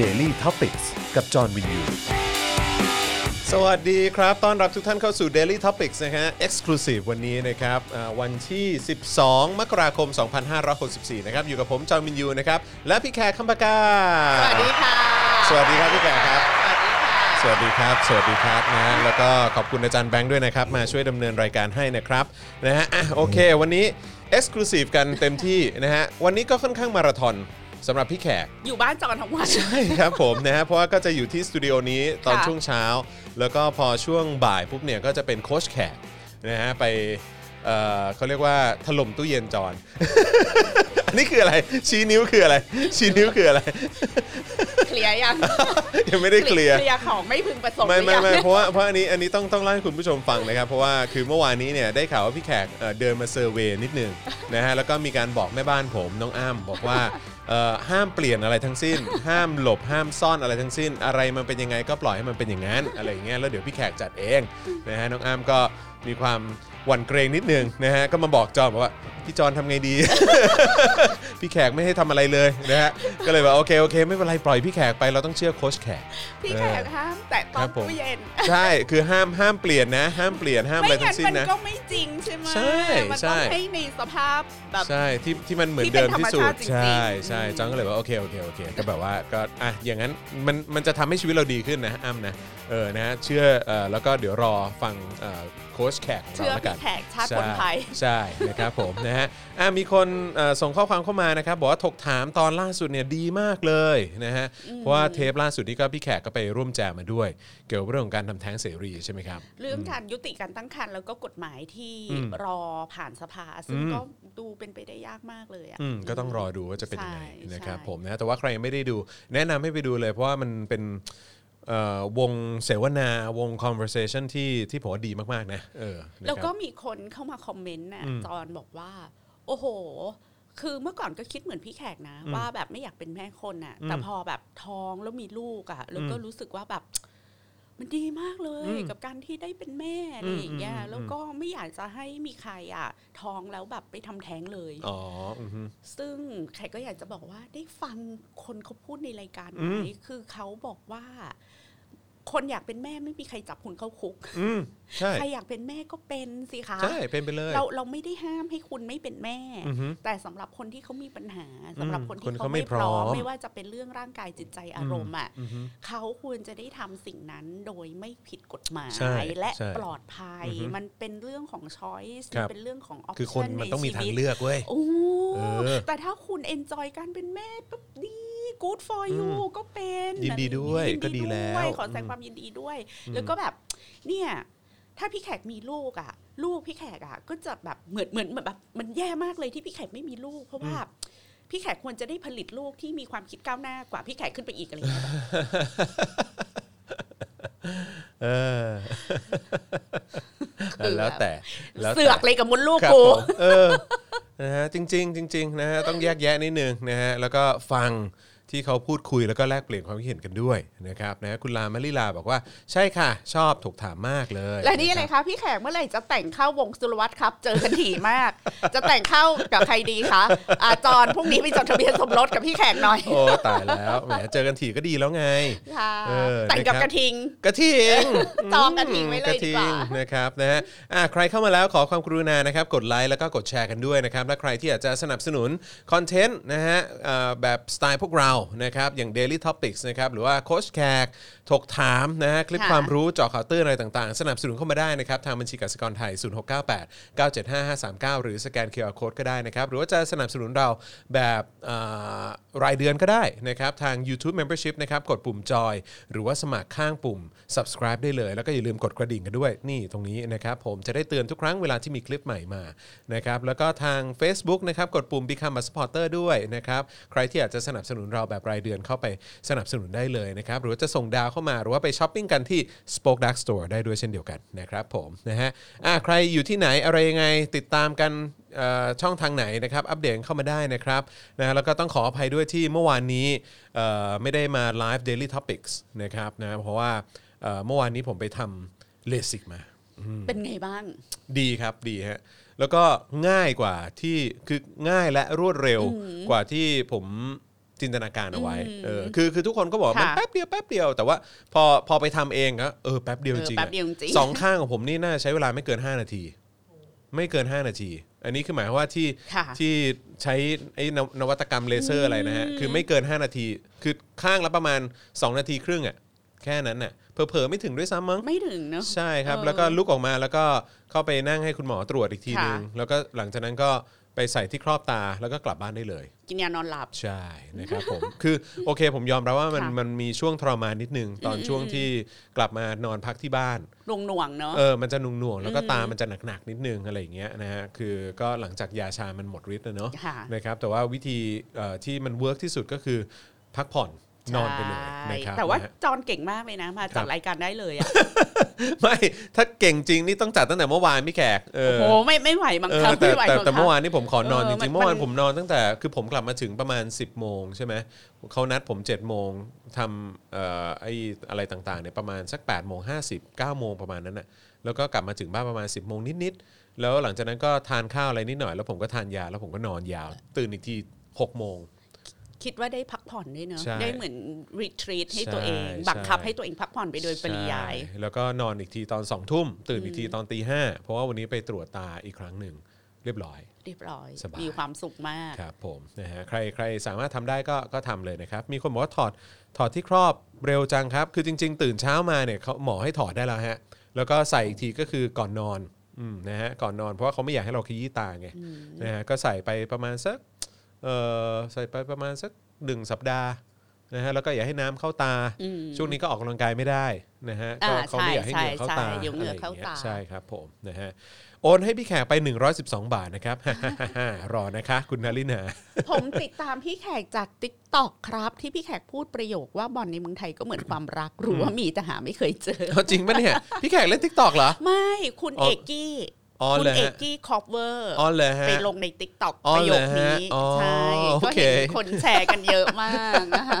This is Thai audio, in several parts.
Daily t o p i c กกับจอห์นวินยู สวัสดีครับ ต้อนรับทุกท่านเข้าสู่ Daily Topics นะฮะ Exclusive วันนี้นะครับอ่าวันที่ 12 มกราคม 2564 นะครับ อยู่กับผม จอห์นวินยูนะครับ และพี่แขกคำปากา สวัสดีค่ะ สวัสดีครับพี่แขกครับ สวัสดีค่ะ สวัสดีครับ สวัสดีครับนะ แล้วก็ขอบคุณอาจารย์แบงค์ด้วยนะครับ มาช่วยดำเนินรายการให้นะครับ นะฮะ อ่ะ โอเค วันนี้ Exclusive กันเต็มที่นะฮะ วันนี้ก็ค่อนข้างมาราธอนสำหรับพี่แขก อยู่บ้านจอนทั้งวัน ใช่ครับผมนะฮะเพราะว่าก็จะอยู่ที่สตูดิโอนี้ตอน ค่ะ ช่วงเช้า แล้วก็พอช่วงบ่ายปุ๊บเนี่ยก็จะเป็นโค้ชแขกนะฮะไปเอ่อเขาเรียกว่าถล่มตู้เย็นจอน อันนี้คืออะไร ชี้นิ้วคืออะไร ชี้นิ้วคืออะไร เคลียร์ ยัง ยังไม่ได้เคลียร์ เคลียร์ของไม่พึงประสงค์ ไม่ไม่ไม่ หรือยัง เพราะว่าเพราะอันนี้อันนี้ต้องต้องเล่าให้คุณผู้ชมฟังนะครับ เพราะว่าคือเมื่อวานนี้เนี่ยได้ข่าวว่าพี่แขกเอ่อเดินมาเซอร์เวย์นิดหนึง นะฮะแล้วก็มีการบอกแม่บ้านผมน้องอ้ำบอกว่าเอ่อห้ามเปลี่ยนอะไรทั้งสิ้น ห้ามหลบห้ามซ่อนอะไรทั้งสิ้น อะไรมันเป็นยังไงก็ปล่อยให้มันเป็นอย่างนั้นอะไรอย่างเงี้ยแล้วเดี๋ยวพี่แขกจัดเองนะฮะน้องอ้ำก็มีความหวั่นเกรงนิดหนึงนะฮะก็มาบอกจอมบอกว่าพี่จอนทำไงดี พี่แขกไม่ให้ทำอะไรเลยนะฮะก็เลยบอกโอเคโอเค ไม่เป็นไรปล่อยพี่แขกไปเราต้องเชื่อโค้ชแขก พี่แขกห้ามแตะคต้อ รั ง บผม ตู้เย็น ใช่ คือห้ามห้ามเปลี่ยนนะ ห้ามเปลี่ยนห้ามอะ ไม่ ไร งั้ ทั้งนสิ้ มัน น นะ ก็ไม่จริงใช่ไหม ใช่ มั ใช่ ต้องให้ในสภาพแบบ ใช่ที่ที่มันเหมือน ที่เป็ เดิ น มที่สุ ธร ด รมชาติจริงๆ ใช่ใช่ อืม จังก็เลยว่าโอเคโอเคโอเคก็แบบว่าก็อ่ะอย่างนั้นมันมันจะทำให้ชีวิตเราดีขึ้นนะอ้ำนะเออนะเชื่อเอ่อแล้วก็เดี๋ยวรอฟังเอ่อโค้ชแขกของเรา เชื่อ แล้วกันพี่แขกชาติคนไทย ใช่ใช่นะครับผม นะฮะอ่ะมีคนเอ่อส่งข้อความเข้ามานะครับ บอกว่าถกถามตอนล่าสุดเนี่ยดีมากเลยนะฮะเพราะว่าเทปล่าสุดนี้ก็พี่แขกก็ไปร่วมแจมมาด้วย เกี่ยวกับเรื่องของการทำแท้งเสรีใช่ไหมครับ เรื่องการยุติการตั้งครรภ์แล้วก็กฎหมายที่ อืม รอผ่านสภา ซึ่ง อืม ก็ดูเป็นไปได้ยากมากเลยอ่ะ อืมก็ต้องรอดูว่าจะเป็นยังไง ใช่ นะครับ ใช่ ผมนะแต่ว่าใครยังไม่ได้ดู แนะนำให้ไปดูเลย เพราะว่ามันเป็นเอ่อวงเสวนาวง conversation ที่ที่ผมว่าดีมากๆนะเออนะครับ แล้วก็มีคนเข้ามาคอมเมนต์น่ะ อืม จอนบอกว่า โอ้โห คือเมื่อก่อนก็คิดเหมือนพี่แขกนะ อืม ว่าแบบไม่อยากเป็นแม่คนน่ะ อืม แต่พอแบบท้องแล้วมีลูกอ่ะ แล้วก็รู้สึกว่าแบบ มันดีมากเลย อืม กับการที่ได้เป็นแม่อะไรอย่างเงี้ย อืมอืม แล้วก็ไม่อยากจะให้มีใครอ่ะ ท้องแล้วแบบไปทำแท้งเลย อ๋ออือฮึ ซึ่งแขกก็อยากจะบอกว่าได้ฟังคนเขาพูดในรายการ อื ไหม ม คือเขาบอกว่า คนอยากเป็นแม่ไม่มีใครจับคุณเข้าคุก อืมใช่ ใครอยากเป็นแม่ก็เป็นสิคะ ใช่เป็นไปเลย เราเราไม่ได้ห้ามให้คุณไม่เป็นแม่ อือฮึ แต่สำหรับคนที่เขามีปัญหาสำหรับคน คน ที่ เขา เขาไม่พร้อ ไม่พร้อมม ไม่ว่าจะเป็นเรื่องร่างกายจิตใจอารมณ์อ่ะ อือฮึ เขาควรจะได้ทำสิ่งนั้นโดยไม่ผิดกฎหมา ใช่ ยและ ใช่ ปลอดภัย อือฮึ มันเป็นเรื่องของช้อยส์ ครับ เป็นเรื่องของออป คือค ชั่ น นใน มันต้องมี ชี ทาง วิต เลือกเว้ย โอ้ เออ แต่ถ้าคุณเอนจอยการเป็นแม่ปุ๊บดีกู๊ดฟอร์ยู อืม ก็เป็น ยินดีด้วย อะไรอางงี้ ก็ดี ยิน แล้ว ด้วยขอแสด อื ง ม ความยินดีด้วย แล้วก็แบบ เนี่ย ถ้าพี่แขกมีลูกอ่ะ ลูกพี่แขกอ่ะ ก็จะแบบเหมือนเหมือนเหมือนแบบมันแย่มากเลยที่พี่แขกไม่มีลูก เพราะว่า พี่แขกควรจะได้ผลิตลูกที่มีความคิดก้าวหน้ากว่าพี่แขกขึ้นไปอีกอะไรอย่างเงี้ยแบบ เออแล้วแต่แล้ว เสื แต่ อกเลยกับมดลูก ครับ กู ผมเออ นะฮะจริงๆจริงๆนะฮะต้องแยกแยะนิดนึงนะฮะแล้วก็ฟังที่เขาพูดคุยแล้วก็แลกเปลี่ยนความคิดเห็นกันด้วยนะครับนะคุณลามลิลาบอกว่าใช่ค่ะ ชอบถกถามมากเลย และนี่อะไรคะพี่แขกเมื่อไหร่จะแต่งเข้าวงสุรวัตรครับ เจอกันถี่มาก จะแต่งเข้ากับใครดีคะอาจอนพรุ่งนี้ไปจดทะเบียนสมรสกับพี่แขกหน่ อย โอ้ตายแล้วแหมเจอกันถี่ก็ดีแล้วไง ค่ะ เออ แต่งกับ นะครับ กระทิง กระทิง จองกระทิงไว้เลย กระทิ ดีกว่า นะครับนะฮะอ่ะใครเข้ามาแล้วขอความกรุณานะครับ กดไลค์แล้วก็กดแชร์กันด้วยนะครับ และใครที่อยากจะสนับสนุนคอนเทนต์นะฮะเอ่อแบบสไตล์พวกเรานะครับ อย่าง Daily Topics นะครับ หรือว่าโคชแขกถกถามนะฮะคลิปความรู้เจาะข่าวตื้นอะไรต่างๆ สนับสนุนเข้ามาได้นะครับ ทางบัญชีกสิกรไทย 0698 975 539 หรือสแกน QR Code ก็ได้นะครับ หรือว่าจะสนับสนุนเราแบบเอ่อรายเดือนก็ได้นะครับ ทาง YouTube Membership นะครับ กดปุ่มจอย หรือว่าสมัครข้างปุ่ม subscribe ได้เลย แล้วก็อย่าลืมกดกระดิ่งกันด้วย นี่ตรงนี้นะครับ ผมจะได้เตือนทุกครั้งเวลาที่มีคลิปใหม่มานะครับ แล้วก็ทาง Facebook นะครับ กดปุ่ม Become a supporter ด้วยนะครับ ใครที่อยากจะสนับสนุนเราแบบรายเดือนเข้าไปสนับสนุนได้เลยนะครับ หรือว่าจะส่งดาวเข้ามา หรือว่าไปช้อปปิ้งกันที่ Spoke Dark Store ได้ด้วยเช่นเดียวกันนะครับผมนะฮะอ่ะใครอยู่ที่ไหนอะไรยังไงติดตามกันเอ่อช่องทางไหนนะครับ อัปเดตเข้ามาได้นะครับนะแล้วก็ต้องขออภัยด้วยที่เมื่อวานนี้เอ่อไม่ได้มาไลฟ์ Daily Topics นะครับนะเพราะว่าเอ่อเมื่อวานนี้ผมไปทำเลสิกมา เป็นไงบ้าง ดีครับดีฮะแล้วก็ง่ายกว่าที่คือง่ายและรวดเร็วกว่าที่ผม จินตนาการเอาไว้ อืม เออคือคือทุกคนก็บอกว่ามัน ค่ะ แป๊บเดียวแป๊บเดียวแต่ว่าพอพอไปทำเองก็เออแป๊บเดียวจริง แป๊บ อะ เดียวจริง สองข้างของผมนี่น่าใช้เวลาไม่เกิน 5 นาที ไม่เกิน 5 นาที อันนี้คือหมายความว่าที่ ค่ะ ที่ใช้ไอ้นวนวัตกรรมเลเซอร์อะไรนะฮะ อืม คือไม่เกิน 5 นาที คือข้างละประมาณ 2 นาทีครึ่งอะแค่นั้นน่ะเผลอๆไม่ถึงด้วยซ้ำมั้ง ไม่ถึงเนอะ ใช่ครับ เออ แล้วก็ลุกออกมาแล้วก็เข้าไปนั่งให้คุณหมอตรวจอีกที ค่ะ นึงแล้วก็หลังจากนั้นก็ไปใส่ที่ครอบตาแล้วก็กลับบ้านได้เลย กินยานอนหลับ ใช่นะครับ ผม คือโอเคผมยอมรับว่ามัน ค่ะ มันมีช่วงทรมานนิดนึงตอนช่วงที่กลับมานอนพักที่บ้าน หน่วงๆเนอะ เออ มันจะหน่วงๆ แล้วก็ อืม ตา มันจะหนักๆ นิดนึงอะไรอย่างเงี้ยนะฮะ คือก็หลังจากยาชา มันหมดฤทธิ์แล้วเนาะ ค่ะ นะครับ แต่ว่าวิธีเอ่อที่มันเวิร์กที่สุดก็คือพักผ่อนนอนไปเลยนะครับ ใช่แต่ว่า นะฮะ จอนเก่งมากเลยนะ มา ครั จัด บ รายการได้เลยอ่ะ ไม่ ถ้าเก่งจริงนี่ต้องจัดตั้งแต่เมื่อวานพี่แขกเอ โอ้ อ โหไม่ไม่ไหวบัง เออ คับ แต่ ไม่ไหว แต่ บังคับ แต่เมื่อวานนี่ผมขอนอน เอจอมั ริ น งๆ เมื่อวาน มัน ผมนอนตั้งแต่ คือผมกลับมาถึงประมาณ 10บโมงใช่ไหมเขานัดผม7จ็ดโมงทำเอ่อไอ้อะไรต่างๆเนี่ยประมาณสัก8ปดโมงห้าสิบเก้าโมงประมาณนั้นน่ะ แล้วก็กลับมาถึงบ้านประมาณ 10บโมงนิดๆ แล้วหลังจากนั้นก็ทานข้าวอะไรนิดหน่อย แล้วผมก็ทานยาแล้วผมก็นอนยาว ตื่นอีกที6กโมง คิดว่าได้พักผ่อนด้วยเนอะ ใช่ ได้เหมือนรีทรีตให้ ใช่ ตัวเอง ใช่ บังคับให้ตัวเองพักผ่อนไปโดยปริยาย ใช่แล้วก็นอนอีกทีตอน2องทุ่ม ตื่นอีกทีตอนตีห้าเพราะว่าวันนี้ไปตรวจตาอีกครั้งหนึ่งเรียบร้อย เรียบร้อย สบาย มีความสุขมาก ครับผมนะฮะใครใครสามารถทำได้ก็ก็ทำเลยนะครับ มีคนบอกว่าถอดถอดที่ครอบเร็วจังครับ คือจริง ๆ ตื่นเช้ามาเนี่ยเขาหมอให้ถอดได้แล้วฮะ แล้วก็ใส่อีกทีก็คือก่อนนอนอืมนะฮะก่อนนอนเพราะว่าเขาไม่อยากให้เราขยี้ตาไงนะฮะก็ใส่ไปประมาณสักเออใส่ไปประมาณสักหนึ่งสัปดาห์นะฮะแล้วก็อย่าให้น้ำเข้าตา อืม ช่วงนี้ก็ออกกำลังกายไม่ได้นะฮะก็ อ่า เขาไม่อยากให้เหงื่อเข้าตา ใช่ใช่เดี๋ยวเหงื่อเข้าะตาไรอย่งงี้ยใช่ครับผมนะฮะโอนให้พี่แขกไป 112 บาทนะครับ รอนะคะ คุณนลินา ผมติดตามพี่แขกจากติ๊กต็อกครับ ที่พี่แขกพูดประโยคว่าบอลในเมืองไทยก็เหมือนความรักรู้ว่ามีแต่หาไม่เคยเจอ เอาจริงปะเนี่ย พี่แขกเล่นทิกตอกเหรอ ไม่คุณ อ๋อ เอกกี้ อ๋อ คุณ เลย เอ ฮะ กกี้คอฟเวอร์ อ๋อเลยฮะ ไปลงในติ๊กต็อก อ๋อ ประ เห โย รอ ค ฮะ นี้ อ๋อ ใช่ โอ ก็ เค เห็นคนแชร์กันเยอะมากนะคะ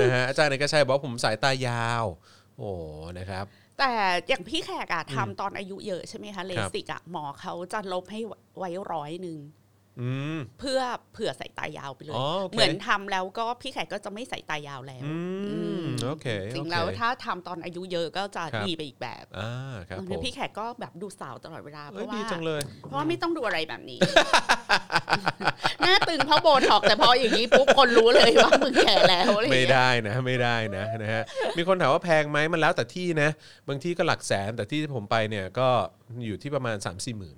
นะฮะอาจารย์เอกชัยบอกว่าผมสายตายาว โอ้นะครับ แต่อย่างพี่แขกอะทำตอนอายุเยอะใช่ไหมคะเลสิกอะหมอเขาจะลบให้ไว้ร้อยหนึ่ง อืม เพื่อเผื่อสายตายาวไปเลย อ๋อโอเค เหมือนทำแล้วก็พี่แขกก็จะไม่สายตายาวแล้ว อืมโอเค ถึง โอเค แล้วถ้าทำตอนอายุเยอะก็จะ ครับ ดีไปอีกแบบ อ่าครับผ เนี่ย ม พี่แขกก็แบบดูสาวตลอดเวลาเพ เอ้ย ราะว่า ดีจังเลย เพราะว่าไม่ต้องดูอะไรแบบนี้ หน้าตึงเพราะโบท็อกซ์แต่พออย่างนี้ปุ๊บคนรู้เลยว่ามึงแก่แล้วอะไรอย่าง ไม่ เงี้ย ได้นะไม่ได้นะนะฮะมีคนถามว่าแพงไหมมันแล้วแต่ที่นะ บางที่ก็หลักแสนแต่ที่ผมไปเนี่ยก็อยู่ที่ประมาณ 3 4มสี่หมื่น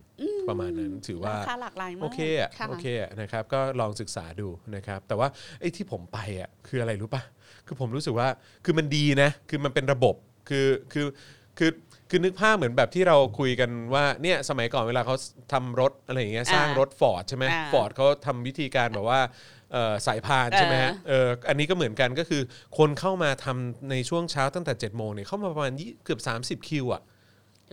ประมาณนั้นถือว่า ราคาหลากหลายมาก โอเคอ่ะ ค่ะ โอเคอ่ะนะครับก็ลองศึกษาดูนะครับ แต่ว่าไอ้ที่ผมไปอ่ะคืออะไรรู้ป่ะ คือผมรู้สึกว่าคือมันดีนะ คือมันเป็นระบบคือคือคือคือนึกภาพเหมือนแบบที่เราคุยกันว่าเนี่ยสมัยก่อนเวลาเขาทำรถอะไรอย่างเงี้ยสร้างรถฟอร์ดใช่ไหม อ่า ฟอร์ดเขาทำวิธีการแบบว่าเอ่อสายพานใช่ไหมฮะเอออันนี้ก็เหมือนกันก็คือคนเข้ามาทำในช่วงเช้าตั้งแต่7จ็ดโมงเนี่ยเข้ามาประมาณยี่เกือบ 30 คิวอ่ะ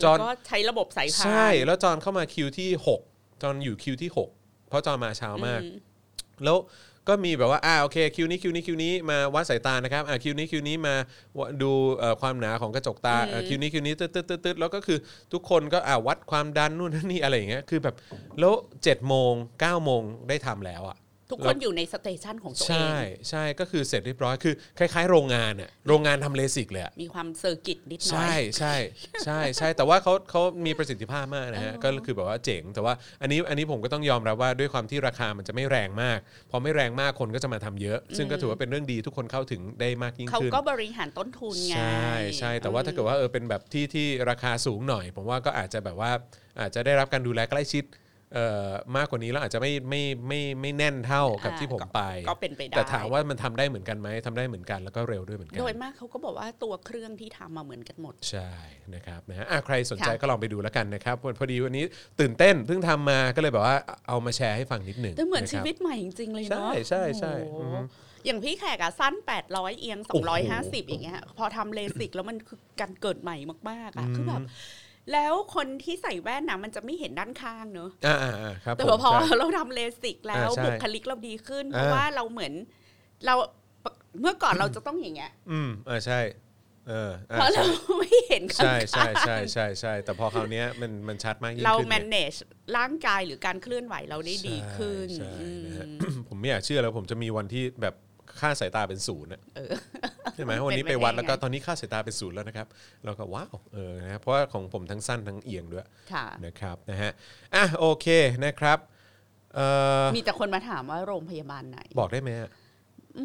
จอห์น แล้วก็ใช้ระบบสายพาน ใช่ แล้วจอนเข้ามาคิวที่ 6 จอนอยู่คิวที่ 6 เพราะจอนมาเช้ามาก แล้วก็มีแบบว่าอ่าโอเคคิวนี้คิวนี้คิวนี้มาวัดสายตานะครับอ่าคิวนี้คิวนี้มาดูเอ่อความหนาของกระจกตาเอ่อคิวนี้คิวนี้ตึ๊ดตึ๊ดตึ๊ดตึ๊ดแล้วก็คือทุกคนก็อ่าวัดความดันนู่นนั่นนี่อะไรอย่างเงี้ยคือแบบแล้ว7จ็ดโมง9ก้าโมงได้ทำแล้วอ่ะ ทุกคนอยู่ในสเตชันของตัวเอ ใช่ ง ใช่ก็คือเสร็จเรียบร้อยคือคล้ายๆ โรงงานอ่ะโรงงานทำเลสิกเลยอะ มีความเซอร์กิตนิดหน่อ ใช่ ย ใช่ใช่ใช่แต่ว่าเขาเขามีประสิทธิภาพมากนะฮะก็คือแบบว่าเจ๋ง แต่ว่าอันนี้อันนี้ผมก็ต้องยอมรับว่าด้วยความที่ราคามันจะไม่แรงมาก พอไม่แรงมากคนก็จะมาทำเยอะ ซึ่งก็ถือว่าเป็นเรื่องดีทุกคนเข้าถึงได้มากยิ่ง เขา ขึ้น ก็บริหารต้นทุนไง ใช่ใช่แต่ว่าถ้าเกิดว่าเออเป็นแบบที่ที่ราคาสูงหน่อย ผมว่าก็อาจจะแบบว่าอาจจะได้รับการดูแลใกล้ชิดเอ่อมากกว่านี้แล้วอาจจะไม่ไม่ไม่ไม่แน่นเท่ากับที่ผมไป ก็เป็นไปได้ แต่ถามว่ามันทำได้เหมือนกันไหมทำได้เหมือนกันแล้วก็เร็วด้วยเหมือนกัน โดยมากเขาก็บอกว่าตัวเครื่องที่ทำมาเหมือนกันหมด ใช่นะครับนะฮะอ่ะใครสนใจ ค่ะ ก็ลองไปดูแล้วกันนะครับวันพอดีวันนี้ตื่นเต้นเพิ่งทำมาก็เลยแบบว่าเอามาแชร์ให้ฟังนิดหนึ่ง แต่เหมือนะครับ ชีวิตใหม่จริงๆเลยเนาะ ใช่ใช่ใช่ โอ้ อื โห ม อย่างพี่แขกอะสั้น 800 เอียง โอ้โห 250 อย่างเงี้ยพอทำเลสิกแล้วมันคือการเกิดใหม่มากๆอะคือแบบแล้วคนที่ใส่แว่นนะมันจะไม่เห็นด้านข้างเนอะ อ่าอ่าอ่าครับ แต่ ผม ว่าพอ ใช่ เราทำเลสิกแล้ว อ่าใช่ บุคลิกเราดีขึ้น เพราะ อ่า ว่าเราเหมือนเราเมื่อก่อนเราจะต้องอย่างเงี้ย อืมอ่าใช่ เออ เพราะเราไม่เห็นข้าง ใช่ใช่ ๆ ใช่ใช่ใช่ใช่แต่พอคราวเนี้ยมันมันชัดมากยิ่ง เรา ขึ้นไง manage ร่างกายหรือการเคลื่อนไหวเราได้ดีขึ้น ใช่ อืม ใช่นะฮะ ผมไม่อยากเชื่อแล้วผมจะมีวันที่แบบค่าสายตาเป็นศูนย์ นะ เออ ใช่ไหมวัมันเป็นนนี้ ไป ไป ได้ วัดแล้วก็ ไง ตอนนี้ค่าสายตาเป็นศูนย์แล้วนะครับเราก็ว้าวเออนะครับเพราะว่าของผมทั้งสั้นทั้งเอียงด้วย ค่ะ นะครับนะฮะอ่ะโอเคนะครับเอ่อ มีแต่คนมาถามว่าโรงพยาบาลไหน บอกได้ไหมฮะ อื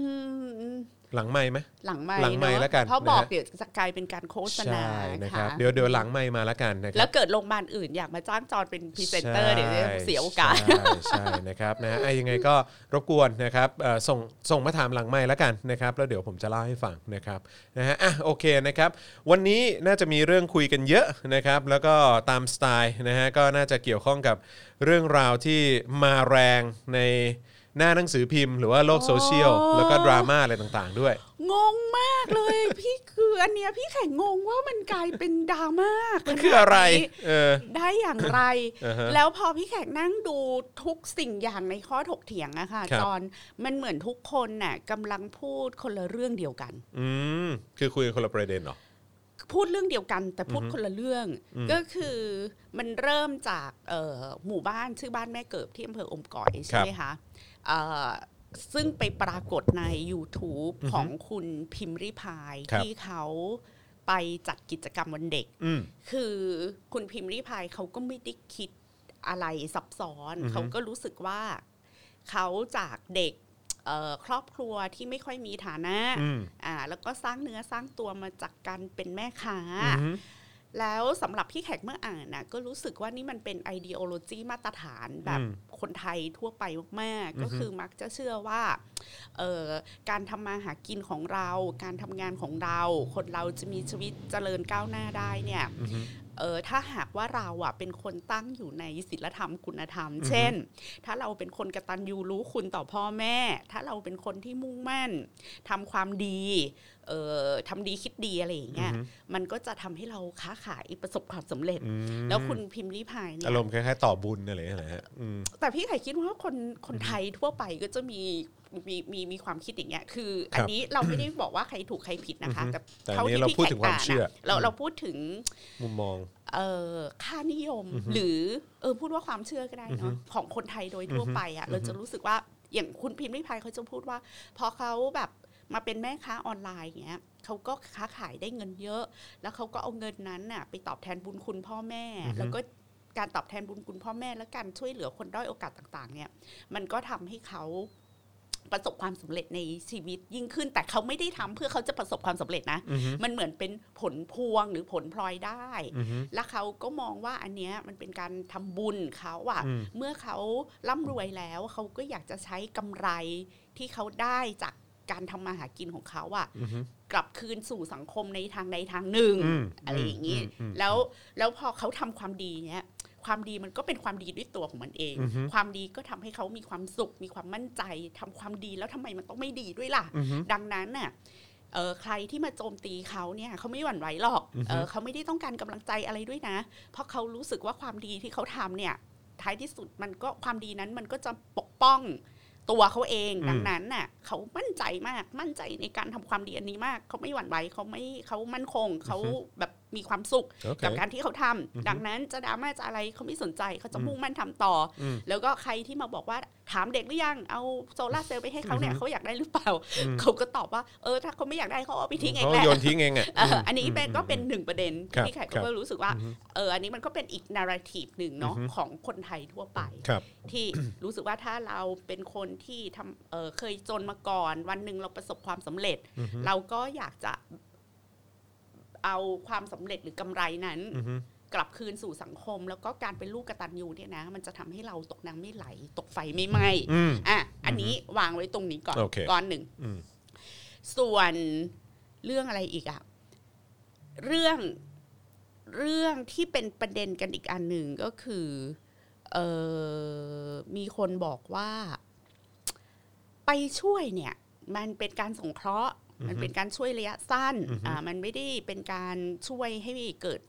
ม หลังไมค์ไหม หลังไม่ หลังไมค์ เนอะ แล้วกัน เพราะบอก นะฮะ เดี๋ยวจะกลายเป็นการโฆษณา ใช่นะครับ ค่ะ เดี๋ยวเดี๋ยวหลังไมค์มาแล้วกันนะค แล้ รั ว บ เกิดโรงพยาบาลอื่นอยากมาจ้างจอนเป็นพรีเซนเตอร์เดี๋ยวจะเสียโอกาส ใช่ใช่นะครับนะฮะไอ้ยังไงก็รบกวนนะครับเอ่อส่งส่งมาถามหลังไมค์แล้วกันนะครับแล้วเดี๋ยวผมจะเล่าให้ฟังนะครับนะฮะอ่ะโอเคนะครับวันนี้น่าจะมีเรื่องคุยกันเยอะนะครับแล้วก็ตามสไตล์นะฮะก็น่าจะเกี่ยวข้องกับเรื่องราวที่มาแรงในหน้าหนังสือพิมพ์ หรือว่าโลกโซเชียล โอ้ แล้วก็ดราม่าอะไรต่างๆ ด้วย งงมากเลย พี่คืออันเนี้ยพี่แข่งงงว่ามันกลายเป็นดราม่า มันคืออะไร ขนาดนี้ เออ ได้อย่างไร อ่าฮะ แล้วพอพี่แขกนั่งดูทุกสิ่งอย่างในข้อถกเถียงอะค่ะ ครับ จอนมันเหมือนทุกคนน่ะกำลังพูดคนละเรื่องเดียวกัน อืมคือคุยกันคนละประเด็นเหรอ พูดเรื่องเดียวกันแต่พูดคนละเรื่อง อืม ก็คือมันเริ่มจากเอ่อหมู่บ้านชื่อบ้านแม่เกิบที่อำเภออมก่อยใช่ไหมคะเอ่อซึ่งไปปรากฏใน YouTube ของคุณพิมพ์ริพาย ครับ ที่เขาไปจัดกิจกรรมวันเด็ก อืม คือคุณพิมพ์ริพายเขาก็ไม่ได้คิดอะไรซับซ้อน อือฮึ เขาก็รู้สึกว่าเขาจากเด็กเอ่อครอบครัวที่ไม่ค่อยมีฐานะ อืม อ่าแล้วก็สร้างเนื้อสร้างตัวมาจากการเป็นแม่ค้า อืม แล้วสำหรับพี่แขกเมื่ออ่านนะก็รู้สึกว่านี่มันเป็นไอเดียโลจีมาตรฐานแบบ อืม คนไทยทั่วไปมาก อือฮึ ๆ ก็คือมักจะเชื่อว่าเอ่อการทำมาหากินของเรา การทำงานของเรา คนเราจะมีชีวิตเจริญก้าวหน้าได้เนี่ย อือฮึ เออถ้าหากว่าเราอ่ะเป็นคนตั้งอยู่ในศีลธรรมคุณธรรม เช่น ถ้าเราเป็นคนกตัญญูรู้คุณต่อพ่อแม่ ถ้าเราเป็นคนที่มุ่งมั่นทำความดีเอ่อทำดีคิดดีอะไรอย่างเงี้ย มันก็จะทำให้เราค้าขายประสบความสำเร็จ อืม แล้วคุณพิมพ์รีพายเนี่ อารม ย ณ์คล้ายๆต่อบุญอะไรอย่างเงี้ยแหละฮะอืม แต่พี่ไข่คิดว่าคนคนไทยทั่วไปก็จะมีมีมีมีความคิดอย่างเงี้ย คือ อันนี้เราไม่ได้บอกว่าใครถูกใครผิดนะคะ อือฮึ แต่ แต่อันนี้เราพูดถึงความเชื่อ ท่ที่พี่ไข่อ่านอะเราเราพูดถึง มุมมอง เอ่อค่านิยมหรือเออพูดว่าความเชื่อก็ได้เนาะ อือฮึ ของคนไทยโดยทั่วไปอ่ะ อือฮึ เราจะรู้สึกว่าอย่างคุณพิมพ์รีพายเขาจะพูดว่า พอเขาแบบมาเป็นแม่ค้าออนไลน์อย่างเงี้ยเขาก็ค้าขายได้เงินเยอะ แล้วเขาก็เอาเงินนั้นน่ะไปตอบแทนบุญคุณพ่อแม่ อือฮึ แล้วก็การตอบแทนบุญคุณพ่อแม่และการช่วยเหลือคนด้อยโอกาสต่าง ๆ เนี่ย มันก็ทำให้เขาประสบความสำเร็จในชีวิตยิ่งขึ้น แต่เขาไม่ได้ทำเพื่อเขาจะประสบความสำเร็จนะ อือฮึ มันเหมือนเป็นผลพวงหรือผลพลอยได้ อือฮึ แล้วเขาก็มองว่าอันเนี้ยมันเป็นการทำบุญเขาอะ อืม เมื่อเขาร่ำรวยแล้วเขาก็อยากจะใช้กำไรที่เขาได้จากการทำมาหากินของเขาอะ อือฮึ กลับคืนสู่สังคมในทางใดทางหนึ่ง อืม อะไรอย่างนี้ อืมอืม แล้วแล้วพอเขาทำความดีเนี้ยความดีมันก็เป็นความดีด้วยตัวของมันเอง อือฮึ ความดีก็ทำให้เขามีความสุข มีความมั่นใจทำความดีแล้วทำไมมันต้องไม่ดีด้วยล่ะ อือฮึ ดังนั้นน่ะเอ่อใครที่มาโจมตีเขาเนี่ยเขาไม่หวั่นไหวหรอก อือฮึ เอ่อเขาไม่ได้ต้องการกำลังใจอะไรด้วยนะ เพราะเขารู้สึกว่าความดีที่เขาทำเนี่ย ท้ายที่สุดมันก็ความดีนั้นมันก็จะปกป้องตัวเขาเอง ดังนั้นน่ะเขามั่นใจมาก มั่นใจในการทำความดีอันนี้มาก เขาไม่หวั่นไหวเขาไม่เขามั่นคงเขาแบบมีความสุข โอเค กับการที่เขาทำดังนั้นจะดราม่าจะอะไรเขาไม่สนใจเขาจะมุ่งมั่นทำต่ออ ม แล้วก็ใครที่มาบอกว่าถามเด็กหรือยังเอาโซลาร์เซลล์ไปให้เขาเนี่ย อือฮึ เขาอยากได้หรือเปล่า อืม เขาก็ตอบว่าเออถ้าเขาไม่อยากได้เขาเอาไปทิ้งเอง เขา แหละ โยนทิ้งเองอ่ะ เอออันนี้เป็นก็เป็นหนึ่งประเด็น ครับ ที่ไข่ ครับ ก็รู้สึกว่าเอออันนี้มันก็เป็นอีกนาราทีฟหนึ่งเนาะ อือฮึ ของคนไทยทั่วไป ครับ ที่ รู้สึกว่าถ้าเราเป็นคนที่ทำเอ่อเคยจนมาก่อน วันหนึ่งเราประสบความสำเร็จ อือฮึ เราก็อยากจะเอาความสำเร็จหรือกำไรนั้น อือฮึ กลับคืนสู่สังคม แล้วก็การเป็นลูกกตัญญูเนี่ยนะ มันจะทำให้เราตกน้ำไม่ไหล ตกไฟไม่ไหม อืม อ่ะอันนี้วางไว้ตรงนี้ก่อน โอเค ก้อนหนึ่ง อืม ส่วนเรื่องอะไรอีกอะเรื่องเรื่องที่เป็นประเด็นกันอีกอันหนึ่งก็คือเออมีคนบอกว่า ไปช่วยเนี่ย มันเป็นการสงเคราะห์ มันเป็นการช่วยระยะสั้น อือฮึ อ่ามันไม่ได้เป็นการช่วยให้เกิด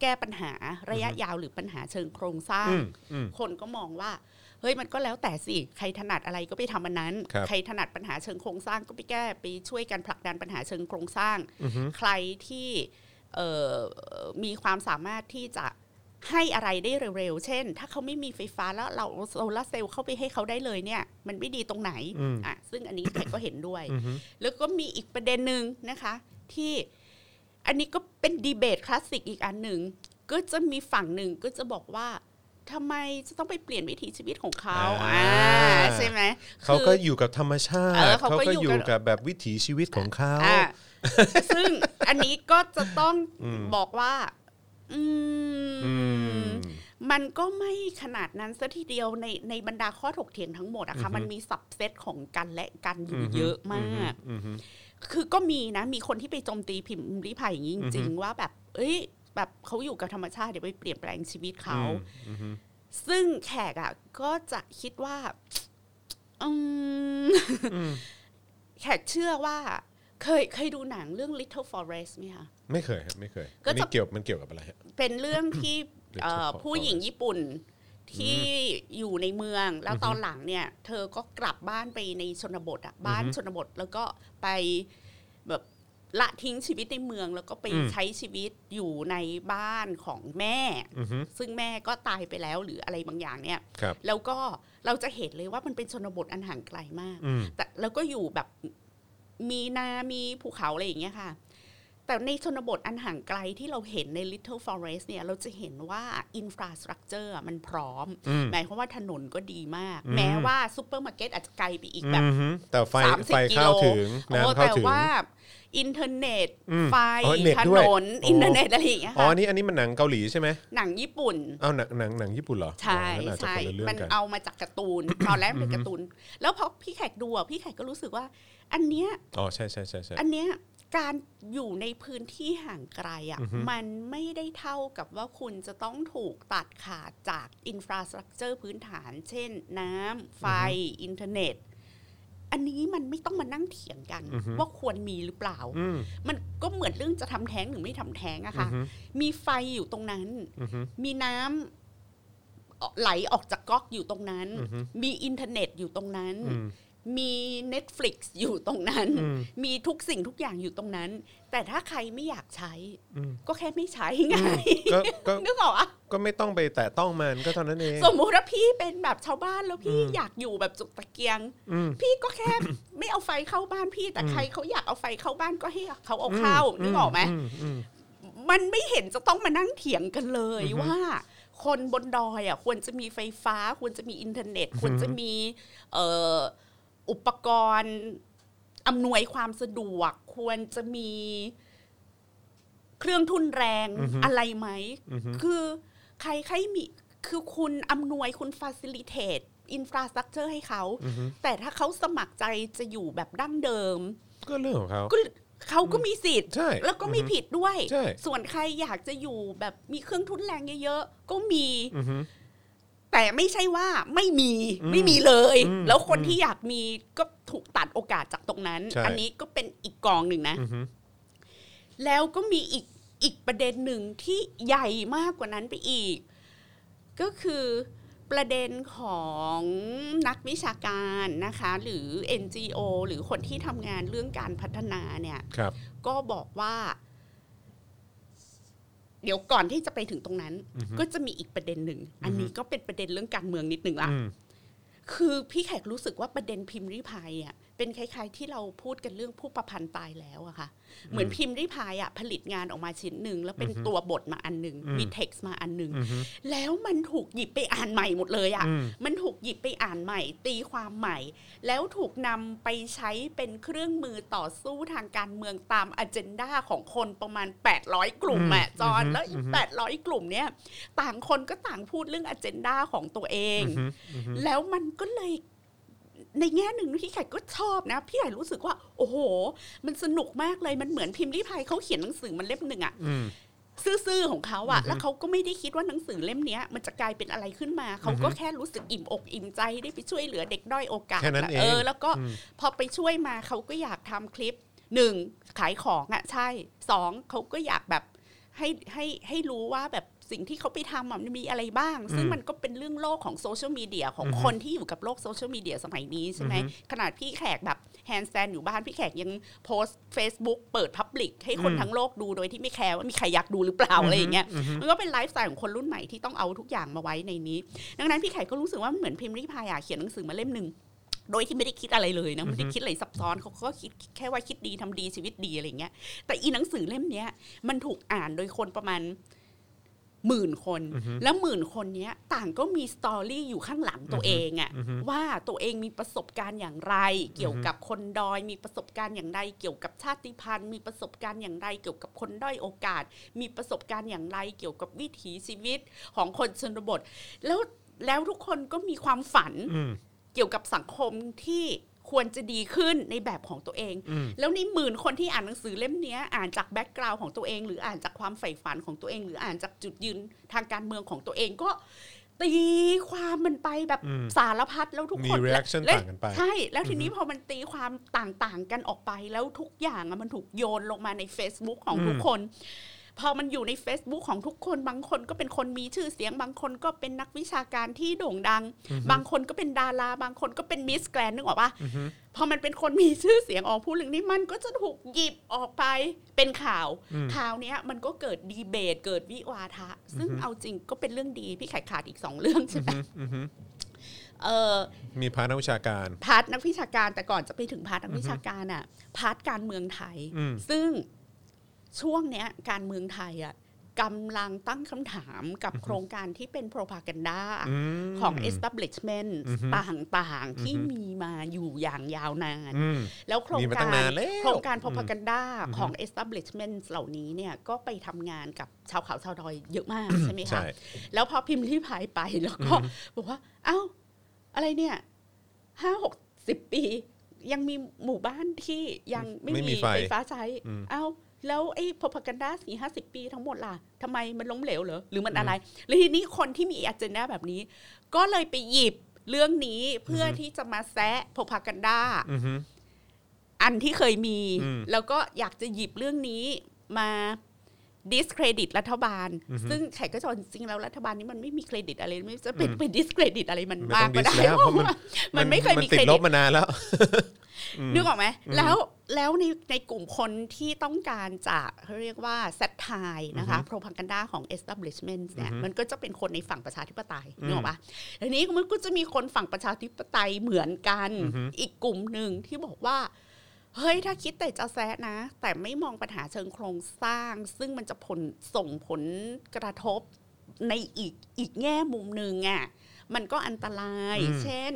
แก้ปัญหาระยะยาวหรือปัญหาเชิงโครงสร้าง อืมอืม คนก็มองว่า เฮ้ยมันก็แล้วแต่สิใครถนัดอะไรก็ไปทำอันนั้น ครับ ใครถนัดปัญหาเชิงโครงสร้างก็ไปแก้ไปช่วยกันผลักดันปัญหาเชิงโครงสร้าง ใครที่เอ่อมีความสามารถที่จะให้อะไรได้เร็วๆ เช่น ถ้าเขาไม่มีไฟฟ้าแล้วเราเอาโซลาร์เซลล์เข้าไปให้เขาได้เลยเนี่ย มันไม่ดีตรงไหน อืม อ่ะซึ่งอันนี้แขกก็เห็นด้วย อือฮึ แล้วก็มีอีกประเด็นหนึ่งนะคะ ที่อันนี้ก็เป็นดีเบตคลาสสิกอีกอันหนึ่ง ก็จะมีฝั่งหนึ่งก็จะบอกว่าทำไมจะต้องไปเปลี่ยนวิถีชีวิตของเขา อ่า อ่าใช่ไหม เขาก็ คือ อยู่กับธรรมชาติ เออ เขา เขาก็ ก็อ อยู่ ยู่กักับบแบบวิถีชีวิตของเขา อ่ะซึ่งอันนี้ก็จะต้องบอกว่า อืม อืม มันก็ไม่ขนาดนั้นซะทีเดียวในในบรรดาข้อถกเถียงทั้งหมดอะอืค่ะอฮึ มันมีสับเซตของกันและกันอยู่เยอะมาก อือฮึ คือก็มีนะ มีคนที่ไปโจมตีพิมพ์ริพายอย่างนี้จริงๆว่าแบบ เอ้ย แบบเขาอยู่กับธรรมชาติเดี๋ยวไปเปลี่ยนแปลงชีวิตเขา อือฮึ ซึ่งแขกอ่ะก็จะคิดว่า อืม อืม แขกเชื่อว่า เคยเคยดูหนังเรื่อง Little Forest ไหมคะ ไม่เคยครับไม่เคย ก็ อัน จะ นี้เกี่ยวมันเกี่ยวกับอะไรฮะ เป็นเรื่องที่ เอ่อ Little Forest ผู้หญิงญี่ปุ่นที่อยู่ในเมือง แล้วตอนหลังเนี่ย เธอก็กลับบ้านไปในชนบทอ่ะบ้าน อือฮึ ชนบทแล้วก็ไปแบบละทิ้งชีวิตในเมือง แล้วก็ไป อืม ใช้ชีวิตอยู่ในบ้านของแม่ อือฮึ ซึ่งแม่ก็ตายไปแล้วหรืออะไรบางอย่างเนี่ย ครับ แล้วก็เราจะเห็นเลยว่ามันเป็นชนบทอันห่างไกลมาก อืม แต่แล้วก็อยู่แบบมีนา มีภูเขาอะไรอย่างเงี้ยค่ะ แต่ในชนบทอันห่างไกลที่เราเห็นใน Little Forest เนี่ย เราจะเห็นว่าอินฟราสตรักเจอร์มันพร้อม อืม หมายความว่าถนนก็ดีมาก อืม แม้ว่าซูเปอร์มาร์เก็ตอาจจะไกลไปอีกแบบ อือฮึแต่ไฟ 30 ไฟเข้า กิโล ถึง โอ้ น้ำเข้า แต่ ถึง ว่า อินเทอร์เน็ต อืม ไฟ อ๋อเน็ต ถ ด้วย นน อ๋ออิ อินเทอร์เน็ตอะไรอย่างเงี้ย อ๋อ ค่ะ อันนี้อันนี้มันหนังเกาหลีใช่ไหม หนังญี่ปุ่น เอาหนังหนังหนังญี่ปุ่นเหรอ ใช่ อ๋องั้นอาจจะคใช่นละเรื่อง มัน กัน เอามาจากการ์ตู น ตอนแรกเป็นการ์ตูน แล้วพอพี่แขกดูอะพี่แขกก็รู้สึกว่า อันเนี้ย อ๋อใช่ใช่ใช่ใช่ อันเนี้ยการอยู่ในพื้นที่ห่างไกลอะ่ะ อือฮึ มันไม่ได้เท่ากับว่าคุณจะต้องถูกตัดขาดจากอินฟราสตรักเจอร์พื้นฐาน เช่น น้ำไฟ อินเทอร์เน็ต อันนี้มันไม่ต้องมานั่งเถียงกัน ว่าควรมีหรือเปล่า อืม มันก็เหมือนเรื่องจะทำแท้งหรือไม่ทำแท้งอะ อือ ค่ะ ฮึ มีไฟอยู่ตรงนั้น อือฮึ มีน้ำไหลออกจากก๊อกอยู่ตรงนั้น อือฮึ มีอินเทอร์เน็ตอยู่ตรงนั้น อืม มี Netflix อยู่ตรงนั้น อืม มีทุกสิ่งทุกอย่างอยู่ตรงนั้น แต่ถ้าใครไม่อยากใช้ อืม ก็แค่ไม่ใช้ไง ก็ก็ นึกออกอะ ก็ไม่ต้องไปแตะต้องมันก็เท่านั้นเอง สมมุติว่าพี่เป็นแบบชาวบ้านแล้วพี่ อืม อยากอยู่แบบจุดตะเกียง อืม พี่ก็แค่ ไม่เอาไฟเข้าบ้านพี่ แต่ อืม ใครเขาอยากเอาไฟเข้าบ้านก็ให้เขาเอาเข้านึกออกไหม อืม มันไม่เห็นจะต้องมานั่งเถียงกันเลย อือฮึ ว่า คนบนดอยอ่ะควรจะมีไฟฟ้า ควรจะมีอินเทอร์เน็ต ควรจะมีเอ่ออุปกรณ์อำนวยความสะดวก ควรจะมีเครื่องทุนแรง อือฮึ อะไรไหม อืมอืม คือใครใครมีคือคุณอำนวยคุณฟ a ซิลิเทตอินฟราสตรักเจอร์ให้เขา อืม แต่ถ้าเขาสมัครใจจะอยู่แบบดั้งเดิม ก็เรื่องของเขา ก็เขาก็มีสิทธิ ใช่ แล้วก็ไม่ อือฮึ ผิดด้วย ใช่ ส่วนใครอยากจะอยู่แบบมีเครื่องทุนแรงเยอะๆ ก็มี อือฮึ แต่ไม่ใช่ว่าไม่มี อืม ไม่มีเลย อืม แล้วคน อืม ที่อยากมีก็ถูกตัดโอกาสจากตรงนั้น ใช่ อันี้ก็เป็นอีกกองหนึ่งนะ อือฮึ แล้วก็มีอีกอีกประเด็นหนึ่งที่ใหญ่มากกว่านั้นไปอีก ก็คือประเด็นของนักวิชาการนะคะ หรือ NGO หรือคนที่ทำงานเรื่องการพัฒนาเนี่ย ครับ ก็บอกว่า เดี๋ยวก่อนที่จะไปถึงตรงนั้น อือฮึ ก็จะมีอีกประเด็นหนึ่ง อันนี้ก็เป็นประเด็นเรื่องการเมืองนิดหนึ่งละ อืม คือพี่แขกรู้สึกว่าประเด็นพิมพ์ริพายอ่ะเป็นคล้ายๆ ที่เราพูดกันเรื่องผู้ประพันธ์ตายแล้วอะค่ะ เหมือนพิมพ์ริพายอ่ะผลิตงานออกมาชิ้นหนึ่งแล้วเป็นตัวบทมาอันหนึ่งมีเท็กซ์มาอันหนึ่ง อือฮึ แล้วมันถูกหยิบไปอ่านใหม่หมดเลยอ่ะ อืม มันถูกหยิบไปอ่านใหม่ ตีความใหม่ แล้วถูกนำไปใช้เป็นเครื่องมือต่อสู้ทางการเมืองตามอเจนดาของคนประมาณ 800 กลุ่มอะจอนแล้วอีก800 กลุ่มเนี่ย ต่างคนก็ต่างพูดเรื่องอเจนดาของตัวเอง อืมอืม แล้วมันก็เลยในแง่หนึ่งพี่ไข่ก็ชอบนะ พี่ไข่รู้สึกว่า โอ้โห มันสนุกมากเลยมันเหมือนพิมพ์ริพายเขาเขียนหนังสือมันเล่มหนึ่งอะ อืม ซื่อๆของเขาอะแล้วเขาก็ไม่ได้คิดว่าหนังสือเล่มเนี้ย มันจะกลายเป็นอะไรขึ้นมา เขาก็แค่รู้สึกอิ่มอกอิ่มใจได้ไปช่วยเหลือเด็กด้อยโอกาส แค่นั้นเอง อแล้วก็พอไปช่วยมาเขาก็อยากทำคลิปหนึ่งขายของอะใช่สองเขาก็อยากแบบให้ให้ให้รู้ว่าแบบ สิ่งที่เขาไปทำอะมันมีอะไรบ้าง ซึ่งมันก็เป็นเรื่องโลกของโซเชียลมีเดียของคนที่อยู่กับโลกโซเชียลมีเดียสมัยนี้ใช่ไหมขนาดพี่แขกแบบแฮนด์สแตนอยู่บ้านพี่แขกยังโพสต์ Facebook เปิดพับลิกให้คนทั้งโลกดูโดยที่ไม่แคร์ว่ามีใครอยากดูหรือเปล่าอะไรอย่างเงี้ยมันก็เป็นไลฟ์สไตล์ของคนรุ่นใหม่ที่ต้องเอาทุกอย่างมาไว้ในนี้ ดังนั้นพี่แขกก็รู้สึกว่ามันเหมือนพิมพ์ริพายอะเขียนหนังสือมาเล่มหนึ่ง โดยที่ไม่ได้คิดอะไรเลยนะไม่ได้คิดอะไรซับซ้อนเขาก็คิดแค่ว่าคิดดีทำดีชีวิตดีอะไรเงี้ย แต่อีหนังสือเล่มเนี้ย มันถูกอ่านโดยคนประมาณหมื่นคน แล้วหมื่นคนเนี้ย ต่างก็มีสตอรี่อยู่ข้างหลังตัวเองอะว่าตัวเองมีประสบการณ์อย่างไร เกี่ยวกับคนดอย มีประสบการณ์อย่างไร เกี่ยวกับชาติพันธุ์ มีประสบการณ์อย่างไร เกี่ยวกับคนด้อยโอกาส มีประสบการณ์อย่างไร เกี่ยวกับวิถีชีวิตของคนชนบท แล้วแล้วทุกคนก็มีความฝัน อืม เกี่ยวกับสังคมที่ควรจะดีขึ้นในแบบของตัวเอง อืม แล้วในหมื่นคนที่อ่านหนังสือเล่มเนี้ยอ่านจากแบ็กกราวน์ของตัวเอง หรืออ่านจากความใฝ่ฝันของตัวเอง หรืออ่านจากจุดยืนทางการเมืองของตัวเองก็ตีความมันไปแบบ อืม สารพัดแล้วทุก มี คน reaction และ ต่างกันไป ใช่ แล้วทีนี้พอมันตีความต่างๆกันออกไป แล้วทุกอย่างอะมันถูกโยนลงมาใน Facebook ของทุกคน พอมันอยู่ใน Facebook ของทุกคนบางคนก็เป็นคนมีชื่อเสียง บางคนก็เป็นนักวิชาการที่โด่งดัง บางคนก็เป็นดารา บางคนก็เป็นมิสแกรนนึกออกปะพอมันเป็นคนมีชื่อเสียงออกพูดเรื่องนี้มันก็จะถูกหยิบออกไปเป็นข่าว ข่าวเนี้ยมันก็เกิดดีเบต เกิดวิวาทะ ซึ่งเอาจริงก็เป็นเรื่องดี พี่ไข่ขาดอีกสองเรื่องใช่ไหมเออ มีพาร์ทนักวิชาการ พาร์ทนักวิชาการแต่ก่อนจะไปถึงพาร์ทนักวิชาการอ่ะพาร์ทการเมืองไทย อืม ซึ่งช่วงเนี้ยการเมืองไทยอ่ะกำลังตั้งคำถามกับโครงการที่เป็นโปรพากันดา ม ของ establishment อือฮึ ต่างๆ ที่ อือฮึ มีมาอยู่อย่างยาวนาน อืม แล้วโครง มีมา การ ตั้งนานแล้ว โครงการ อืม propaganda ของ establishment เหล่านี้เนี่ยก็ไปทำงานกับชาวเขาชาวดอยเยอะมาก ใช่ไหมคะ ใช่ แล้วพอพิมพ์รีพายไปแล้วก็บอกว่า เอ้า อะไรเนี่ยห้าหกสิบปี ยังมีหมู่บ้านที่ยังไม่ ไม่มี มี ไฟ ไฟฟ้าใช้ อืม เอ้า แล้วไอ้พอพักันดาสี่ห้าสิบปีทั้งหมดล่ะทำไมมันล้มเหลวเหรอ หรือมันอะไรแล้วทีนี้คนที่มีอ g เจนดาแบบนี้ ก็เลยไปหยิบเรื่องนี้เพื่อ อฮึ ที่จะมาแซะพอพักันดา อือฮึ อันที่เคยมี อืม แล้วก็อยากจะหยิบเรื่องนี้มา discredit รัฐบาล อือฮึ ซึ่งแขกก็จะบอกจริงๆแล้วรัฐบาลนี้มันไม่มีเครดิตอะไรไม่จะเป็นไป discredit อะไรมัน ไม่ มา ต้องกก็ได้ diss แล้ว เพ เพ ราะ ราะมัน ว่ามันไม่เคยมี ติ เค ด ร ล ดิ บ ต มานานแล้ว นึกออกไหมแล้วแล้วในในกลุ่มคนที่ต้องการจะเขาเรียกว่า s a t ทายนะคะ โปรพังกันดาของ establishment เนี่ย อือฮึ มันก็จะเป็นคนในฝั่งประชาธิปไตย อืม นึกออกปะทีนี้มันก็จะมีคนฝั่งประชาธิปไตยเหมือนกัน อือฮึ อีกกลุ่มหนึ่งที่บอกว่า เฮ้ย ถ้าคิดแต่จะแซะนะ แต่ไม่มองปัญหาเชิงโครงสร้าง ซึ่งมันจะผลส่งผลกระทบในอีกอีกแง่มุมหนึ่งอะ่ะมันก็อันตราย อืม เช่น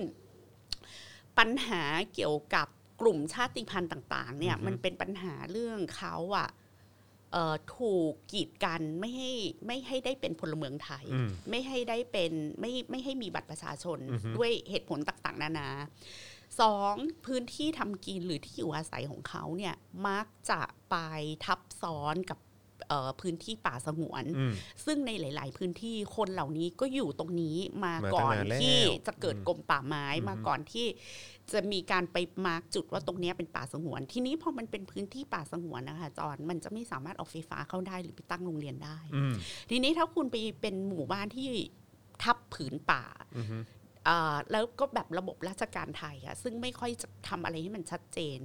ปัญหาเกี่ยวกับกลุ่มชาติพันธุ์ต่าง ๆ เนี่ย อือฮึ มันเป็นปัญหาเรื่องเขาอะเอ่อถูกกีดกันไม่ให้ไม่ให้ได้เป็นพลเมืองไทย อืม ไม่ให้ได้เป็นไม่ไม่ให้มีบัตรประชาชน อือฮึ ด้วยเหตุผลต่างๆ นานาสองพื้นที่ทำกินหรือที่อยู่อาศัยของเขาเนี่ยมักจะไปทับซ้อนกับเอ่อพื้นที่ป่าสงวน อืม ซึ่งในหลาย ๆ พื้นที่คนเหล่านี้ก็อยู่ตรงนี้มา มา ก่อ ตั้งนนานแล้ว ที่จะเกิด อืม กรมป่าไม้ อือฮึ มาก่อนที่จะมีการไปมาร์กจุดว่าตรงเนี้ยเป็นป่าสงวน ทีนี้พอมันเป็นพื้นที่ป่าสงวนนะคะจอนมันจะไม่สามารถเอาไฟฟ้าเข้าได้หรือไปตั้งโรงเรียนได้ อืม ทีนี้ถ้าคุณไปเป็นหมู่บ้านที่ทับผืนป่า อือฮึ อ่าแล้วก็แบบระบบราชการไทยอะซึ่งไม่ค่อยจะทำอะไรให้มันชัดเจน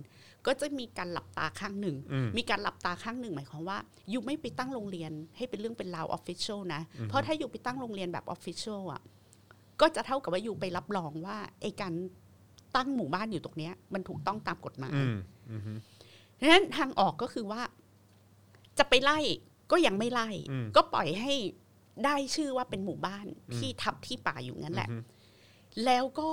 ก็จะมีการหลับตาข้างหนึ่ง อืม มีการหลับตาข้างหนึ่งหมายความว่าอยู่ไม่ไปตั้งโรงเรียนให้เป็นเรื่องเป็นราวออฟฟิเชียลนะ เพราะถ้าอยู่ไปตั้งโรงเรียนแบบออฟฟิเชียลอะก็จะเท่ากับว่าอยู่ไปรับรองว่าไอ้การตั้งหมู่บ้านอยู่ตรงเนี้ยมันถูกต้องตามกฎหมาย อืมอือฮึ ดังนั้นทางออกก็คือว่า จะไปไล่ก็ยังไม่ไล่ อืม ก็ปล่อยให้ได้ชื่อว่าเป็นหมู่บ้านที่ทับที่ป่าอยู่งั้นแหละ อือฮึ แล้วก็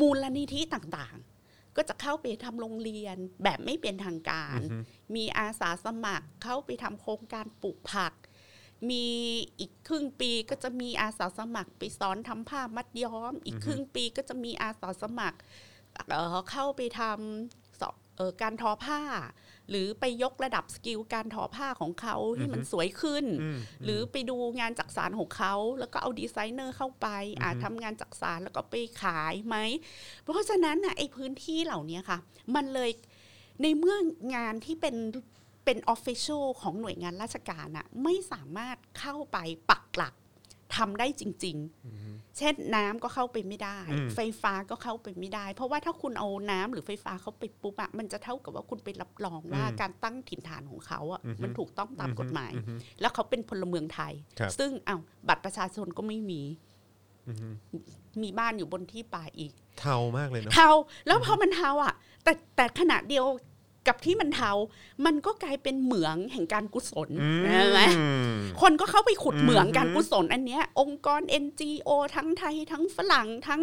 มูลนิธิต่างๆ ก็จะเข้าไปทำโรงเรียนแบบไม่เป็นทางการ อือฮึ มีอาสาสมัครเข้าไปทำโครงการปลูกผัก มีอีกครึ่งปีก็จะมีอาสาสมัครไปสอนทำผ้ามัดย้อม อีกครึ่งปีก็จะมีอาสาสมัครเอ่อเข้าไปทำสอเอ่อการทอผ้า หรือไปยกระดับสกิลการทอผ้าของเขาให้มันสวยขึ้น อืม หรือไปดูงานจักสารของเขา แล้วก็เอาดีไซเนอร์เข้าไปอาจทำงานจักสารแล้วก็ไปขายไหม เพราะฉะนั้นน่ะไอ้พื้นที่เหล่านี้ค่ะ มันเลยในเมื่องานที่เป็น เป็นออฟฟิเชียลของหน่วยงานราชการอะไม่สามารถเข้าไปปักหลักทำได้จริง ๆ เช่นน้ำก็เข้าไปไม่ได้ อืม ไฟฟ้าก็เข้าไปไม่ได้ เพราะว่าถ้าคุณเอาน้ำหรือไฟฟ้าเข้าไปปุ๊บอะมันจะเท่ากับว่าคุณไปรับรองว่า อืม การตั้งถิ่นฐานของเขาอะ อือฮึ มันถูกต้องตามกฎหมาย อือฮึ แล้วเขาเป็นพลเมืองไทย ครับ ซึ่งอ้าวบัตรประชาชนก็ไม่มี อือฮึ มีบ้านอยู่บนที่ป่าอีก เทามากเลยเนาะ เทาแล้วพอมันเทาอ่ะ แต่แต่ขณะเดียวกับที่มันเทา มันก็กลายเป็นเหมืองแห่งการกุศล อืม ใช่ไหมคนก็เข้าไปขุดเหมือง อืม การกุศลอันเนี้ย องค์กร NGO ทั้งไทย ทั้งฝรั่งทั้ง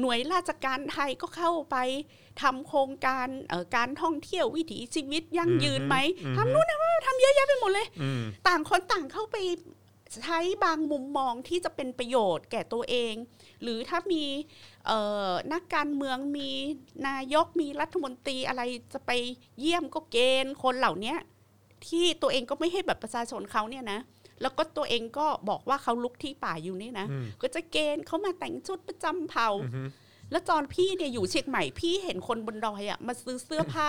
หน่วยราชการไทยก็เข้าไปทำโครงการเอ่อการท่องเที่ยววิถีชีวิตยั่งยืนไหมทำนู่นทำนี่ทำเยอะแยะไปหมดเลย อืม ต่างคนต่างเข้าไปใช้บางมุมมองที่จะเป็นประโยชน์แก่ตัวเอง หรือถ้ามีเอ่อนักการเมืองมีนายกมีรัฐมนตรีอะไรจะไปเยี่ยมก็เกณฑ์คนเหล่าเนี้ยที่ตัวเองก็ไม่ให้แบบประชาชนเขาเนี่ยนะแล้วก็ตัวเองก็บอกว่าเขาลุกที่ป่าอยู่เนี่ยนะ อืม ก็จะเกณฑ์เขามาแต่งชุดประจำเผ่า อือฮึ แล้วตอนพี่เนี่ยอยู่เชียงใหม่พี่เห็นคนบนดอยอะมาซื้อเสื้อผ้า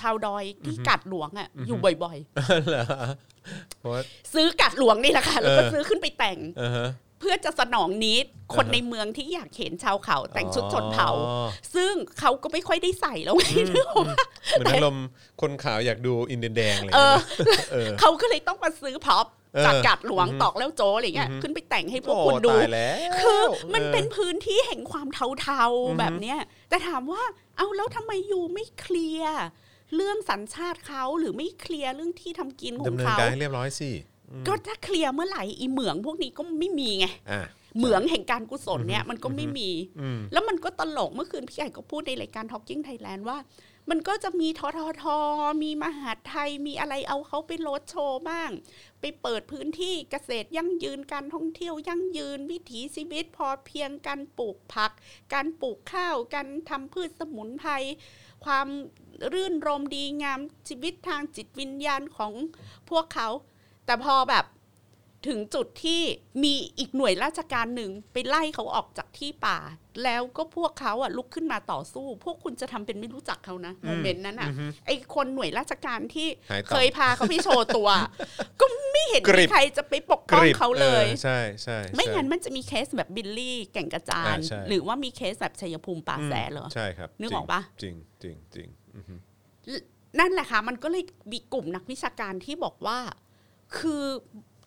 ชาวดอยที่กัดหลวงอะอยู่บ่อยๆ เหรอเพราะว่า ซื้อกัดหลวงนี่แหละค่ะ แล้วก็ เออ ซื้อขึ้นไปแต่ง อ่าฮะ เพื่อจะสนองนิดคน อ่าฮะ ในเมืองที่อยากเห็นชาวเขาแต่งชุดชนเผ่า อ๋อ ซึ่งเขาก็ไม่ค่อยได้ใส่แล้วไงนึกออกปะ เหมือนอารมณ์คนขาวอยากดูอินเดียนแดงอะไรอย่าง เออ เงี้ย เออ เขาก็เลยต้องมาซื้อพ็อป เออ จากกัดหลวง อือฮึ ตอกแล้วโจอะไรเงี้ย อือฮึ ขึ้นไปแต่งให้พวก โอ้ คุณดู ตายแล้ว คือมัน ออ เป็นพื้นที่แห่งความเทา อือฮึ ๆแบบเนี้ยแต่ถามว่าเอาแล้วทำไมยูไม่เคลียร์เรื่องสัญชาติเขาหรือไม่เคลียร์เรื่องที่ทำกินขอ ดำ ง เนิน เขา การให้เรียบร้อยสิอืม ก็ถ้าเคลียร์เมื่อไหร่อีเหมืองพวกนี้ก็ไม่มีไง อ่ะ เหมืองแห่งการกุศลเนี่ยมันก็ไม่มี อืม แล้วมันก็ตลกเมื่อคืนพี่ใหญ่ก็พูดในรายการ Talking Thailand ว่า มันก็จะมีททท มีมหาดไทยมีอะไรเอาเขาไปโรดโชว์บ้าง ไปเปิดพื้นที่เกษตรยั่งยืนการท่องเที่ยวยั่งยืน วิถีชีวิตพอเพียงการปลูกผัก การปลูกข้าวการทำพืชสมุนไพรความรื่นรมดีงามชีวิตทางจิตวิญญาณของพวกเขา แต่พอแบบถึงจุดที่มีอีกหน่วยราชการหนึ่งไปไล่เขาออกจากที่ป่า แล้วก็พวกเขาอะลุกขึ้นมาต่อสู้ พวกคุณจะทำเป็นไม่รู้จักเขานะโมเมนต์นั้นอะไอคนหน่วยราชการที่ หายต่อ เคยพาเขาไปโชว์ตัว ก็ไม่เห็น กริ มี บ ใครจะไปปกป้องเขาเลย ออใช่ใช่ ไม่ ใช่ งั้นมันจะมีเคสแบบบิลลี่แก่งกระจาน อ่าใช่ หรือว่ามีเคสแบบชัยภูมิป่าแสเหรอ ใช่ครับ นึกออกปะ จริงจริงจริงอือฮึ นั่นแหละค่ะ มันก็เลยมีกลุ่มนักวิชาการที่บอกว่า คือ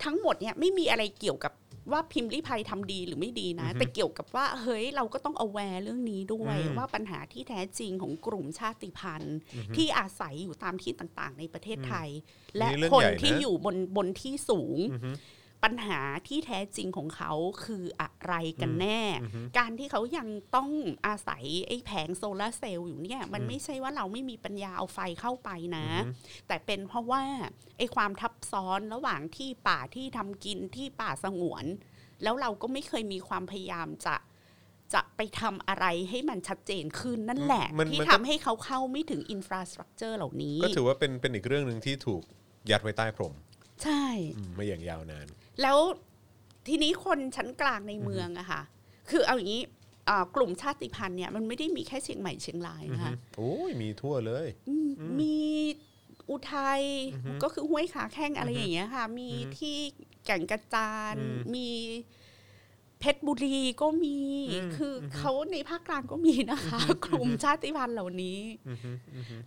ทั้งหมดเนี่ยไม่มีอะไรเกี่ยวกับว่าพิมพ์ริพายทำดีหรือไม่ดีนะ อือฮึ แต่เกี่ยวกับว่าเฮ้ยเราก็ต้อง a แวร์เรื่องนี้ด้วย อืม ว่าปัญหาที่แท้จริงของกลุ่มชาติพันธุ์ ที่อาศัยอยู่ตามที่ต่างๆ ในประเทศไทย และ นี่เรื่อง คน ใหญ่นะ ที่อยู่บนบนที่สูง อือฮึ ปัญหาที่แท้จริงของเขาคืออะไรกันแน่ อืมอือฮึ การที่เขายังต้องอาศัยไอ้แผงโซลาร์เซลล์อยู่เนี่ย มัน อืม ไม่ใช่ว่าเราไม่มีปัญญาเอาไฟเข้าไปนะ อือฮึ แต่เป็นเพราะว่าไอ้ความทับซ้อนระหว่างที่ป่าที่ทำกินที่ป่าสงวน แล้วเราก็ไม่เคยมีความพยายามจะจะไปทำอะไรให้มันชัดเจนขึ้นนั่นแหละ มัน ที่ มันก็ ทำให้เขาเข้าไม่ถึงอินฟราสตรักเจอร์เหล่านี้ ก็ถือว่าเป็นเป็นอีกเรื่องหนึ่งที่ถูกยัดไว้ใต้พรม ใช่ อืมมาอย่างยาวนาน แล้วทีนี้คนชั้นกลางในเมืองอะค่ะ คือเอาอย่างนี้เอ่อกลุ่มชาติพันธุ์เนี่ยมันไม่ได้มีแค่เชียงใหม่เชียงรายนะคะ โอ้ยมีทั่วเลย อืมมีอุทัยก็คือห้วยขาแข้งอะไรอย่างเงี้ยค่ะ มีที่แก่งกระจาน อืม มีเพชรบุรีก็มี อืม คืออ อฮึ เขาในภาคกลางก็มีนะคะ กลุ่มชาติพันธุ์เหล่านี้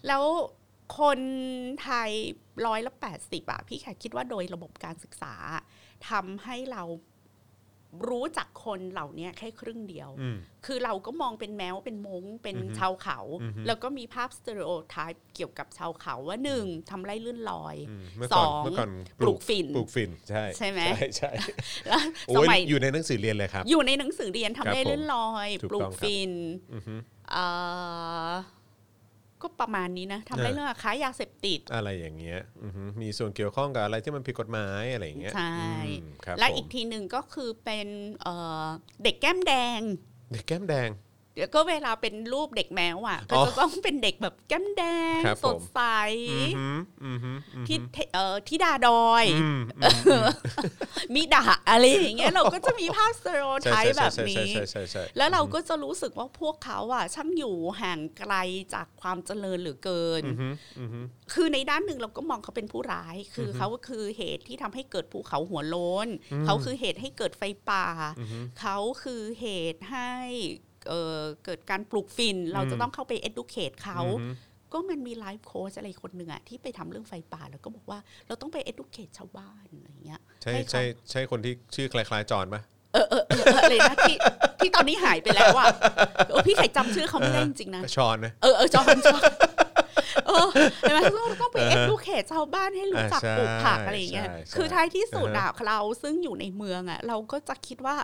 แล้วคนไทยร้อยละแปดสิบอะพี่แขกคิดว่าโดยระบบการศึกษาทำให้เรารู้จักคนเหล่านี้แค่ครึ่งเดียว อืม คือเราก็มองเป็นแมวเป็นมงเป็น อือฮึ ชาวเขา อือฮึ แล้วก็มีภาพสเตอริโอไทป์เกี่ยวกับชาวเขาว่าหนึ่งทำไรเลื่อนลอย อืมเมื่อก่อน สอง เมื่อก่อน ปลูกฝิ่น ปลูกฝิ่นใช่ ใช่ไหม ใช่ใช่ แล้ว โอ้ ส ย มัย อยู่ในหนังสือเรียนเลยครับ อยู่ในหนังสือเรียน ครับ ทำไรเลื่อนลอย ผมถูก ปลู ต้ ก องครับ ฟิน อือฮึ เอ่อก็ประมาณนี้นะทำไรเรื่องค้ายาเสพติด อะไรอย่างเงี้ยอือฮึมีส่วนเกี่ยวข้องกับอะไรที่มันผิดกฎหมายอะไรอย่างเงี้ย ใช่ อืมครับ และ ผม อีกทีหนึ่งก็คือเป็นเอ่อเด็กแก้มแดง เด็กแก้มแดง แล้วก็เวลาเป็นรูปเด็กแมวอ่ะ อ๋ ก็ อ จะต้องเป็นเด็กแบบแก้มแดง ครับผม สดใส อือหืออือหืออือหื ที่ อ เอ่อทิดาดอย อืมอืม มิดาอะไรอย่างเงี้ยเราก็จะมีภาพสเตอริโอไท ใช่ ป์แบบ ใช่ใช่ นี้ ใช่ใช่ใช่ แล้วเราก็จะรู้สึกว่าพวกเขาอ่ะช่างอยู่ห่างไกลจากความเจริญเหลือเกิน อือหืออือหือ คือในด้านหนึ่งเราก็มองเขาเป็นผู้ร้าย คืออ อฮึ เขาคือเหตุที่ทำให้เกิดภูเขาหัวโล้น เขาคือเหตุให้เกิดไฟป่า อือฮึ เขาคือเหตุให้เอ่อเกิดการปลูกฝิ่น เราจะต้องเข้าไป educate เขา อือฮึ ก็มันมีไลฟ์โค้ชอะไรคนหนึ่งอะที่ไปทำเรื่องไฟป่า แล้วก็บอกว่าเราต้องไป educate ชาวบ้านอะไรอย่างเงี้ย ใช่ ให้ ใช่ เขา ใช่คนที่ชื่อคล้ายๆจอนปะ เออเออเออเอออะไรนะที่ที่ตอนนี้หายไปแล้วอะเออพี่ไข่จำชื่อเขาไม่ได้จริงๆนะ ชอนนะ เออเออจอมจอมเออใช่ไหมต้องต้องไป อ่า เอ็ ฮะ ดูเคทชาวบ้านให้รู้จัก อ่าใช่ ปลูกผักอะไรอย่างเงี้ย ใช่ใช่ คือท้ายที่สุด อ่า อะเราซึ่งอยู่ในเมืองอะเราก็จะคิดว่า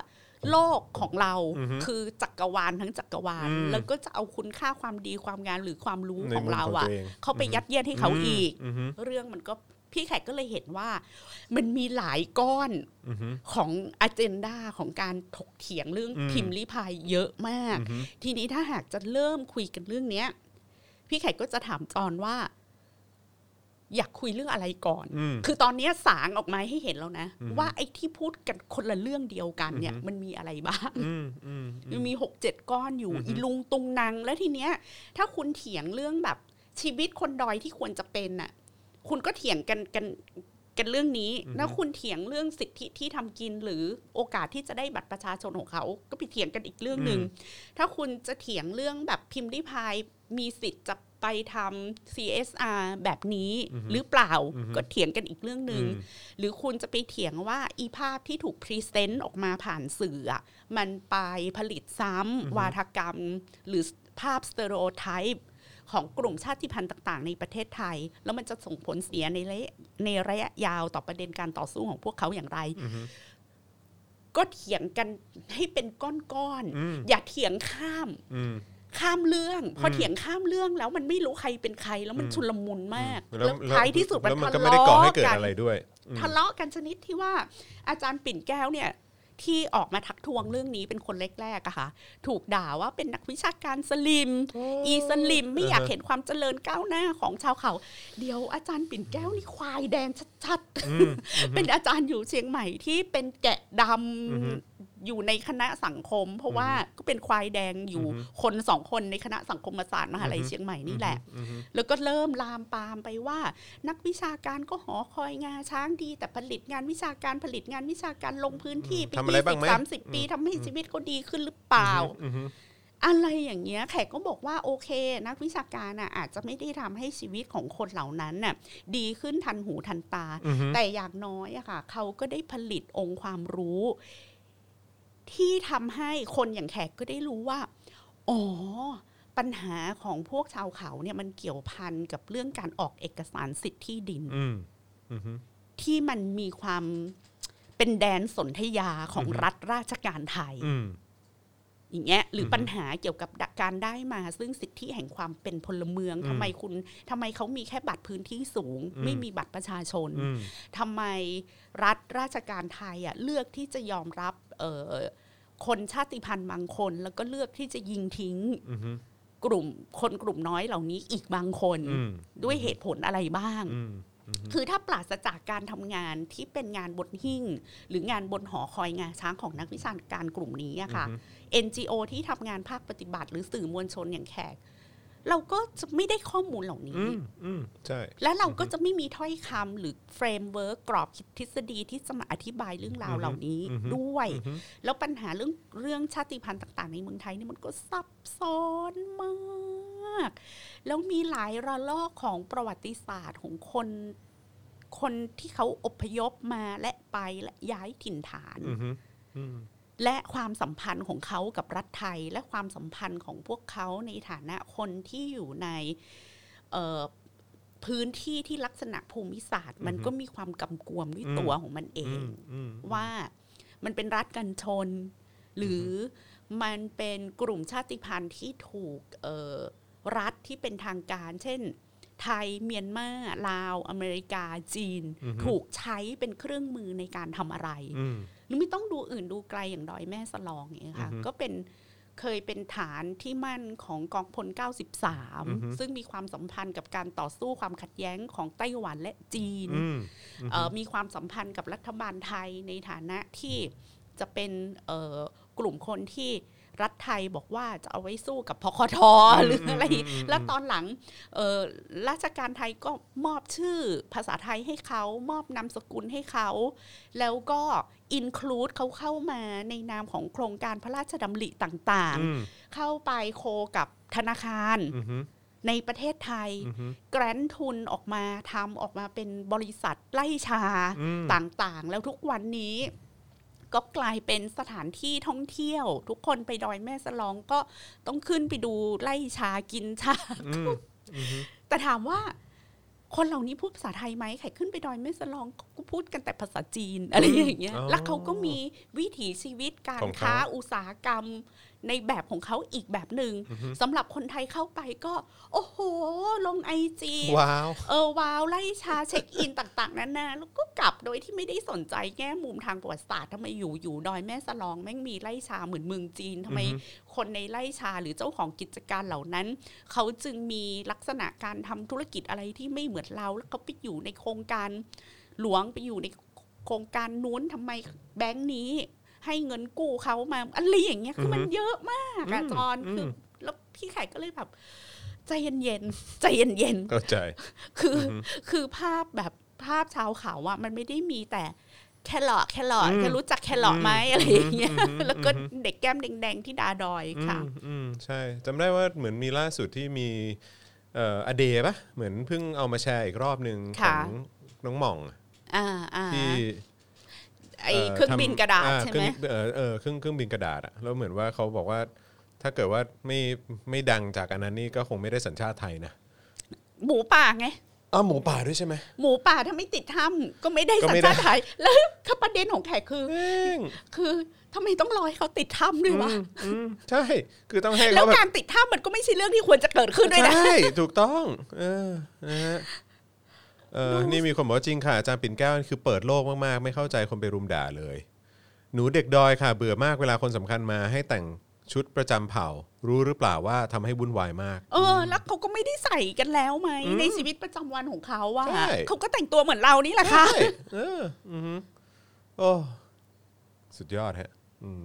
โลกของเรา อือฮึ คือจักรวาลทั้งจักรวาล อืม แล้วก็จะเอาคุณค่าความดีความงานหรือความรู้ ใน ของ มุม เรา ของ อะ ตัวเอง เขาไปยัดเยียดให้เขาอีก อือฮึ เรื่องมันก็พี่แขกก็เลยเห็นว่า มันมีหลายก้อน อือหือ ของอเจนดาของการถกเถียงเรื่อง อืม พิมพ์ลี้ภัยเยอะมาก อือหือ ทีนี้ถ้าหากจะเริ่มคุยกันเรื่องเนี้ย พี่ไข่ก็จะถามจอนว่า อยากคุยเรื่องอะไรก่อน อืม คือตอนเนี้ยสางออกมาให้เห็นแล้วนะ ว่าไอ้ที่พูดกันคนละเรื่องเดียวกันเนี่ย อือฮึ มันมีอะไรบ้าง อืมอืมอืม มีหกเจ็ดก้อนอยู่ อือฮึ อีลุงตุงนางแล้วทีเนี้ย ถ้าคุณเถียงเรื่องแบบ ชีวิตคนดอยที่ควรจะเป็นน่ะ คุณก็เถียงกันกันกันเรื่องนี้ อือฮึ แล้วคุณเถียงเรื่องสิทธิที่ทำกินหรือโอกาสที่จะได้บัตรประชาชนของเขา ก็ไปเถียงกันอีกเรื่องหนึ่งถ้าคุณจะเถียงเรื่องแบบพิมพ์ริพายมีสิทธิ์จะไปทำ CSR แบบนี้หรือเปล่าก็เถียงกันอีกเรื่องหนึ่ง หรือคุณจะไปเถียงว่าอีภาพที่ถูกพรีเซนต์ออกมาผ่านสื่ออะมันไปผลิตซ้ำวาทกรรม หรือภาพสเตอริโอไทป์ของกลุ่มชาติพันธุ์ต่าง ๆ ในประเทศไทย แล้วมันจะส่งผลเสียในระยะในระยะยาวต่อประเด็นการต่อสู้ของพวกเขาอย่างไร ก็เถียงกันให้เป็นก้อน อืม ๆอย่าเถียงข้าม อืม ข้ามเรื่อง พออ ม เถียงข้ามเรื่องแล้วมันไม่รู้ใครเป็นใคร แล้วมัน อืม ชุลมุนมาก อืม แล้วท้ายที่สุดมัน แล้วมัน ทะ ก็ไม่ได้ก่อ เลาะ ให้เกิด กัน อะไรด้วยอืม ทะเลาะกันชนิดที่ว่าอาจารย์ปิ่นแก้วเนี่ย ที่ออกมาทักทวงเรื่องนี้เป็นคนแรกๆอะค่ะ ถูกด่าว่าเป็นนักวิชาการสลิม อีสลิมไม่อยาก อ่าฮะ เห็นความเจริญก้าวหน้าของชาวเขา เดี๋ยวอาจารย์ปิ่นแก้วนี่ควายแดงชัด อืม ๆ เป็นอาจารย์อยู่เชียงใหม่ที่เป็นแกะด อือฮึ ำอยู่ในคณะสังคม เพราะว่าก็เป็นควายแดงอยู่ อือฮึ คนสองคนในคณะสังคมศาสตร์มหาลัย อือฮึ เชียงใหม่นี่แหละ อือหือ แล้วก็เริ่มลามปามไปว่า นักวิชาการก็หอคอยงาช้างดี แต่ผลิตงานวิชาการผลิตงานวิชาการลงพื้นที่ อืม ปี ทำอะไรบ้างไหม สามสิบปี อืม ทำให้ชีวิตเขาดีขึ้นหรือเปล่า อือหือ อะไรอย่างเงี้ยแขกก็บอกว่าโอเค นักวิชาการน่ะอาจจะไม่ได้ทำให้ชีวิตของคนเหล่านั้นน่ะดีขึ้นทันหูทันตา อือฮึ แต่อย่างน้อยอะค่ะเขาก็ได้ผลิตองค์ความรู้ ที่ทำให้คนอย่างแขกก็ได้รู้ว่า อ๋อ ปัญหาของพวกชาวเขาเนี่ยมันเกี่ยวพันกับเรื่องการออกเอกสารสิทธิ์ที่ดิน อืมอือหือ ที่มันมีความเป็นแดนสนธยาของ อือฮึ รัฐราชการไทย อืม อย่างเงี้ยหรืออ อฮึ ปัญหาเกี่ยวกับการได้มา ซึ่งสิทธิแห่งความเป็นพลเมือง อืม ทำไมคุณทำไมเขามีแค่บัตรพื้นที่สูง อืม ไม่มีบัตรประชาชน อืม ทำไมรัฐราชการไทยอ่ะเลือกที่จะยอมรับเอ่อคนชาติพันธุ์บางคน แล้วก็เลือกที่จะยิงทิ้ง อือหือก ลุ่มคนกลุ่มน้อยเหล่านี้อีกบางคน อืม ด้วยเหตุผลอะไรบ้าง อืมอืม คือถ้าปราศจากการทำงานที่เป็นงานบนหิ้ง หรืองานบนหอคอยงานช้างของนักวิชาการกลุ่มนี้อะค่ะ อือฮึ NGO ที่ทำงานภาคปฏิบัติ หรือสื่อมวลชนอย่างแขก เราก็จะไม่ได้ข้อมูลเหล่า อื นี้ มอืมใช่ และเราก็จะไม่มีถ้อยคำหรือเฟรมเวิร์กกรอบคิดทฤษฎีที่จะมาอธิบายเรื่องราว อือฮึ เหล่านี้ อือฮึ ด้วย อือหือ แล้วปัญหาเรื่องเรื่องชาติพันธุ์ต่าง ๆ ในเมืองไทยเนี่ยมันก็ซับซ้อนมาก แล้วมีหลายระลอกของประวัติศาสตร์ของคน คนที่เขาอพยพมาและไปและย้ายถิ่นฐาน อือหืออืม และความสัมพันธ์ของเขากับรัฐไทย และความสัมพันธ์ของพวกเขาในฐานะคนที่อยู่ในเอ่อพื้นที่ที่ลักษณะภูมิศาสตร์ มัน อือฮึ ก็มีความกำกวมด้วย อืม ตัวของมันเอ อืม ง อืม ว่ามันเป็นรัฐกันชน หรืออมันเป็นกลุ่มชาติพันธุ์ที่ถูกเอ่อรัฐที่เป็นทางการ เช่น ไทยเมียนมาลาว อเมริกาจีน อือฮึ ถูกใช้เป็นเครื่องมือในการทำอะไร อืม หรือไม่ต้องดูอื่นดูไกลอย่างดอยแม่สลองอย่างเงี้ยค่ะ อือฮึ ก็เป็น เคยเป็นฐานที่มั่นของกองพล 93 ซึ่งมีความสัมพันธ์กับการต่อสู้ความขัดแย้งของไต้หวันและจีน อืม เอ่อมีความสัมพันธ์กับรัฐบาลไทยในฐานะที่จะเป็นเอ่อกลุ่มคนที่รัฐไทยบอกว่าจะเอาไว้สู้กับพคทหรืออะไร อืม แล้วตอนหลังเอ่อราชการไทยก็มอบชื่อภาษาไทยให้เขามอบนามสกุลให้เขา แล้วก็อินคลูดเขาเข้ามาในนามของโครงการพระราชดำริต่าง อืม ๆ เข้าไปโคกับธนาคาร อืม ในประเทศไทย อืม แกรนด์ทุนออกมาทำออกมาเป็นบริษัทไล่ชา อืม ต่างๆ แล้วทุกวันนี้ ก็กลายเป็นสถานที่ท่องเที่ยว ทุกคนไปดอยแม่สลองก็ต้องขึ้นไปดูไล่ชากินชา อืมอืม แต่ถามว่า คนเหล่านี้พูดภาษาไทยไหมไข่ขึ้นไปดอยแม่สลองก็พูดกันแต่ภาษาจีนอะไรอย่างเงี้ย อ๋อ แล้วเขาก็มีวิถีชีวิตการ ของเขา ค้าอุตสาหกรรมในแบบของเขาอีกแบบหนึ่งสำหรับคนไทยเข้าไปก็ โอ้โห ลงไอจี ว้าว เออว้าวไล่ชาเช็คอินต่างๆนานาแล้วก็กลับโดยที่ไม่ได้สนใจแง่มุมทางประวัติศาสตร์ทำไมอยู่อยู่ดอยแม่สลองแม่งมีไล่ชาเหมือนเมืองจีนทำไม อือฮึ คนในไล่ชาหรือเจ้าของกิจการเหล่านั้น เขาจึงมีลักษณะการทำธุรกิจอะไรที่ไม่เหมือนเรา แล้วเขาไปอยู่ในโครงการหลวงไปอยู่ในโครงการนู้นทำไมแบงค์นี้ ให้เงินกู้เขามาอะไรอย่างเงี้ยคือมันเยอะมากอะจอนคืออแล้วพี่ไข่ก็เลยแบบ ใจเย็นๆใจเย็นๆ เข้าใจ คืออ อฮึ คือภาพแบบภาพชาวเขาอะมันไม่ได้มีแต่แครอทแครอท อืม จะรู้จักแครอทไหม อืม อะไรอย่างเงี้ย อืมอืม แล้วก็เด็กแก้มแดงๆที่ดาดอยค่ะ อืมอืมใช่จำได้ว่าเหมือนมีล่าสุดที่มีเอ่ออเดปะเหมือนเพิ่งเอามาแชร์อีกรอบหนึ่งข ค่ะ องน้องหม่องอะ อ่าอ่า ที่ ไอเครื่อง ทำ บินกระดาษ อ่ ใช่ เค ไหม รื่องเออเออเครื่องเครื่องบินกระดาษอะแล้วเหมือนว่าเขาบอกว่าถ้าเกิดว่าไม่ไม่ดังจากอันนั้นนี่ก็คงไม่ได้สัญชาติไทยนะ หมูป่าไง อ้าวหมูป่าด้วยใช่ไหม หมูป่าถ้าไม่ติดถ้ำก็ไม่ได้ ก็ สัญ ไม่ได้ ชาติไทย แล้วถ้าประเด็นของแขกคือ แม่ง คือทำไมต้องรอให้เขาติดถ้ำด้วยวะ อืมอืมใช่คือต้องให้ แล้ เขา ว แบบ การติดถ้ำมันก็ไม่ใช่เรื่องที่ควรจะเกิดขึ้นด้วยนะ ใช่ ถูกต้อง เออนะฮะเออนี่มีคนบอกว่าจริงค่ะ อาจารย์ปิ่นแก้วนี่คือเปิดโลกมากๆ ไม่เข้าใจคนไปรุมด่าเลย หนูเด็กดอยค่ะ เบื่อมากเวลาคนสำคัญมาให้แต่งชุดประจำเผ่า รู้หรือเปล่าว่าทำให้วุ่นวายมาก เออแล้วเขาก็ไม่ได้ใส่กันแล้วไหม อืม ในชีวิตประจำวันของเขาอะ ใช่ เขาก็แต่งตัวเหมือนเรานี่แหละค่ะ ใช่เอออือหือโอ้สุดยอดฮะ อืม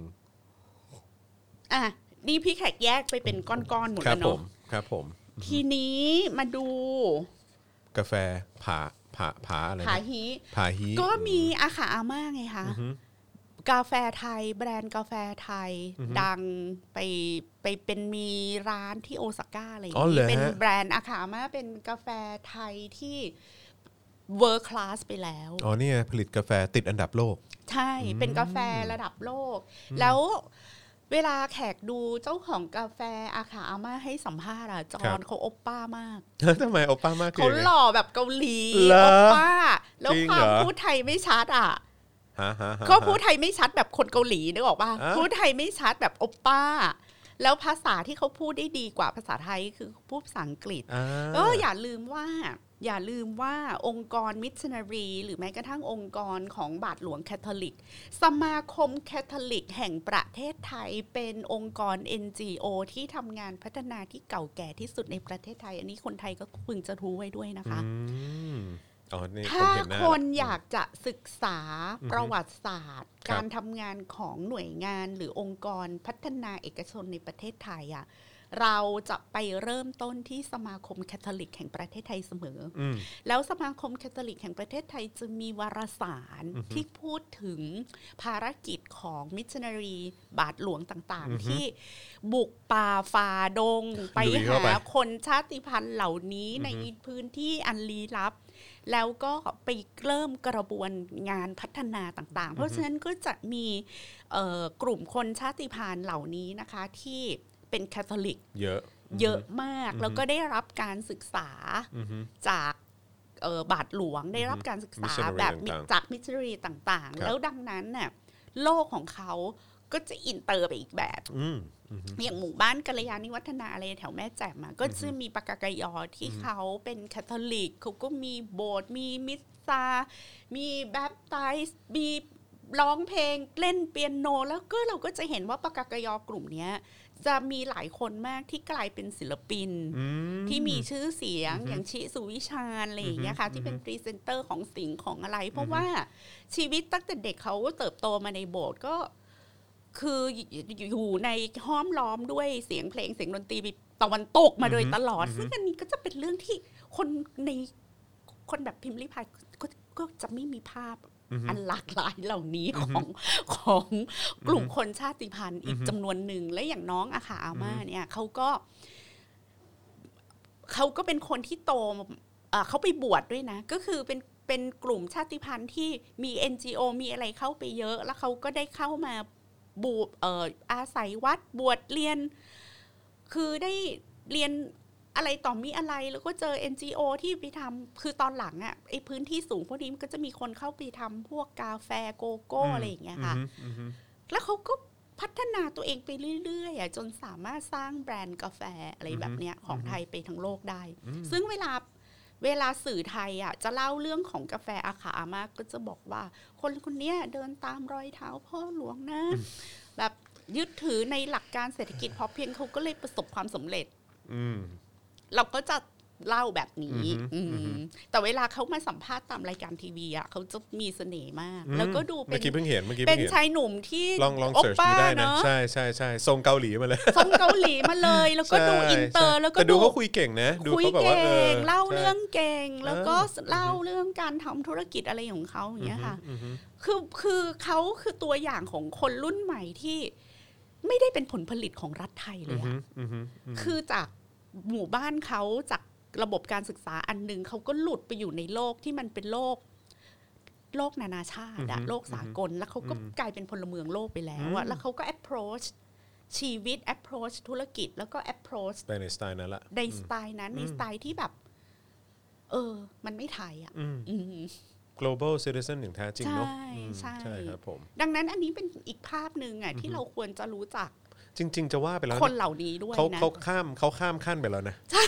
อ่ะนี่พี่แขกแยกไปเป็นก้อนๆหมด ครั แล้ บ ว ผ เนาะ มครับผม ทีนี้มาดู กาแฟผาผาผาอะไรนะ ผาฮี ผาฮี ก็มีอาขาอาม่าไงคะ อือหือก าแฟไทย แบรนด์กาแฟไทย ดังไปไปเป็นมีร้านที่โอซาก้าอะไรอย่าง อ๋อเหร งี้ อ เป็น ฮะ แบรนด์อาขาอาม่าเป็นกาแฟไทยที่เวอร์คลาสไปแล้ว อ๋อเนี่ยผลิตกาแฟติดอันดับโลก ใช่ เป็นกาแฟระดับโลก แล้วเวลาแขกดูเจ้าของกาแฟอาขาอาม่าให้สัมภาษณ์อะจอ ครั ห์ บ นเขาโอปป้ามาก ทำไมโอป้ามากคือ เขา ยังไง หล่อแบบเกาหลี เหรอ โอป้า แล้ว จริง ควา เหร ม อ พูดไทยไม่ชัดอ่ะ ฮะฮะฮะ ก็พูดไทยไม่ชัดแบบคนเกาหลีนึกออกป่ะ อ่ะ พูดไทยไม่ชัดแบบโอป้า แล้วภาษาที่เขาพูดได้ดีกว่าภาษาไทยคือพูดภาษาอังกฤษ อ่า เอออย่าลืมว่า อย่าลืมว่าองค์กรมิชชันนารีหรือแม้กระทั่งองค์กรของบาทหลวงแคทอลิก สมาคมแคทอลิกแห่งประเทศไทยเป็นองค์กร NGO ที่ทำงานพัฒนาที่เก่าแก่ที่สุดในประเทศไทย อันนี้คนไทยก็พึงจะรู้ไว้ด้วยนะคะ อืมอ๋อนี่ผม ถ้า เห็นหน้า คนอยากจะศึกษา อือฮึ ประวัติศาสตร์ ครับ การทำงานของหน่วยงานหรือองค์กรพัฒนาเอกชนในประเทศไทยอ่ะเราจะไปเริ่มต้นที่สมาคมแคทอลิกแห่งประเทศไทยเสมอ อืม แล้วสมาคมแคทอลิกแห่งประเทศไทยจะมีวารสารที่พูดถึงภารกิจของมิชชันนารีบาทหลวงต่าง อือฮึ ๆ ที่บุกป่าฝ่าดง ไป ลุยเข้า หา ไป คนชาติพันธุ์เหล่านี้ในพื้นที่อันลี้ลับ แล้วก็ไปเริ่มกระบวนงานพัฒนาต่างๆ เพราะฉะนั้นก็จะมีเอ่อกลุ่มคนชาติพันธุ์เหล่านี้นะคะที่เป็นแคทอลิก เยอะ เยอะมาก อือฮึ แล้วก็ได้รับการศึกษา อือฮึ จากเอ่อบาทหลวงได้รับการศึกษา Missionary แบบ ต่างๆ จากมิชชันนารีต่าง ครั ๆ บ แล้วดังนั้นน่ะโลกของเขาก็จะอินเตอร์ไปอีกแบบ อืมอือฮึ อย่างหมู่บ้านกัลยาณิวัฒนาอะไรแถวแม่แจ่มอะก็จะมีปากากยอที่เขาเป็นคาทอลิกเขาก็มีโบสถ์มีมิสซา มีแบปไตส์มีร้องเพลงเล่นเปียโน แล้วก็เราก็จะเห็นว่าปากากยอกลุ่มเนี้ย จะมีหลายคนมากที่กลายเป็นศิลปิน อื ที่มีชื่อเสียง อือฮึ อย่างชิสุวิชาญอะไรอย่างเงี้ย อือฮึ ค่ะ ที่เป็น อือฮึ พรีเซนเตอร์ของสิงห์ของอะไร เพ อื ราะ อฮึ ว่าชีวิตตั้งแต่เด็กเขาเติบโตมาในโบสถ์ก็ คืออยู่ในห้อมล้อมด้วยเสียงเพลงเสียงดนตรีตะวันตกมาโดย อือฮึ ตลอด อือฮึ ซึ่งอันนี้ก็จะเป็นเรื่องที่คนในคนแบบพิมพ์ลิพายก็ก็จะไม่มีภาพ ม อันหลากหลายเหล่านี้ อื ข อฮึ องของกลุ่ม อือฮึ คนชาติพันธุ์อี อื ก อฮึ จำนวนหนึ่งและอย่างน้องอาขาอาม่า อือฮึ เนี่ยเขาก็เขาก็เป็นคนที่โตมาเอ่อเขาไปบวชดด้วยนะ ก็คือเป็นเป็นกลุ่มชาติพันธุ์ที่มี NGO มีอะไรเข้าไปเยอะ แล้วเขาก็ได้เข้ามาบูเอ่ออาศัยวัดบวชเรียน คือได้เรียนอะไรต่อมีอะไรแล้วก็เจอ NGO ที่ไปทำคือตอนหลังอะ่ะไอพื้นที่สูงพวกนี้มันก็จะมีคนเข้าไปทำพวกกาแฟโกโก้ ม อะไรอย่างเงี้ยค่ะ อืมอืม แล้วเขาก็พัฒนาตัวเองไปเรื่อยๆอะจนสามารถสร้างแบรนด์กาแฟอะไรแบบเนี้ยของไทยไปทั้งโลกได้ อืม ซึ่งเวลาเวลาสื่อไทยอ่ะจะเล่าเรื่องของกาแฟอาขาอามาก็จะบอกว่า คนคนเนี้ยเดินตามรอยเท้าพ่อหลวงนะ แบบยึดถือในหลักการเศรษฐกิจพอเพียงเขาก็เลยประสบความสำเร็จ อืม เราก็จะเล่าแบบนี้ อือฮึ อืม อือฮึ แต่เวลาเขามาสัมภาษณ์ตามรายการทีวีอ่ะเขาจะมีเสน่ห์มาก แล้วก็ดูเป็ เมื่ น อกี้เพิ่งเห็นเมื่อกี้ เป็ เพิ่งนเห็น ชายหนุ่มที่ ลองลอง โอ เสิร์ช ป้า ดูได้นะ เนาะ ใช่ใช่ใช่ทรงเกาหลีมาเลย ทรงเกาหลีมาเลย แล้วก็ดู ใช่ อินเตอร์ แล้วก็ แต่ดูเขาคุยเก่งนะ ดู คุย เขาแบบ เก่ ว่าเออง เล่า ใช่ เรื่องเก่งแล้วก็ เออ เล่าเรื่องการทำธุรกิจอะไรของเขาอย่างเงี้ยค่ะ อืมอืม คือคือเขาคือตัวอย่างของคนรุ่นใหม่ที่ไม่ได้เป็นผลผลิตของรัฐไทยเล อื ย อ อะ ฮึอือฮึอือฮึ คือจากหมู่บ้านเขาจากระบบการศึกษาอันหนึ่งเขาก็หลุดไปอยู่ในโลกที่มันเป็นโลก โลกนานาชาติอะ อือฮึ โลกสากล แล้วเขาก็ อืม กลายเป็นพลเมืองโลกไปแล้ว อื อะ ม แล้วเขาก็ approach ชีวิต approach ธุรกิจแล้วก็ approach ไปในสไตล์นั้นละ ในสไตล์นั้นใน อืม สไตล์ที่แบบ เออ มันไม่ไทยอ่ะ อืม อืม global citizen อย่างแท้จริงเนาะ ใช่ อืม ใช่ ใช่ครับผม ดังนั้นอันนี้เป็นอีกภาพหนึ่งอ่ะที่เราควรจะรู้จัก จริง ๆ จะว่าไปแล้ว คน เนี่ย เหล่านี้ด้วย เขา นะ เขาข้ามเขาข้ามขั้นไปแล้วนะ ใช่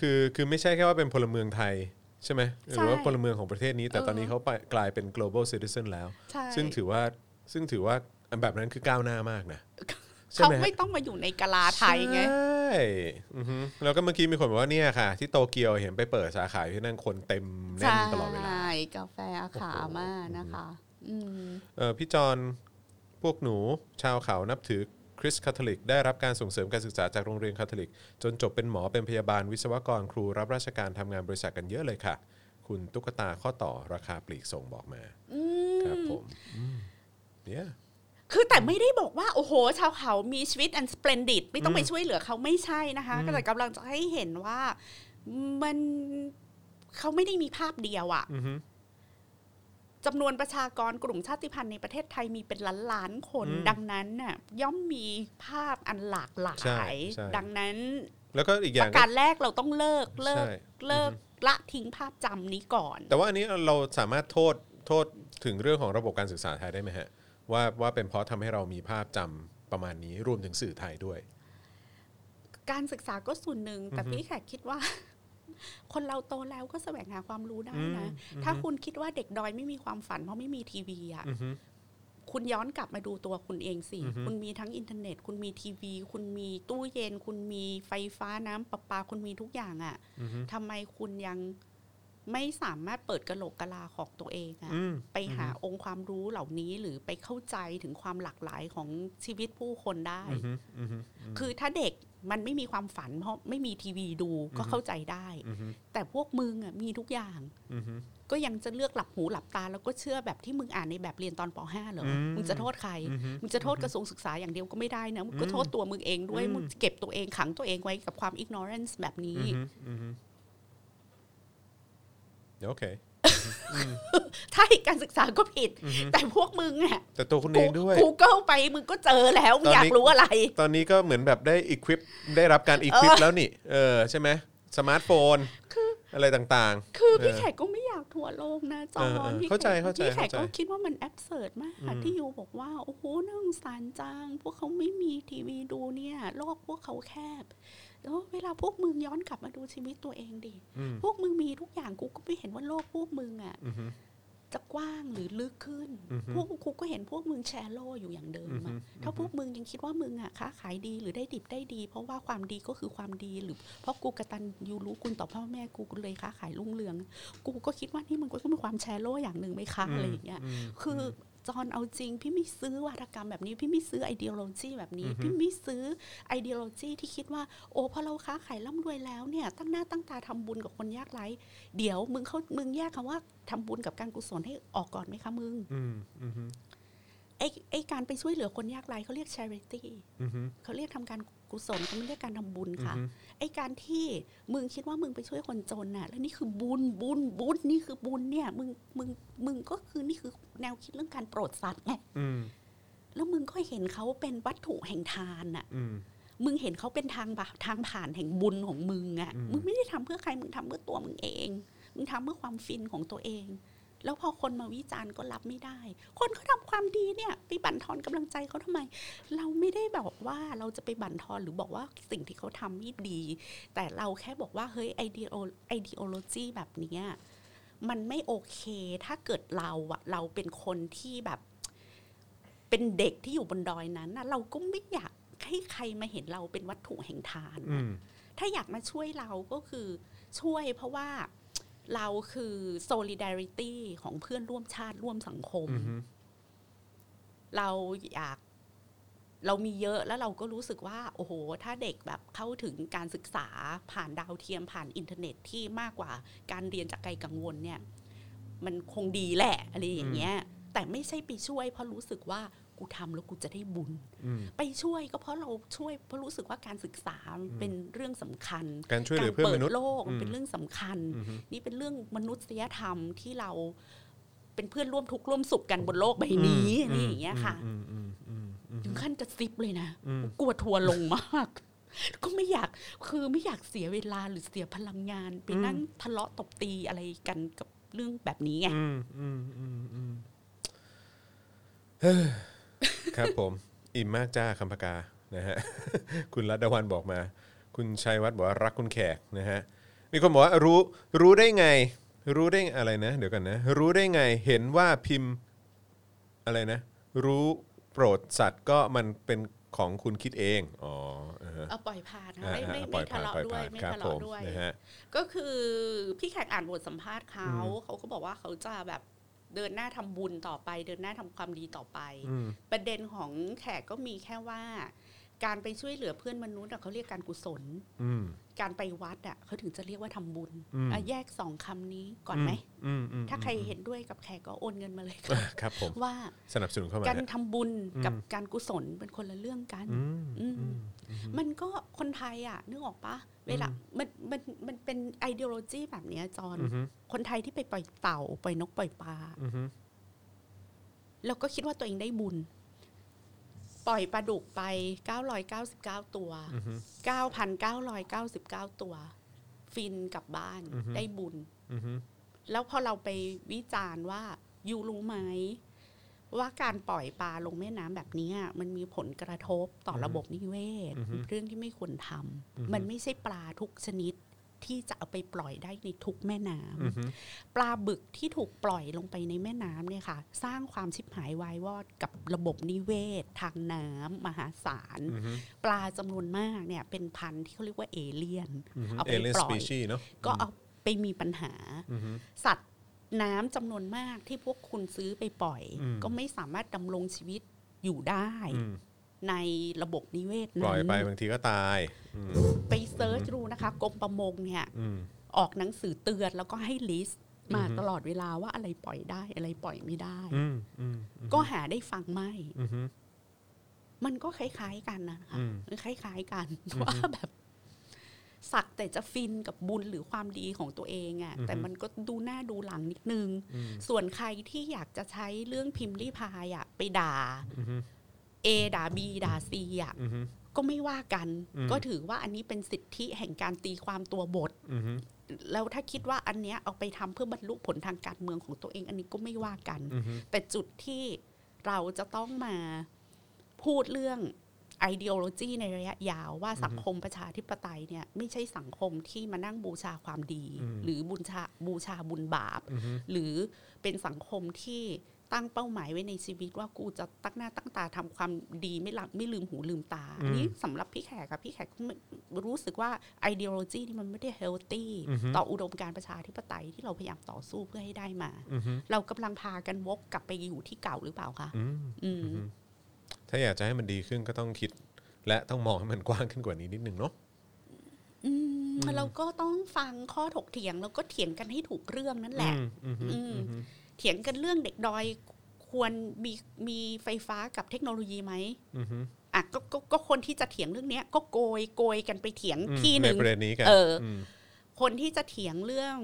คือคือไม่ใช่แค่ว่าเป็นพลเมืองไทย ใช่ไหมห ใช่ รือว่าพล명ของประเทศนี้ แต่ เออ ตอนนี้เขาไปกลายเป็น global citizen แล้ว ใช่ ซึ่งถือว่าซึ่งถือว่าอันแบบนั้นคือก้าวหน้ามากนะ ใช่ เขา ไหม ไม่ต้องมาอยู่ในกะลาไทยไง ใช่อือฮึแล้วก็เมื่อกี้มีคนบอกว่าเนี่ยค่ะ ที่โตเกียวเห็นไปเปิดสาขาอยู่ที่นั่นคนเต็มแน่ ใช่ นตลอดเวลา กาแฟอาขาอามานะคะ อืม เอ่อพี่จอนพวกหนูชาวเขานับถือคริสต์คาทอลิก ได้รับการส่งเสริมการศึกษาจากโรงเรียนคาทอลิก จนจบเป็นหมอเป็นพยาบาลวิศวกรครูรับราชการทำงานบริษัทกันเยอะเลยค่ะ คุณตุ๊กตาข้อต่อราคาปลีกส่งบอกมา อื ครับ ม ผมเนี่ย คือแต่ไม่ได้บอกว่า โอ้โห ชาวเขามีชีวิตอันสเปนดิดไม่ต้องไปช่วยเหลือเขาไม่ใช่นะคะแต่กำลังจะให้เห็นว่ามันเขาไม่ได้มีภาพเดียวอะ อือฮึ จำนวนประชากรกลุ่มชาติพันธุ์ในประเทศไทยมีเป็นล้านล้านๆคน ดังนั้นน่ะย่อมมีภาพอันหลากหลาย ดังนั้น แล้วก็อีกอ ป ย่าง ระ ก็ การแรกเราต้องเลิกเลิก ใช่ เลิกละทิ้งภาพจำนี้ก่อน แต่ว่าอันนี้เราสามารถโทษโทษถึงเรื่องของระบบการศึกษาไทยได้ไหมฮะว่าว่าเป็นเพราะทำให้เรามีภาพจำประมาณนี้รวมถึงสื่อไทยด้วย การศึกษาก็ส่วนหนึ่ง แต่ อือฮึ พี่แขกคิดว่า คนเราโตแล้วก็แสวงหาความรู้ได้นะ อืมอือฮึ ถ้าคุณคิดว่าเด็กดอยไม่มีความฝันเพราะไม่มีทีวีอ่ะ อือฮึ คุณย้อนกลับมาดูตัวคุณเองสิ อือฮึ คุณมีทั้งอินเทอร์เน็ต คุณมีทีวี คุณมีตู้เย็น คุณมีไฟฟ้าน้ำประปา คุณมีทุกอย่างอะ่ะ อือฮึ ทำไมคุณยังไม่สามารถเปิดกะโหลกกะลาของตัวเองอะ่ะ อืม ไปหาองค์ความรู้เหล่านี้หรือไปเข้าใจถึงความหลากหลายของชีวิตผู้คนได้ อือฮึอือฮึ คือถ้าเด็กมันไม่มีความฝัน เพราะไม่มีทีวีดูก็เข้าใจได้ อือฮึ แต่พวกมึงอ่ะมีทุกอย่าง อือฮึ ก็ยังจะเลือกหลับหูหลับตา แล้วก็เชื่อแบบที่มึงอ่านในแบบเรียนตอนป .5 เหรอ อืม มึงจะโทษใคร อือฮึ มึงจะโทษกระทรวงศึกษาอย่างเดียวก็ไม่ได้นะ มึงก็ อืม โทษตัวมึงเองด้วย อืม มึงเก็บตัวเองขังตัวเองไว้กับความ ignorance แบบนี้ อือฮึอือฮึโอเค ถ้าการศึกษาก็ผิด แต่พวกมึงอ่ะ แต่ตัวคุณเองด้วย Google ไปมึงก็เจอแล้ว มึง ตอนนี้ อยากรู้อะไร ตอนนี้ก็เหมือนแบบได้ equip ได้รับการ equip แล้วนี่ เออ ใช่ไหมสมาร์ทโฟน คือ อะไรต่างๆ คือพี่ เ แขกก็ไม่อยากทัวร์โลกนะจอ เออเอ ห์น อ พี่แขก เข้าใจเข้าใจ พี่แขก เข้าใจ ก็คิดว่ามันแอบเสิร์ตมากค่ะ อืม ที่ยูบอกว่า โอ้โหน่าสงสารจัง พวกเขาไม่มีทีวีดูเนี่ย โลกพวกเขาแคบแล้วเวลาพวกมึงย้อนกลับมาดูชีวิตตัวเองดิ อืม พวกมึงมีทุกอย่างกูก็ไม่เห็นว่าโลกพวกมึงอ่ะ อือฮึ จะกว้างหรือลึกขึ้น อือฮึ พวกครูก็เห็นพวกมึงแชร์โลอยู่อย่างเดิม อือฮึ อะถ้าพวกมึงยังคิดว่ามึงอะค้าขายดีหรือได้ดิบได้ดี เพราะว่าความดีก็คือความดีหรือ เพราะกูกระตันยูรู้คุณต่อพ่อแม่กูกูเลยค้าขายรุ่งเรือง กูก็คิดว่านี่มันก็มีความแชร์โลอย่างหนึ่งไหมคะอะไรอย่างเงี้ย คืออจอนเอาจริง พี่ไม่ซื้อวาทกรรมแบบนี้ พี่ไม่ซื้อไอเดียโลจีแบบนี้ อือฮึ พี่ไม่ซื้อไอเดียโลจีที่คิดว่า โอ้พอเราค้าขายร่ำรวยแล้วเนี่ย ตั้งหน้าตั้งตาทำบุญกับคนยากไร้ เดี๋ยวมึงเขามึงแยกคำว่าทำบุญกับการกุศลให้ออกก่อนไหมคะมึง อืมอืมอืม ไอไอการไปช่วยเหลือคนยากไร้เขาเรียก charity อืมอืม เขาเรียกทำการกุศลเขาไม่เรียกการทำบุญค่ะ อืม ไอการที่มึงคิดว่ามึงไปช่วยคนจนน่ะ แล้วนี่คือบุญบุญบุญนี่คือบุญเนี่ยมึงมึงมึงก็คือนี่คือแนวคิดเรื่องการโปรดสัตว์ไง อืม แล้วมึงก็เห็นเขาเป็นวัตถุแห่งทานน่ะ อืม มึงเห็นเขาเป็นทางบะทางผ่านแห่งบุญของมึงอะ่ะ อืม มึงไม่ได้ทำเพื่อใครมึงทำเพื่อตัวมึงเอง มึงทำเพื่อความฟินของตัวเอง แล้วพอคนมาวิจารณ์ก็รับไม่ได้ คนเขาทำความดีเนี่ยไปบั่นทอนกำลังใจเขาทำไม เราไม่ได้บอกว่าเราจะไปบั่นทอนหรือบอกว่าสิ่งที่เขาทำไม่ดี แต่เราแค่บอกว่าเฮ้ยไอเดียไอเดียโลจีแบบเนี้ยมันไม่โอเคถ้าเกิดเราอะเราเป็นคนที่แบบ เป็นเด็กที่อยู่บนดอยนั้นนะเราก็ไม่อยากให้ใครมาเห็นเราเป็นวัตถุแห่งทาน อื นะ ม ถ้าอยากมาช่วยเราก็คือช่วยเพราะว่าเราคือ solidarity ของเพื่อนร่วมชาติร่วมสังคม อืม เราอยากเรามีเยอะแล้วเราก็รู้สึกว่า โอ้โห ถ้าเด็กแบบเข้าถึงการศึกษาผ่านดาวเทียมผ่านอินเทอร์เน็ตที่มากกว่าการเรียนจากไกลกังวลเนี่ย มันคงดีแหละอะไรอย่างเงี้ย แต่ไม่ใช่ไปช่วยเพราะรู้สึกว่ากูทำแล้วกูจะได้บุญ อืม ไปช่วยก็เพราะเราช่วยเพราะรู้สึกว่าการศึกษามันเป็นเรื่องสำคัญ การช่วยเหลือเพื่อน เปิ ม ด นุษย์ โลกมัน อืม เป็นเรื่องสำคัญ อืม นี่เป็นเรื่องมนุษยธรรมที่เราเป็นเพื่อนร่วมทุกข์ร่วมสุขกันบนโลกใบนี้ อืม อะไรอย่างเงี้ยค่ะ อืมอืมอืมอืม ถึงขั้นกระซิบเลยนะ อืม กลัวทัวร์ลงมาก ก็ไม่อยากคือไม่อยากเสียเวลาหรือเสียพลังงานไป อืม นั่งทะเลาะตบตีอะไรกันกับเรื่องแบบนี้ไง อืมอืมอืมอืมเฮ้ยครับผม อิ่มมากจ้าคำพกานะฮะ คุณรัตดาวันบอกมา คุณชัยวัฒน์บอกว่ารักคุณแขกนะฮะ มีคนบอกว่ารู้รู้ได้ไง รู้ได้อะไรนะ เดี๋ยวกันนะ รู้ได้ไงเห็นว่าพิมพ์อะไรนะ รู้โปรดสัตว์ก็มันเป็นของคุณคิดเอง อ๋ออ่าฮะ เอาปล่อยผ่านนะ อ่า ไม่ ฮะ ไม่ ปล่อไม่ย ทะ ผ่าน เลาะ ปล่อย ด้วย ผ่าน ไม่ ครับ ทะ ผ เลาะ ม ด้วย นะฮะ ก็คือพี่แขกอ่านบทสัมภาษณ์เขา อืม เขาก็บอกว่าเขาจะแบบเดินหน้าทำบุญต่อไป เดินหน้าทำความดีต่อไป อืม ประเด็นของแขกก็มีแค่ว่า การไปช่วยเหลือเพื่อนมนุษย์อะเขาเรียกการกุศล อืม การไปวัดอะเขาถึงจะเรียกว่าทำบุญ อืม อะแยกสองคำนี้ก่อนไหม อืมอืม ถ้าใครเห็นด้วยกับแขกก็โอนเงินมาเลยค่ะ ครับผม ว่า สนับสนุนเข้ามา การ ฮะ ทำบุญกับ อืม การกุศลเป็นคนละเรื่องกัน อืม อืม อืม มันก็คนไทยอ่ะนึกออกปะเวลามันมันมันเป็นไอเด o l o จีแบบเนี้ยจอน อือฮึ คนไทยที่ไปปล่อยเต่าปล่อยนกปล่อยปลา อืม แล้วก็คิดว่าตัวเองได้บุญ ปล่อยปลาดุกไป 999 ตัว อือฮึ 9,999 ตัว ฟินกลับบ้าน อือฮึ ได้บุญ อืม แล้วพอเราไปวิจารณ์ว่ายูรู้ไหม ว่าการปล่อยปลาลงแม่น้ำแบบเนี้ยมันมีผลกระทบต่อระบบนิเวศเรื่องที่ไม่ควรทำมันไม่ใช่ปลาทุกชนิดที่จะเอาไปปล่อยได้ในทุกแม่น้ำ อืม ปลาบึกที่ถูกปล่อยลงไปในแม่น้ำเนี่ยค่ะ สร้างความชิบหายวายวอดกับระบบนิเวศ ทางน้ำมหาศาล อือฮึ ปลาจำนวนมากเนี่ยเป็นพันธุ์ที่เขาเรียกว่าเอเลี่ยน เอา เอ ไป เลน ป ส ล่อ ปี ย ชีเนาะ ก็เอาไปมีปัญหา อืมอืม สัตว์น้ำจำนวนมากที่พวกคุณซื้อไปปล่อย อืม ก็ไม่สามารถดำรงชีวิตอยู่ได้ อืม ในระบบนิเวศ ป นั้น ล่อยไปบางทีก็ตายอืม ไปเซิร์ชดูนะคะกรมประมงเนี่ย อืม ออกหนังสือเตือนแล้วก็ให้ลิสต์มา อือฮึ ตลอดเวลาว่าอะไรปล่อยได้อะไรปล่อยไม่ได้ อืมอืมอืม ก็หาได้ฟังไม่ อืมอืม มันก็คล้ายๆกันนะคะ อืม มันคล้ายๆกันว่าแบบสักแต่จะฟินกับบุญหรือความดีของตัวเองอะแต่มันก็ดูหน้าดูหลังนิดนึง ส่วนใครที่อยากจะใช้เรื่องพิมพ์รีพายอะไปด่า อืม A ด่า B ด่า C อะ อืม ก็ไม่ว่ากัน อืม ก็ถือว่าอันนี้เป็นสิทธิแห่งการตีความตัวบท อืม แล้วถ้าคิดว่าอันเนี้ยเอาไปทำเพื่อบรรลุผลทางการเมืองของตัวเอง อันนี้ก็ไม่ว่ากัน อืม แต่จุดที่เราจะต้องมาพูดเรื่อง i d e o l o g y ในระยะยาวว่าสังคมประชาธิปไตยเนี่ยไม่ใช่สังคมที่มานั่งบูชาความดี หรือบูชาบูชาบุญบาป หรือเป็นสังคมที่ตั้งเป้าหมายไว้ในชีวิตว่ากูจะตั้งหน้าตั้งตาทำความดีไม่หลับไม่ลืมหูลืมตาอันนี้สำหรับพี่แขกอะพี่แขกไม่รู้สึกว่า i d e o l o g y นี่มันไม่ได้ healthy ต่ออุดมการณ์ประชาธิปไตยที่เราพยายามต่อสู้เพื่อให้ได้มา เรากำลังพากันวกกลับไปอยู่ที่เก่าหรือเปล่าคะ อืม อืม ถ้าอยากจะให้มันดีขึ้นก็ต้องคิด และต้องมองให้มันกว้างขึ้นกว่านี้นิดนึงเนาะ อืมเราก็ต้องฟังข้อถกเถียงแล้วก็เถียงกันให้ถูกเรื่องนั่นแหละ อืมเถียงกันเรื่องเด็กดอยควรมีมีไฟฟ้ากับเทคโนโลยีไหมอ่ะก็ก็ก็คนที่จะเถียงเรื่องเนี้ย ก็โกยโกยกันไปเถียงที่หนึ่ง ในประเด็นนี้กัน เอออื ม คนที่จะเถียงเรื่อง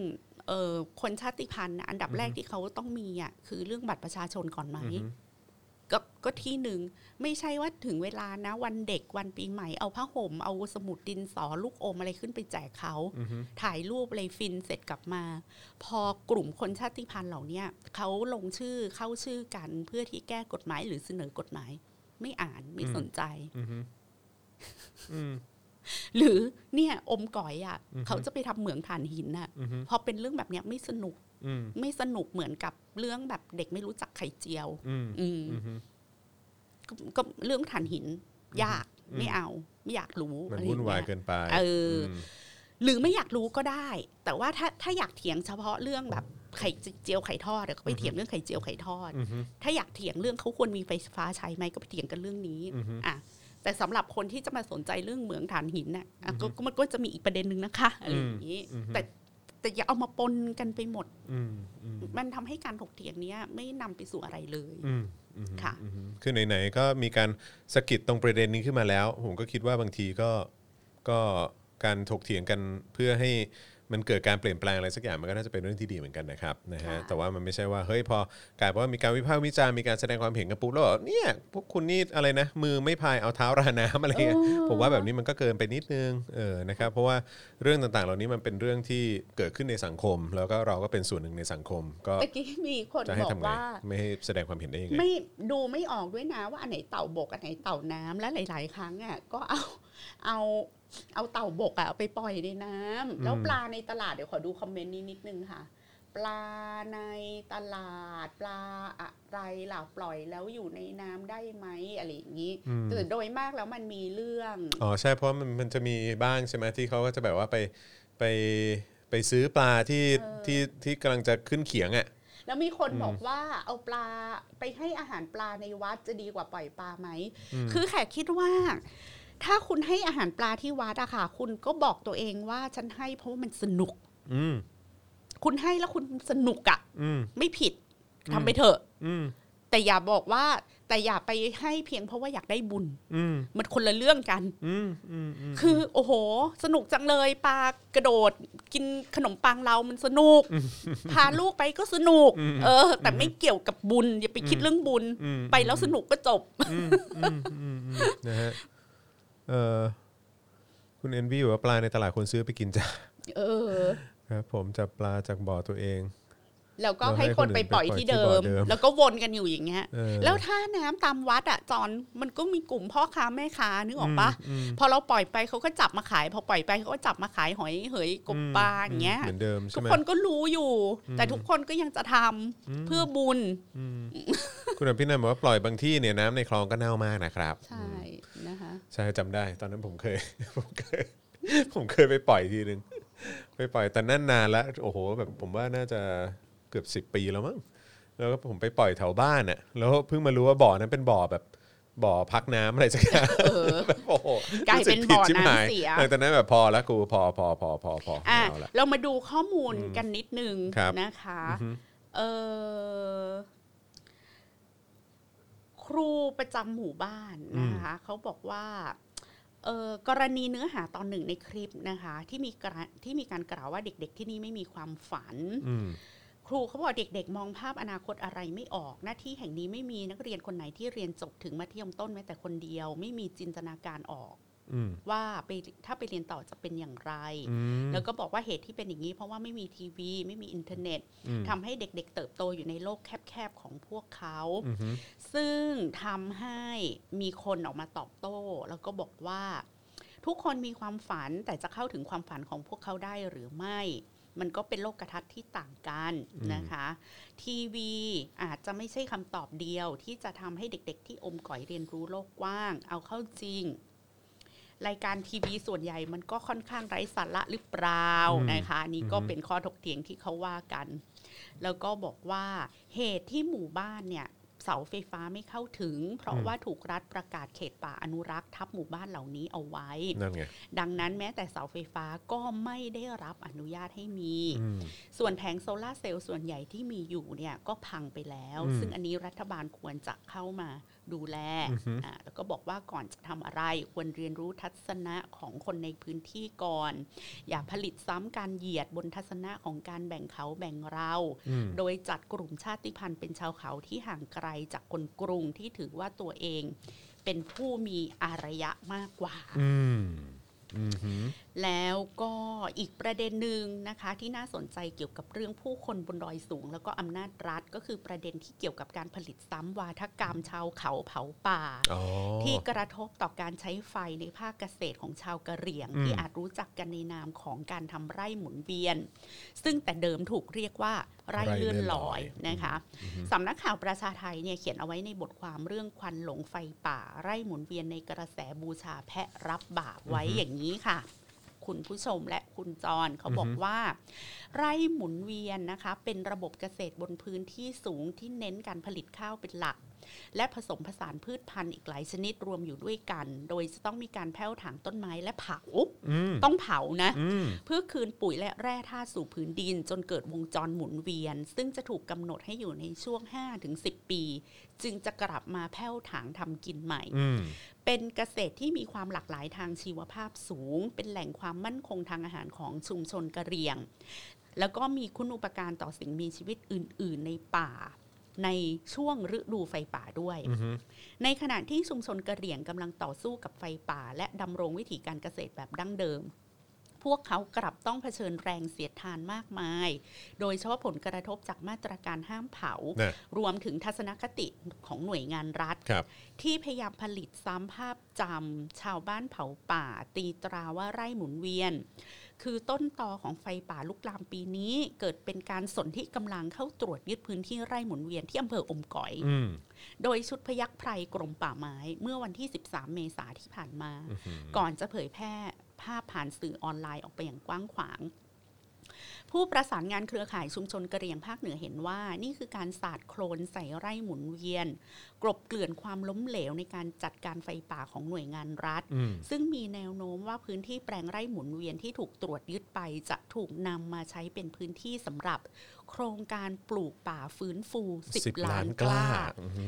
เออคนชาติพันธุ์น่ะอันดับแรกที่เขาต้องมีอ่ะคือเรื่องบัตรประชาชนก่อนไหม อือฮึ ก็ก็ที่หนึ่งไม่ใช่ว่าถึงเวลานะ วันเด็กวันปีใหม่เอาผ้าห่ม เอาสมุดดินสอลูกอมอะไรขึ้นไปแจกเขา ถ่ายรูปอะไรฟินเสร็จกลับมา พอกลุ่มคนชาติพันธุ์เหล่าเนี้ยเขาลงชื่อเข้าชื่อกันเพื่อที่แก้กฎหมายหรือเสนอกฎหมาย ไม่อ่านไม่สนใจ อืมอืม หรือเนี่ยอมก๋อยอ่ะ อือฮึ เขาจะไปทำเหมืองถ่านหินอ่ะ อืม พอเป็นเรื่องแบบเนี้ยไม่สนุก อืม ไม่สนุกเหมือนกับเรื่องแบบเด็กไม่รู้จักไข่เจียว อืม อืม อืม ก็ก็เรื่องถ่านหิน ยาก อืม ไม่เอา ไม่อยากรู้ มัน อะไรอ วุ่น ง วาย เงี้ เกินไป เออ ม หรือไม่อยากรู้ก็ได้ แต่ว่าถ้าถ้าอยากเถียงเฉพาะเรื่องแบบไข่เจียวไข่ทอดเดี๋ยวก็ไปเถียงเรื่องไข่เจียวไข่ทอด อืม ถ้าอยากเถียงเรื่องเขาควรมีไฟฟ้าใช้ไหมก็ไปเถียงกันเรื่องนี้ อือฮึ อ่ะแต่สำหรับคนที่จะมาสนใจเรื่องเหมืองถ่านหินน่ะอ่ะก็ก็มันก็จะมีอีกประเด็นหนึ่งนะคะอะไรอย่างนี้แต่แต่อย่าเอามาปนกันไปหมด อืมอืม มันทำให้การถกเถียงเนี้ยไม่นำไปสู่อะไรเลย อืมอืม ค่ะ อืมคือไหนๆก็มีการสะกิดตรงประเด็นนี้ขึ้นมาแล้ว ผมก็คิดว่าบางทีก็ก็การถกเถียงกันเพื่อให้มันเกิดการเปลี่ยนแปลงอะไรสักอย่างมันก็น่าจะเป็นเรื่องที่ดีเหมือนกันนะครับนะฮะ ค่ะ แต่ว่ามันไม่ใช่ว่าเฮ้ยพอกลายเป็นว่ามีการวิพากษ์วิจารณ์มีการแสดงความเห็นกันปุ๊บแล้วแบบเนี่ยพวกคุณนี่อะไรนะมือไม่พายเอาเท้าราน้ำอะไรเงี้ย ผมว่าแบบนี้มันก็เกินไปนิดนึงเออนะครับเพราะว่าเรื่องต่างๆ เหล่านี้มันเป็นเรื่องที่เกิดขึ้นในสังคม แล้วก็เราก็เป็นส่วนหนึ่งในสังคม ก็ เมื่อกี้มีคน จะให้ บอก ทำไง ว่า ไม่ให้แสดงความเห็นได้ยังไง ไม่ดูไม่ออกด้วยนะว่าอันไหนเต่าบกอันไหนเต่าน้ำและหลาย ๆ ครั้งอ่ะก็เอา เอาเอาเต่าบกอ่ะเอาไปปล่อยในน้ำแล้วปลาในตลาดเดี๋ยวขอดูคอมเมนต์นี้นิดนึงค่ะ ปลาในตลาด ปลาอะไรล่ะปล่อยแล้วอยู่ในน้ำได้ไหมอะไรอย่างนี้แต่โดยมากแล้วมันมีเรื่อง อ๋อใช่เพราะมันมันจะมีบ้างใช่ไหมที่เขาก็จะแบบว่าไปไปไปซื้อปลาที่ที่ที่กำลังจะขึ้นเขียงอ่ะ แล้วมีคนบอกว่าเอาปลาไปให้อาหารปลาในวัดจะดีกว่าปล่อยปลาไหม คือแขกคิดว่า ถ้าคุณให้อาหารปลาที่วัดอะค่ะ คุณก็บอกตัวเองว่าฉันให้เพราะว่ามันสนุก อืม คุณให้แล้วคุณสนุกอะ อืม ไม่ผิดทำไปเถอะ อืม แต่อย่าบอกว่า แต่อย่าไปให้เพียงเพราะว่าอยากได้บุญ อืม มันคนละเรื่องกัน อืมอืมอืม คือ โอ้โห สนุกจังเลยปลากระโดด กินขนมปังเรามันสนุก พาลูกไปก็สนุก เออ แต่ไม่เกี่ยวกับบุญ อย่าไปคิดเรื่องบุญ ไปแล้วสนุกก็จบ นะฮะเออคุณเอนวีบอกว่าปลาในตลาดคนซื้อไปกินจ้ะ เออ ครับผมจับปลาจากบ่อตัวเอง แล้วก็ แล้วให้ ให้คนไปปล่อย คนอื่น ที่ ไปปล่อยที่เดิบ่ ม อเดิม แล้วก็วนกันอยู่อย่างเงี้ย เออ แล้วถ้าน้ำตามวัดอ่ะจอนมันก็มีกลุ่มพ่อค้าแม่ค้านึกออกปะพอเราปล่อยไปเขาก็จับมาขาย พอปล่อยไปเขาก็จับมาขายหอยเหยกบปลาอย่างเงี้ย เหมือนเดิม ทุ ใช่ ก ไหม คนก็รู้อยู่ แต่ทุกคนก็ยังจะทำเพื่อบุญ คุณอภินันท์บอกว่าปล่อยบางที่เนี่ยน้ำในคลองก็เน่ามากนะครับ ใช่นะคะ ใช่จำได้ ตอนนั้นผมเคย ผมเคย ผมเคยไปปล่อยทีนึง ไปปล่อยแต่นั่นนานแล้วโอ้โห แบบผมว่าน่าจะเกือบสิบปีแล้วมั้งแล้วก็ผมไปปล่อยแถวบ้านน่ะแล้วเพิ่งมารู้ว่าบ่อนั้นเป็นบ่อแบบบ่อพักน้ำอะไรสักอย่าง เออ แบบโอ้โห กลายเป็นบ่อรู้น้ำสึกผิดชิหาย เสีย หลังจากนั้นแบบพอแล้วกูพอพอพอพอพอ อ่ะ ไม่เอาละ เรามาดูข้อมูลกันนิดนึง ครับ นะคะ เออครูประจำหมู่บ้านนะคะเขาบอกว่าเออกรณีเนื้อหาตอนหนึ่งในคลิปนะคะ ที่มีกระที่มีการกล่าวว่าเด็ก ๆ ที่นี่ไม่มีความฝัน อืม ครูเขาบอกเด็ก ๆ มองภาพอนาคตอะไรไม่ออก หน้าที่แห่งนี้ไม่มีนักเรียนคนไหนที่เรียนจบถึงมัธยมต้นแม้แต่คนเดียว ไม่มีจินตนาการออก อืม ว่าไปถ้าไปเรียนต่อจะเป็นอย่างไร อืม แล้วก็บอกว่าเหตุที่เป็นอย่างนี้ เพราะว่าไม่มีทีวี ไม่มีอินเทอร์เน็ต อืม ทำให้เด็กๆ เติบโตอยู่ในโลกแคบๆของพวกเขา อืม ซึ่งทำให้มีคนออกมาตอบโต้ แล้วก็บอกว่า ทุกคนมีความฝันแต่จะเข้าถึงความฝันของพวกเขาได้หรือไม่ มันก็เป็นโลกกระทัดที่ต่างกันนะคะ ทีวีอาจจะไม่ใช่คำตอบเดียวที่จะทำให้เด็กๆ ที่อมก่อยเรียนรู้โลกกว้าง เอาเข้าจริง รายการทีวีส่วนใหญ่มันก็ค่อนข้างไร้สาระหรือเปล่านะคะอันนี่ก็เป็นข้อถกเถียงที่เขาว่ากัน แล้วก็บอกว่าเหตุที่หมู่บ้านเนี่ย เสาไฟฟ้าไม่เข้าถึง เพราะว่าถูกรัฐประกาศเขตป่าอนุรักษ์ทับหมู่บ้านเหล่านี้เอาไว้ นั่นไง ดังนั้นแม้แต่เสาไฟฟ้าก็ไม่ได้รับอนุญาตให้มี อืม ส่วนแผงโซลาร์เซลล์ส่วนใหญ่ที่มีอยู่เนี่ยก็พังไปแล้ว อืม ซึ่งอันนี้รัฐบาลควรจะเข้ามาดูแล อือฮึ อ่าแล้วก็บอกว่าก่อนจะทำอะไร ควรเรียนรู้ทัศนะของคนในพื้นที่ก่อน อย่าผลิตซ้ำการเหยียดบนทัศนะของการแบ่งเขาแบ่งเรา อืม โดยจัดกลุ่มชาติพันธุ์เป็นชาวเขาที่ห่างไกลจากคนกรุงที่ถือว่าตัวเองเป็นผู้มีอารยะมากกว่า อืมอืมอืม แล้วก็อีกประเด็นหนึ่งนะคะ ที่น่าสนใจเกี่ยวกับเรื่องผู้คนบนดอยสูง แล้วก็อำนาจรัฐก็คือประเด็นที่เกี่ยวกับการผลิตซ้ำวาทกรรมชาวเขาเผาป่า อ๋อ ที่กระทบต่อการใช้ไฟในภาคเกษตรของชาวกะเหรี่ยง อืม ที่อาจรู้จักกันในนามของการทำไร่หมุนเวียน ซึ่งแต่เดิมถูกเรียกว่าไร่เลื่อนลอยนะคะสำนักข่าวประชาไทยเนี่ยเขียนเอาไว้ในบทความเรื่องควันหลงไฟป่า ไร่หมุนเวียนในกระแสบูชาแพะรับบาปไว้อย่างนี้ค่ะ คุณผู้ชมและคุณจรเขาบอกว่า ไร่หมุนเวียนนะคะ เป็นระบบเกษตรบนพื้นที่สูงที่เน้นการผลิตข้าวเป็นหลัก และผสมผสานพืชพันธุ์อีกหลายชนิดรวมอยู่ด้วยกัน โดยจะต้องมีการแผ้วถางต้นไม้และเผา อืม ต้องเผานะ อืม เพื่อคืนปุ๋ยและแร่ธาตุสู่พื้นดิน จนเกิดวงจรหมุนเวียน ซึ่งจะถูกกำหนดให้อยู่ในช่วง 5-10 ปี จึงจะกลับมาแผ้วถางทำกินใหม่ อืม เป็นเกษตรที่มีความหลากหลายทางชีวภาพสูง เป็นแหล่งความมั่นคงทางอาหารของชุมชนกะเหรี่ยง แล้วก็มีคุณอุปการต่อสิ่งมีชีวิตอื่น ๆ ในป่า ในช่วงฤดูไฟป่าด้วย อือฮึ ในขณะที่ชุมชนกะเหรี่ยงกำลังต่อสู้กับไฟป่า และดำรงวิถีการเกษตรแบบดั้งเดิม พวกเขากลับต้องเผชิญแรงเสียดทานมากมาย โดยเฉพาะผลกระทบจากมาตรการห้ามเผา น่ะ รวมถึงทัศนคติของหน่วยงานรัฐ ครับ ที่พยายามผลิตซ้ำภาพจำชาวบ้านเผาป่า ตีตราว่าไร่หมุนเวียน คือต้นตอของไฟป่าลุกลามปีนี้ เกิดเป็นการสนที่กำลังเข้าตรวจยึดพื้นที่ไร่หมุนเวียนที่อำเภออมก๋อย อืม โดยชุดพยักไพรกรมป่าไม้ เมื่อวันที่ 13 เมษาที่ผ่านมา ก่อนจะเผยแพร่ภาพผ่านสื่อออนไลน์ออกไปอย่างกว้างขวาง ผู้ประสานงานเครือข่ายชุมชนกะเหรี่ยงภาคเหนือเห็นว่า นี่คือการสาดโคลนใส่ไร่หมุนเวียน กลบเกลื่อนความล้มเหลวในการจัดการไฟป่าของหน่วยงานรัฐ อืม ซึ่งมีแนวโน้มว่าพื้นที่แปลงไร่หมุนเวียนที่ถูกตรวจยึดไป จะถูกนำมาใช้เป็นพื้นที่สำหรับ โครงการปลูกป่าฟื้นฟู สิบ 10 ล้า ล้าน น ก ก ล้า ล้า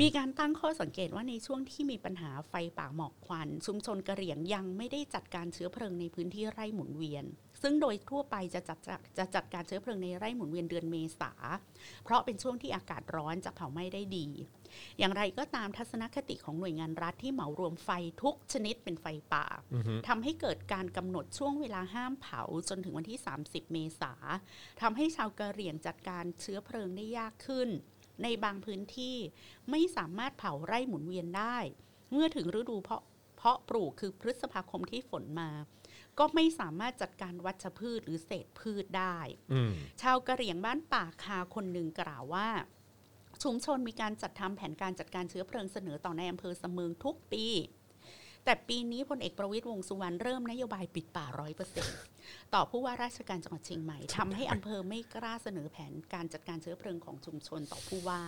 มีการตั้งข้อสังเกตว่าในช่วงที่มีปัญหาไฟป่าหมอกควัน ชุมชนกะเหรี่ยงยังไม่ได้จัดการเชื้อเพลิงในพื้นที่ไร่หมุนเวียน ซึ่งโดยทั่วไปจะจัดจะจะจัดการเชื้อเพลิงในไร่หมุนเวียนเดือนเมษา เพราะเป็นช่วงที่อากาศร้อนจะเผาไหม้ได้ดี อย่างไรก็ตามทัศนคติของหน่วยงานรัฐที่เหมารวมไฟทุกชนิดเป็นไฟป่าทำให้เกิดการกำหนดช่วงเวลาห้ามเผาจนถึงวันที่ 30 เมษาทำให้ชาวกะเหรี่ยงจัดการเชื้อเพลิงได้ยากขึ้น ในบางพื้นที่ไม่สามารถเผาไร่หมุนเวียนได้ เมื่อถึงฤดูเพาะเพาะปลูกคือพฤษภาคมที่ฝนมา ก็ไม่สามารถจัดการวัชพืชหรือเศษพืชได้ อืม ชาวกะเหรี่ยงบ้านป่าคาคนหนึ่งกล่าวว่า ชุมชนมีการจัดทำแผนการจัดการเชื้อเพลิงเสนอต่อในอำเภอเสมืองทุกปี แต่ปีนี้พลเอกประวิตยวงษ์สุวรรณเริ่มนโยบายปิดป่าร้อยเปอร์เซ็นต์ต่อผู้ว่าราชการจังหวัดเชียงใหม่ทำให้อำเภอไม่กล้าเสนอแผนการจัดการเชื้อเพลิงของชุมชนต่อผู้ว่า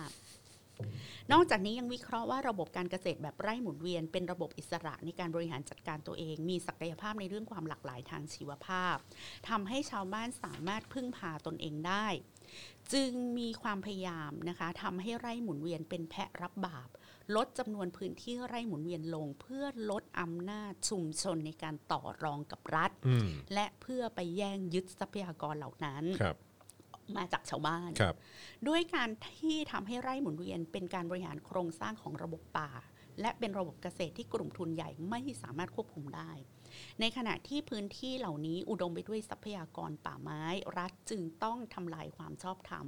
นอกจากนี้ยังวิเคราะห์ว่าระบบการเกษตรแบบไร่หมุนเวียน เป็นระบบอิสระในการบริหารจัดการตัวเอง มีศักยภาพในเรื่องความหลากหลายทางชีวภาพ ทำให้ชาวบ้านสามารถพึ่งพาตนเองได้ จึงมีความพยายามนะคะทำให้ไร่หมุนเวียนเป็นแพะรับบาป ลดจำนวนพื้นที่ไร่หมุนเวียนลง เพื่อลดอำนาจชุมชนในการต่อรองกับรัฐ อืม และเพื่อไปแย่งยึดทรัพยากรเหล่านั้น ครับ มาจากชาวบ้าน ครับ ด้วยการที่ทำให้ไร่หมุนเวียนเป็นการบริหารโครงสร้างของระบบป่า และเป็นระบบเกษตรที่กลุ่มทุนใหญ่ไม่สามารถควบคุมได้ ในขณะที่พื้นที่เหล่านี้อุดมไปด้วยทรัพยากรป่าไม้ รัฐจึงต้องทำลายความชอบธรรม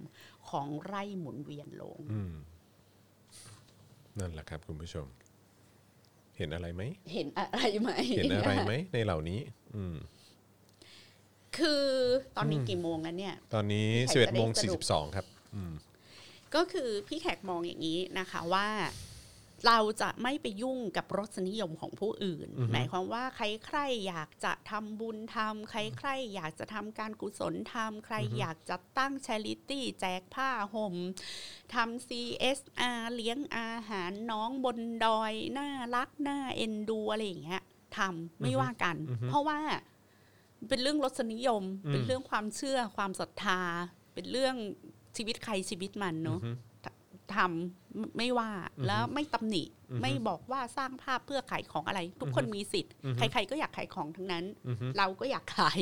ของไร่หมุนเวียนลง อืมนั่นแหละครับคุณผู้ชม เห็นอะไรไหม เห็นอะไรไหม เห็นอะไรไหมในเหล่านี้ อืม คือตอนนี้กี่โมงแล้วเนี่ย ตอนนี้ ใครจะ11ได้โมง สรุป 42 ครับ อืม ก็คือพี่แขกมองอย่างนี้นะคะว่า เราจะไม่ไปยุ่งกับรสนิยมของผู้อื่น อือฮึ หมายความว่าใครใครอยากจะทำบุญทำใครใครอยากจะทำการกุศลทำใครอยากจะตั้งช h ริตี้แจกผ้าห่มทำ CSR เลี้ยงอาหารน้องบนดอย น่ารัก น่าเอ็นดู อะไรอย่างเงี้ยทำไม่ว่ากัน เพราะว่าเป็นเรื่องรสนิยม เป็นเรื่องความเชื่อความศรัทธา เป็นเรื่องชีวิตใครชีวิตมันเนาะ ทำไม่ไม่ว่าแล้วไม่ตำหนิ ไม่บอกว่าสร้างภาพเพื่อขายของอะไร ทุกคนมีสิทธิ์ ใคร ๆ ก็อยากขายของทั้งนั้น เราก็อยากขาย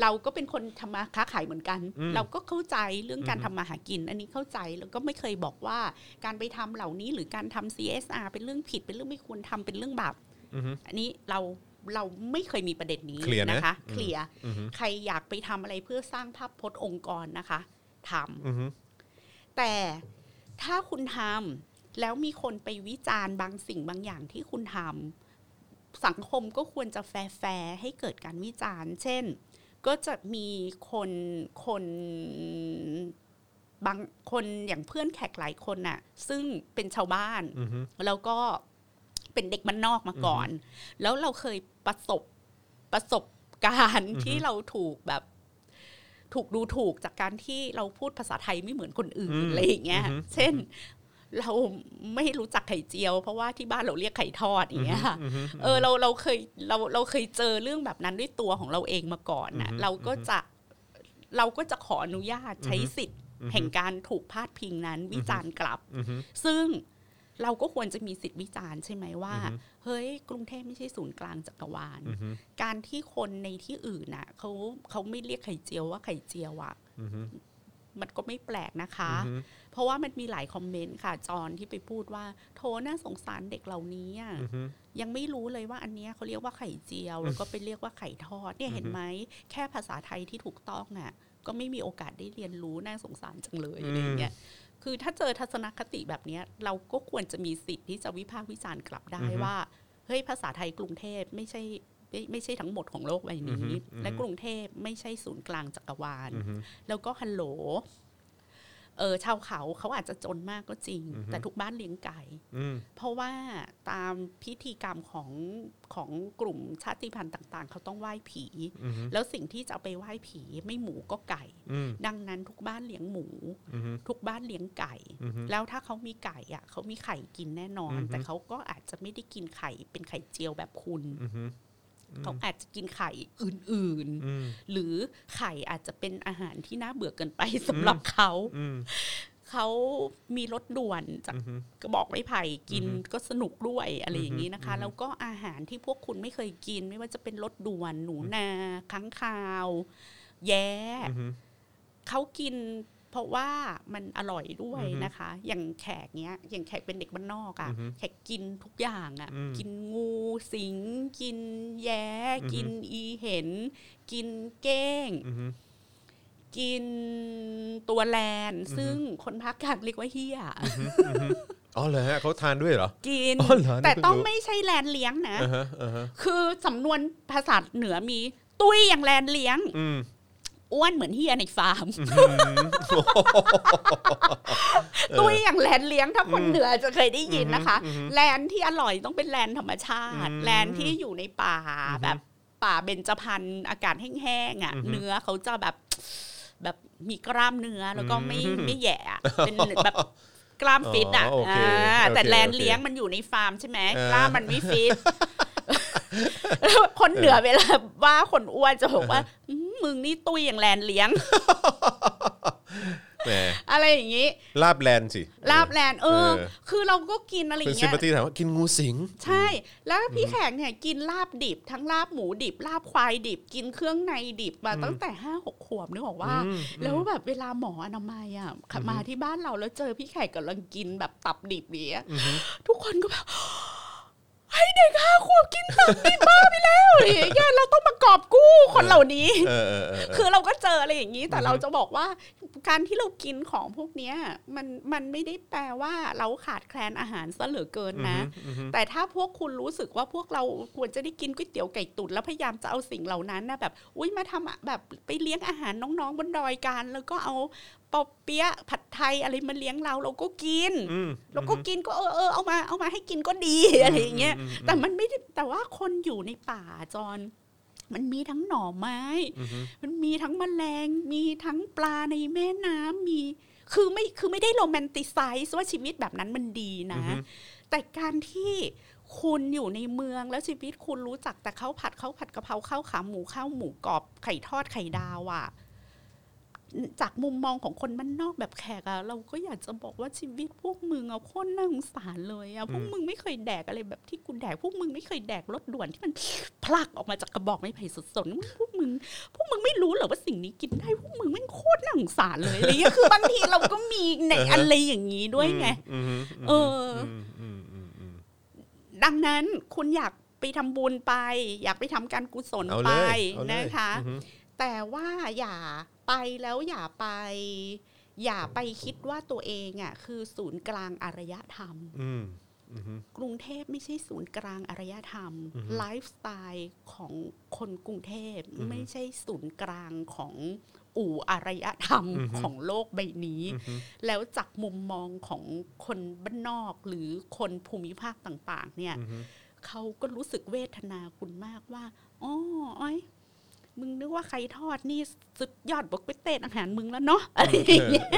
เราก็เป็นคนทำมาค้าขายเหมือนกัน เราก็เข้าใจเรื่องการทำมาหากิน อันนี้เข้าใจแล้วก็ไม่เคยบอกว่าการไปทำเหล่านี้หรือการทำ CSR เป็นเรื่องผิดเป็นเรื่องไม่ควรทำเป็นเรื่องบาป อือฮึ อันนี้เราเราไม่เคยมีประเด็นนี้ เคลียร์นะ นะคะ อืม เคลียร์ อือฮึ ใครอยากไปทำอะไรเพื่อสร้างภาพพจน์องค์กรนะคะทำ อือฮึ แต่ถ้าคุณทำแล้วมีคนไปวิจารณ์บางสิ่งบางอย่างที่คุณทำสังคมก็ควรจะแฟร์ๆให้เกิดการวิจารณ์ เช่น ก็จะมีคนคนบางคนอย่างเพื่อนแขกหลายคนน่ะ ซึ่งเป็นชาวบ้าน อือฮึ แล้วก็เป็นเด็กบ้านนอกมาก่อน แล้วเราเคยประสบประสบการณ์ที่เราถูกแบบ ถูกดูถูกจากการที่เราพูดภาษาไทยไม่เหมือนคนอื่น อืม อะไรอย่างเงี้ย อือฮึ เช่น เราไม่รู้จักไข่เจียว เพราะว่าที่บ้านเราเรียกไข่ทอดอย่างเงี้ย อือฮึ เออเราเราเคยเราเราเคยเจอเรื่องแบบนั้นด้วยตัวของเราเองมาก่อนนะ อือฮึ เราก็ อือฮึ จะเราก็จะขออนุญาตใช้ อือฮึ สิทธิ์ อือฮึ แห่งการถูกพาดพิงนั้นวิจารณ์กลับ อือฮึ ซึ่งเราก็ควรจะมีสิทธิ์วิจารณ์ใช่ไหมว่า อือฮึ เฮ้ย กรุงเทพไม่ใช่ศูนย์กลางจักรวาล อือฮึ การที่คนในที่อื่นน่ะเขาเขาไม่เรียกไข่เจียวว่าไข่เจียวอะ อือฮึ มันก็ไม่แปลกนะคะ อือฮึ เพราะว่ามันมีหลายคอมเมนต์ค่ะ จอนที่ไปพูดว่า โทน่าสงสารเด็กเหล่านี้อะ อือฮึ ยังไม่รู้เลยว่าอันเนี้ยเขาเรียกว่าไข่เจียว แล้วก็ไปเรียกว่าไข่ทอดเนี่ยเห็นไหมแค่ภาษาไทยที่ถูกต้องอ่ะ ก็ไม่มีโอกาสได้เรียนรู้น่าสงสารจังเลย อืม อะไรอย่างเงี้ยคือถ้าเจอทัศนคติแบบเนี้ย เราก็ควรจะมีสิทธิ์ที่จะวิพากษ์วิจารณ์กลับได้ว่าเฮ้ยภาษาไทยกรุงเทพไม่ใช่ไม่ไม่ใช่ทั้งหมดของโลกใบ อือฮึ นี้ อือฮึ และกรุงเทพไม่ใช่ศูนย์กลางจักรวาล อือฮึ แล้วก็ฮัลโหล เออชาวเขาเขาอาจจะจนมากก็จริง อือฮึ แต่ทุกบ้านเลี้ยงไก่ อืม เพราะว่าตามพิธีกรรมของของกลุ่มชาติพันธุ์ต่าง ๆ เขาต้องไหว้ผี อือฮึ แล้วสิ่งที่จะเอาไปไหว้ผีไม่หมูก็ไก่ อืม ดังนั้นทุกบ้านเลี้ยงหมู อือฮึ ทุกบ้านเลี้ยงไก่ อือฮึ แล้วถ้าเขามีไก่อ่ะเขามีไข่กินแน่นอน อือฮึ แต่เขาก็อาจจะไม่ได้กินไข่เป็นไข่เจียวแบบคุณ อือฮึ เขาอาจจะกินไข่อื่น ๆ อืม หรือไข่อาจจะเป็นอาหารที่น่าเบื่อเกินไปสำหรับเขา อืม เขามีรถด่วนจาก อือฮึ กระบอกไม้ไผ่กิน อือฮึ ก็สนุกด้วยอะไรอย่างนี้นะคะ อือฮึ แล้วก็อาหารที่พวกคุณไม่เคยกิน ไม่ว่าจะเป็นรถด่วนหนูนาค้างคาว แย้ อือฮึ เขากิน เพราะว่ามันอร่อยด้วย อือฮึ นะคะ อย่างแขกเนี้ย อย่างแขกเป็นเด็กบ้านนอก อือฮึ อะ่ะแขกกินทุกอย่าง อืม อะ่ะ กินงูสิง กินแย้ อือฮึ กินอีเห็น กินเก้ง อือฮึ กินตัวแลน อือฮึ ซึ่งคนภาคกลางเรียกว่าเฮีย อือฮึอ๋อเหรอฮะเขาทานด้วยเหรอ กิน อ๋อเหรอ แต่ นี่เพิ่งรู้ ต้องไม่ใช่แลนเลี้ยงนะ อ่าฮะอ่าฮะ คือสำนวนภาษาเหนือมี ตุ้ยอย่างแลนเลี้ยง อืม อ้วนเหมือนเฮียในฟาร์ม อืม ตุ้ยอย่างแลนเลี้ยงถ้าคน อืม เหนือจะเคยได้ยินนะคะ อือฮึอือฮึ แลนที่อร่อยต้องเป็นแลนธรรมชาติ อืม แลนที่อยู่ในป่า อือฮึ แบบป่าเบญจพรรณอากาศแห้งๆอ่ะ อือฮึ เนื้อเขาจะแบบแบบมีกล้ามเนื้อแล้วก็ไม่ อือฮึ ไม่แย่ อะเป็นแบบกล้ามฟิตอ่ะ อ๋อโอเค อ่าแต่ โอเค แลนเลี้ยงมันอยู่ในฟาร์มใช่ไหม เออ กล้ามมันไม่ฟิ ตแล้วคนเหนือเวลาว่าคนอ้วนจะบอกว่ามมึงนี่ตุ้ยอย่างแลนเลี้ยง แหม อะไรอย่างนี้ ลาบแลนด์สิ ลาบแลนด์เออ เออ คือเราก็กินอะไรอ คุณ ย่าซิมงเงี้ย ปาตี้ถามว่ากินงูสิง ใช่ แล้วพี่แขกเนี่ยกินลาบดิบ ทั้งลาบหมูดิบ ลาบควายดิบ กินเครื่องในดิบมาตั้งแต่ห้าหกขวบนึกออกว่า อืม แล้วแบบเวลาหมออนามัยอ่ะขับมาที่บ้านเราแล้วเจอพี่แขกกำลังกินแบบตับดิบอย่างเนี้ยทุกคนก็แบบ ให้เด็กห้าขวบกินตับติดบ้าไปแล้วอะไรอย่างเงี้ยเราต้องมากอบกู้คนเหล่านี้ เออเออเออเออ คือเราก็เจออะไรอย่างนี้ แต่ อือฮึ เราจะบอกว่าการที่เรากินของพวกเนี้ยมันมันไม่ได้แปลว่าเราขาดแคลนอาหารซะเหลือเกินนะ อือฮึ แต่ถ้าพวกคุณรู้สึกว่าพวกเราควรจะได้กินก๋วยเตี๋ยวไก่ตุ๋นแล้วพยายามจะเอาสิ่งเหล่านั้นนะแบบอุ้ยมาทำอะแบบไปเลี้ยงอาหารน้องๆบนดอยกัน แล้วก็เอาปอเปี๊ยะผัดไทยอะไรมาเลี้ยงเราเราก็กิน อืม เราก็กินก็เออเออเอามาเอามาให้กินก็ดี อะไรอย่างเงี้ย อืม แต่มันไม่ได้แต่ว่าคนอยู่ในป่าจอนมันมีทั้งหน่อไม้ อืมอืม มันมีทั้งแมลง มีทั้งปลาในแม่น้ำมี คือไม่คือไม่ได้โรแมนติไซส์ว่าชีวิตแบบนั้นมันดีนะ อืม แต่การที่คุณอยู่ในเมืองแล้วชีวิตคุณรู้จักแต่ข้าวผัดข้าวผัดกะเพราข้าวขาหมูข้าวหมูกรอบไข่ทอดไข่ดาวอะจากมุมมองของคนบ้านนอกแบบแขกอะเราก็อยากจะบอกว่าชีวิตพวกมึงอะโคตรน่าสงสารเลยอะพวก อืม มึงไม่เคยแดกอะไรแบบที่กูแดกพวกมึงไม่เคยแดกรถด่วนที่มัน พลักออกมาจากกระบอกไม้ไผ่สดๆพวกมึง พวกมึงไม่รู้เหรอว่าสิ่งนี้กินได้พวกมึงแม่งโคตรน่าสงสารเลยอะไรเงี้ยคือบางทีเราก็มีในอะไรอย่างนี้ด้วยไง อืมมม เออ มอืมอืมอืม ดังนั้นคุณอยากไปทำบุญไป อยากไปทำการกุศล เอา ไป เลยเอาเลย นะคะ อืม แต่ว่าอย่าไปแล้วอย่าไป อย่าไปคิดว่าตัวเองอ่ะคือศูนย์กลางอารยธรรม อืมอืม กรุงเทพไม่ใช่ศูนย์กลางอารยธรรม อือฮึ ไลฟ์สไตล์ของคนกรุงเทพ อือฮึ ไม่ใช่ศูนย์กลางของอู่อารยธรรม อือฮึ ของโลกใบนี้ อืมอืม แล้วจากมุมมองของคนบ้านนอกหรือคนภูมิภาคต่าง ๆ เนี่ย เขาก็รู้สึกเวทนาคุณมากว่า อ๋อไอ้ยมึงนึกว่าใครทอดนี่สุดยอดบอกเวเตนอาหารมึงแล้วเนาะอะไรอย่างเงี้ย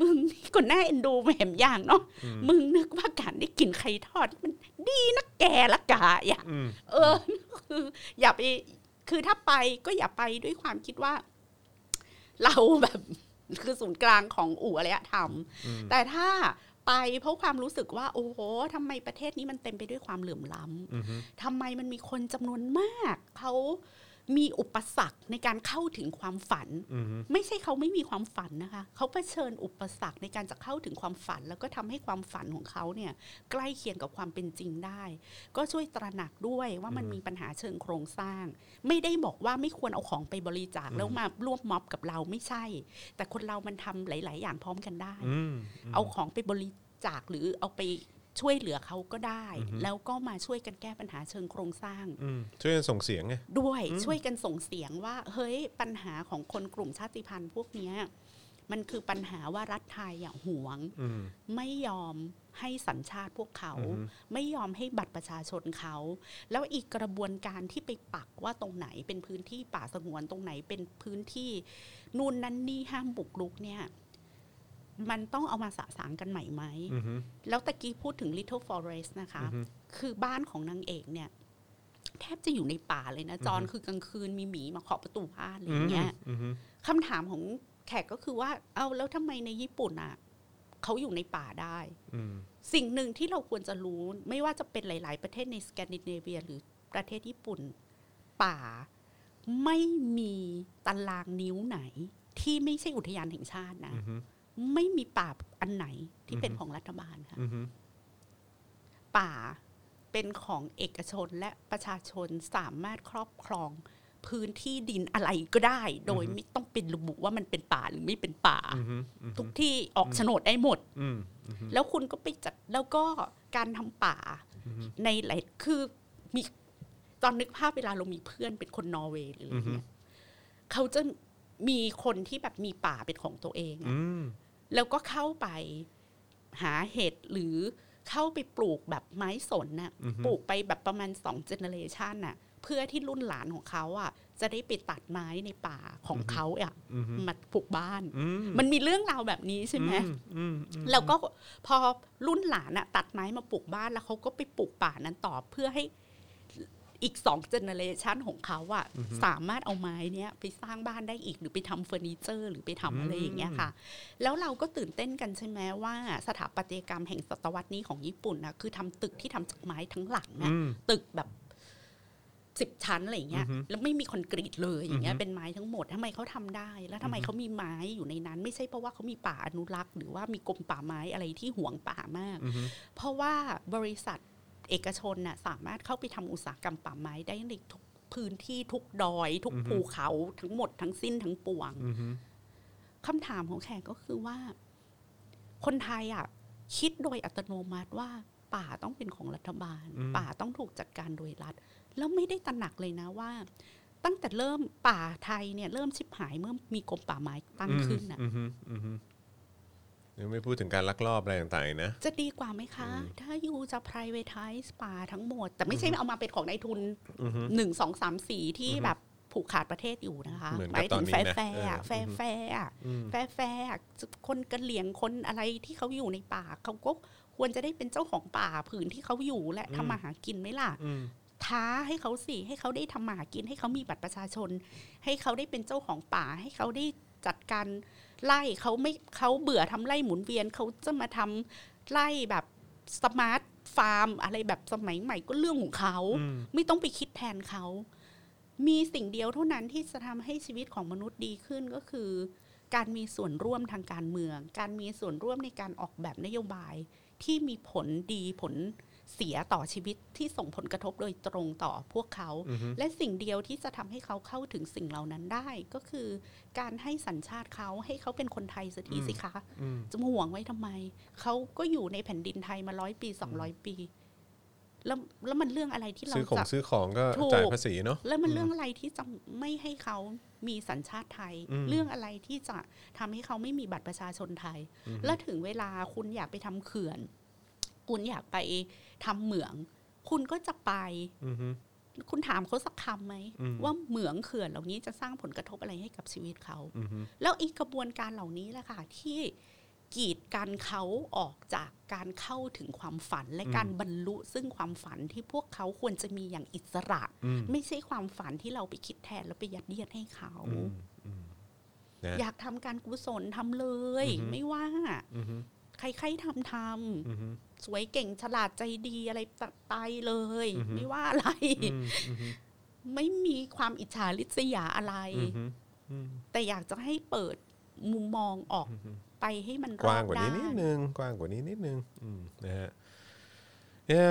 มึงนี่ก็น่าเอ็นดูไม่เห็นอย่างเนาะ อืม มึงนึกว่าการได้กินไข่ทอดนี่มันดีนะแกละกาอย่า อืม เออ คืออย่าไป คือถ้าไปก็อย่าไปด้วยความคิดว่า เราแบบ คือศูนย์กลางของอู่อารยธรรม อืม แต่ถ้าไปเพราะความรู้สึกว่า โอ้โหทำไมประเทศนี้มันเต็มไปด้วยความเหลื่อมล้ำ อืม ทำไมมันมีคนจำนวนมาก เขามีอุปสรรคในการเข้าถึงความฝัน อืม ไม่ใช่เขาไม่มีความฝันนะคะ เขาเผชิญอุปสรรคในการจะเข้าถึงความฝัน แล้วก็ทำให้ความฝันของเขาเนี่ยใกล้เคียงกับความเป็นจริงได้ ก็ช่วยตระหนักด้วยว่ามันมีปัญหาเชิงโครงสร้าง ไม่ได้บอกว่าไม่ควรเอาของไปบริจาคแล้วมาร่วมม็อบกับเราไม่ใช่ แต่คนเรามันทำหลาย ๆ อย่างพร้อมกันได้ อืม เอาของไปบริจาคหรือเอาไปช่วยเหลือเขาก็ได้ อือฮึ แล้วก็มาช่วยกันแก้ปัญหาเชิงโครงสร้าง อืมช่วยกันส่งเสียงไง ด้วย อืม ช่วยกันส่งเสียงว่า เฮ้ยปัญหาของคนกลุ่มชาติพันธุ์พวกเนี้ยมันคือปัญหาว่ารัฐไทยอ่ะหวง อืม ไม่ยอมให้สัญชาติพวกเขา อือฮึ ไม่ยอมให้บัตรประชาชนเขา แล้วอีกกระบวนการที่ไปปักว่าตรงไหนเป็นพื้นที่ป่าสงวนตรงไหนเป็นพื้นที่นู่นนั่นนี่ห้ามบุกรุกเนี่ย มันต้องเอามาสะสางกันใหม่ไหม อืม แล้วตะกี้พูดถึง Little Forest นะคะ อือฮึ คือบ้านของนางเอกเนี่ย แทบจะอยู่ในป่าเลยนะ จอน อือฮึ คือกลางคืนมีหมีมาเคาะประตูบ้านอะไรอย่างเงี้ย อืม คำถามของแขกก็คือว่า เอาแล้วทำไมในญี่ปุ่นอ่ะเขาอยู่ในป่าได้ อืม สิ่งหนึ่งที่เราควรจะรู้ ไม่ว่าจะเป็นหลาย ๆ ประเทศในสแกนดิเนเวีย หรือประเทศญี่ปุ่น ป่า ไม่มีตารางนิ้วไหน ที่ไม่ใช่อุทยานแห่งชาตินะ อืม ไม่มีป่าอันไหนที่เป็น อือฮึ ของรัฐบาลค่ะ อืม ป่าเป็นของเอกชนและประชาชนสามารถครอบครองพื้นที่ดินอะไรก็ได้ โดย อือฮึ ไม่ต้องเป็นระบุว่ามันเป็นป่าหรือไม่เป็นป่า อืมอืม ทุกที่ออกโฉนดได้หมด อืม แล้วคุณก็ไปจัดแล้วก็การทำป่า อือฮึ ในหลายคือมีตอนนึกภาพเวลาเรามีเพื่อนเป็นคนนอร์เวย์หรืออะไรเงี้ยเขาจะมีคนที่แบบมีป่าเป็นของตัวเองอะ อืม แล้วก็เข้าไปหาเห็ดหรือเข้าไปปลูกแบบไม้สนน่ะ อือฮึ ปลูกไปแบบประมาณสองเจเนเรชันน่ะ เพื่อที่รุ่นหลานของเขาอ่ะ จะได้ไปตัดไม้ในป่าของเขาอ่ะ อืม มาปลูกบ้าน อืม มันมีเรื่องราวแบบนี้ใช่ไหม อืมอืม แล้วก็พอรุ่นหลานอ่ะ ตัดไม้มาปลูกบ้านแล้วเขาก็ไปปลูกป่านั้นต่อเพื่อให้อีกสองเจเนเรชันของเขาอ่ะ อือฮึ สามารถเอาไม้เนี้ยไปสร้างบ้านได้อีกหรือไปทำเฟอร์นิเจอร์ หรือไปทำอะไรอย่างเงี้ยค่ะ แล้วเราก็ตื่นเต้นกันใช่ไหมว่า สถาปัตยกรรมแห่งศตวรรษนี้ของญี่ปุ่นนะคือทำตึกที่ทำจากไม้ทั้งหลังนะ อืม ตึกแบบสิบชั้นอะไรอย่างเงี้ย อือฮึ แล้วไม่มีคอนกรีตเลยอย่างเงี้ อือยฮึ เป็นไม้ทั้งหมดทำไมเขาทำได้ แล้วทำไม อือฮึ เขามีไม้อยู่ในนั้น ไม่ใช่เพราะว่าเขามีป่าอนุรักษ์ หรือว่ามีกรมป่าไม้อะไรที่ห่วงป่ามาก อืม เพราะว่าบริษัท เอกชนน่ะสามารถเข้าไปทำอุตสาหกรรมป่าไม้ได้ในทุกพื้นที่ทุกดอย ทุก อือฮึ ภูเขาทั้งหมดทั้งสิ้นทั้งปวง อืมฮึ คำถามของแขกก็คือว่า คนไทยอ่ะคิดโดยอัตโนมัติว่า ป่าต้องเป็นของรัฐบาล ป่าต้องถูกจัดการโดยรัฐ แล้วไม่ได้ตระหนักเลยนะว่า ตั้งแต่เริ่มป่าไทยเนี่ยเริ่มชิบหายเมื่อมีกรมป่าไม้ตั้งขึ้นน่ะ อืมฮึอืมฮึยังไม่พูดถึงการลักลอบอะไรต่างๆนะ จะดีกว่าไหมคะ ถ้าอยู่จะ privatize ป่าทั้งหมด แต่ไม่ใช่เอามาเป็นของนายทุน อือฮึ หนึ่งสองสามสี่ที่แบบผูกขาดประเทศอยู่นะคะ เหมือน ห กับ มาย ต ถึ อน ง นี้ แฟร์ นะ แฟร์ เออ แฟร์แฟร์อะ อืม แฟร์แฟร์อะคนกระเหลี่ยงคนอะไรที่เขาอยู่ในป่าเขาก็ควรจะได้เป็นเจ้าของป่าผืนที่เขาอยู่และทำมาหากินไหมล่ะ อืม ท้าให้เขาสิให้เขาได้ทำมาหากิน ให้เขามีบัตรประชาชน ให้เขาได้เป็นเจ้าของป่า ให้เขาได้จัดการไล่เขาไม่เขาเบื่อทำไล่หมุนเวียนเขาจะมาทำไล่แบบสมาร์ทฟาร์ม อะไรแบบสมัยใหม่ก็เรื่องของเขา อืม ไม่ต้องไปคิดแทนเขา มีสิ่งเดียวเท่านั้นที่จะทำให้ชีวิตของมนุษย์ดีขึ้นก็คือ การมีส่วนร่วมทางการเมือง การมีส่วนร่วมในการออกแบบนโยบาย ที่มีผลดีผลเสียต่อชีวิตที่ส่งผลกระทบโดยตรงต่อพวกเขา อือฮึ และสิ่งเดียวที่จะทำให้เขาเข้าถึงสิ่งเหล่านั้นได้ ก็คือ การให้สัญชาติเขาให้เขาเป็นคนไทยสักทีสิคะ อืม จะมาห่วงไว้ทำไม เขาก็อยู่ในแผ่นดินไทยมาร้อยปีสองร้อยปี แล้วแล้วมันเรื่องอะไรที่เรา ซื้อของ จะ ซื้อของก็ ถูก จ่ายภาษีเนาะ แล้วมันเรื่องอะไรที่จะไม่ให้เขามีสัญชาติไทย อืม เรื่องอะไรที่จะทำให้เขาไม่มีบัตรประชาชนไทย แล้วถึงเวลาคุณอยากไปทำเขื่อน คุณอยากไปทำเหมือง คุณก็จะไป อืมฮึ คุณถามเขาสักคำไหม อืม ว่าเหมืองเขื่อนเหล่านี้จะสร้างผลกระทบอะไรให้กับชีวิตเขา อืมฮึ แล้วอีกกระบวนการเหล่านี้แหละค่ะ ที่กีดกันเขาออกจากการเข้าถึงความฝันและการบรรลุซึ่งความฝันที่พวกเขาควรจะมีอย่างอิสระ อืม ไม่ใช่ความฝันที่เราไปคิดแทนแล้วไปยัดเยียดให้เขา อืมอืมนะ อยากทำการกุศลทำเลย อือหือ ไม่ว่า อืมฮึ ใครๆทำท อืมฮึ ำสวยเก่งฉลาดใจดีอะไรตะตายเลย อือหือ ไม่ว่าอะไร อืมอืมฮึ ไม่มีความอิจฉาริษยาอะไร อืมฮึอืม แต่อยากจะให้เปิดมุมมองออก อืมฮึ ไปให้มันร ก อ ว้าง บ กว่านี้ ด้า นิด น นึงกว้างกว่านี้นิดนึงอืมนะฮะเนี่ย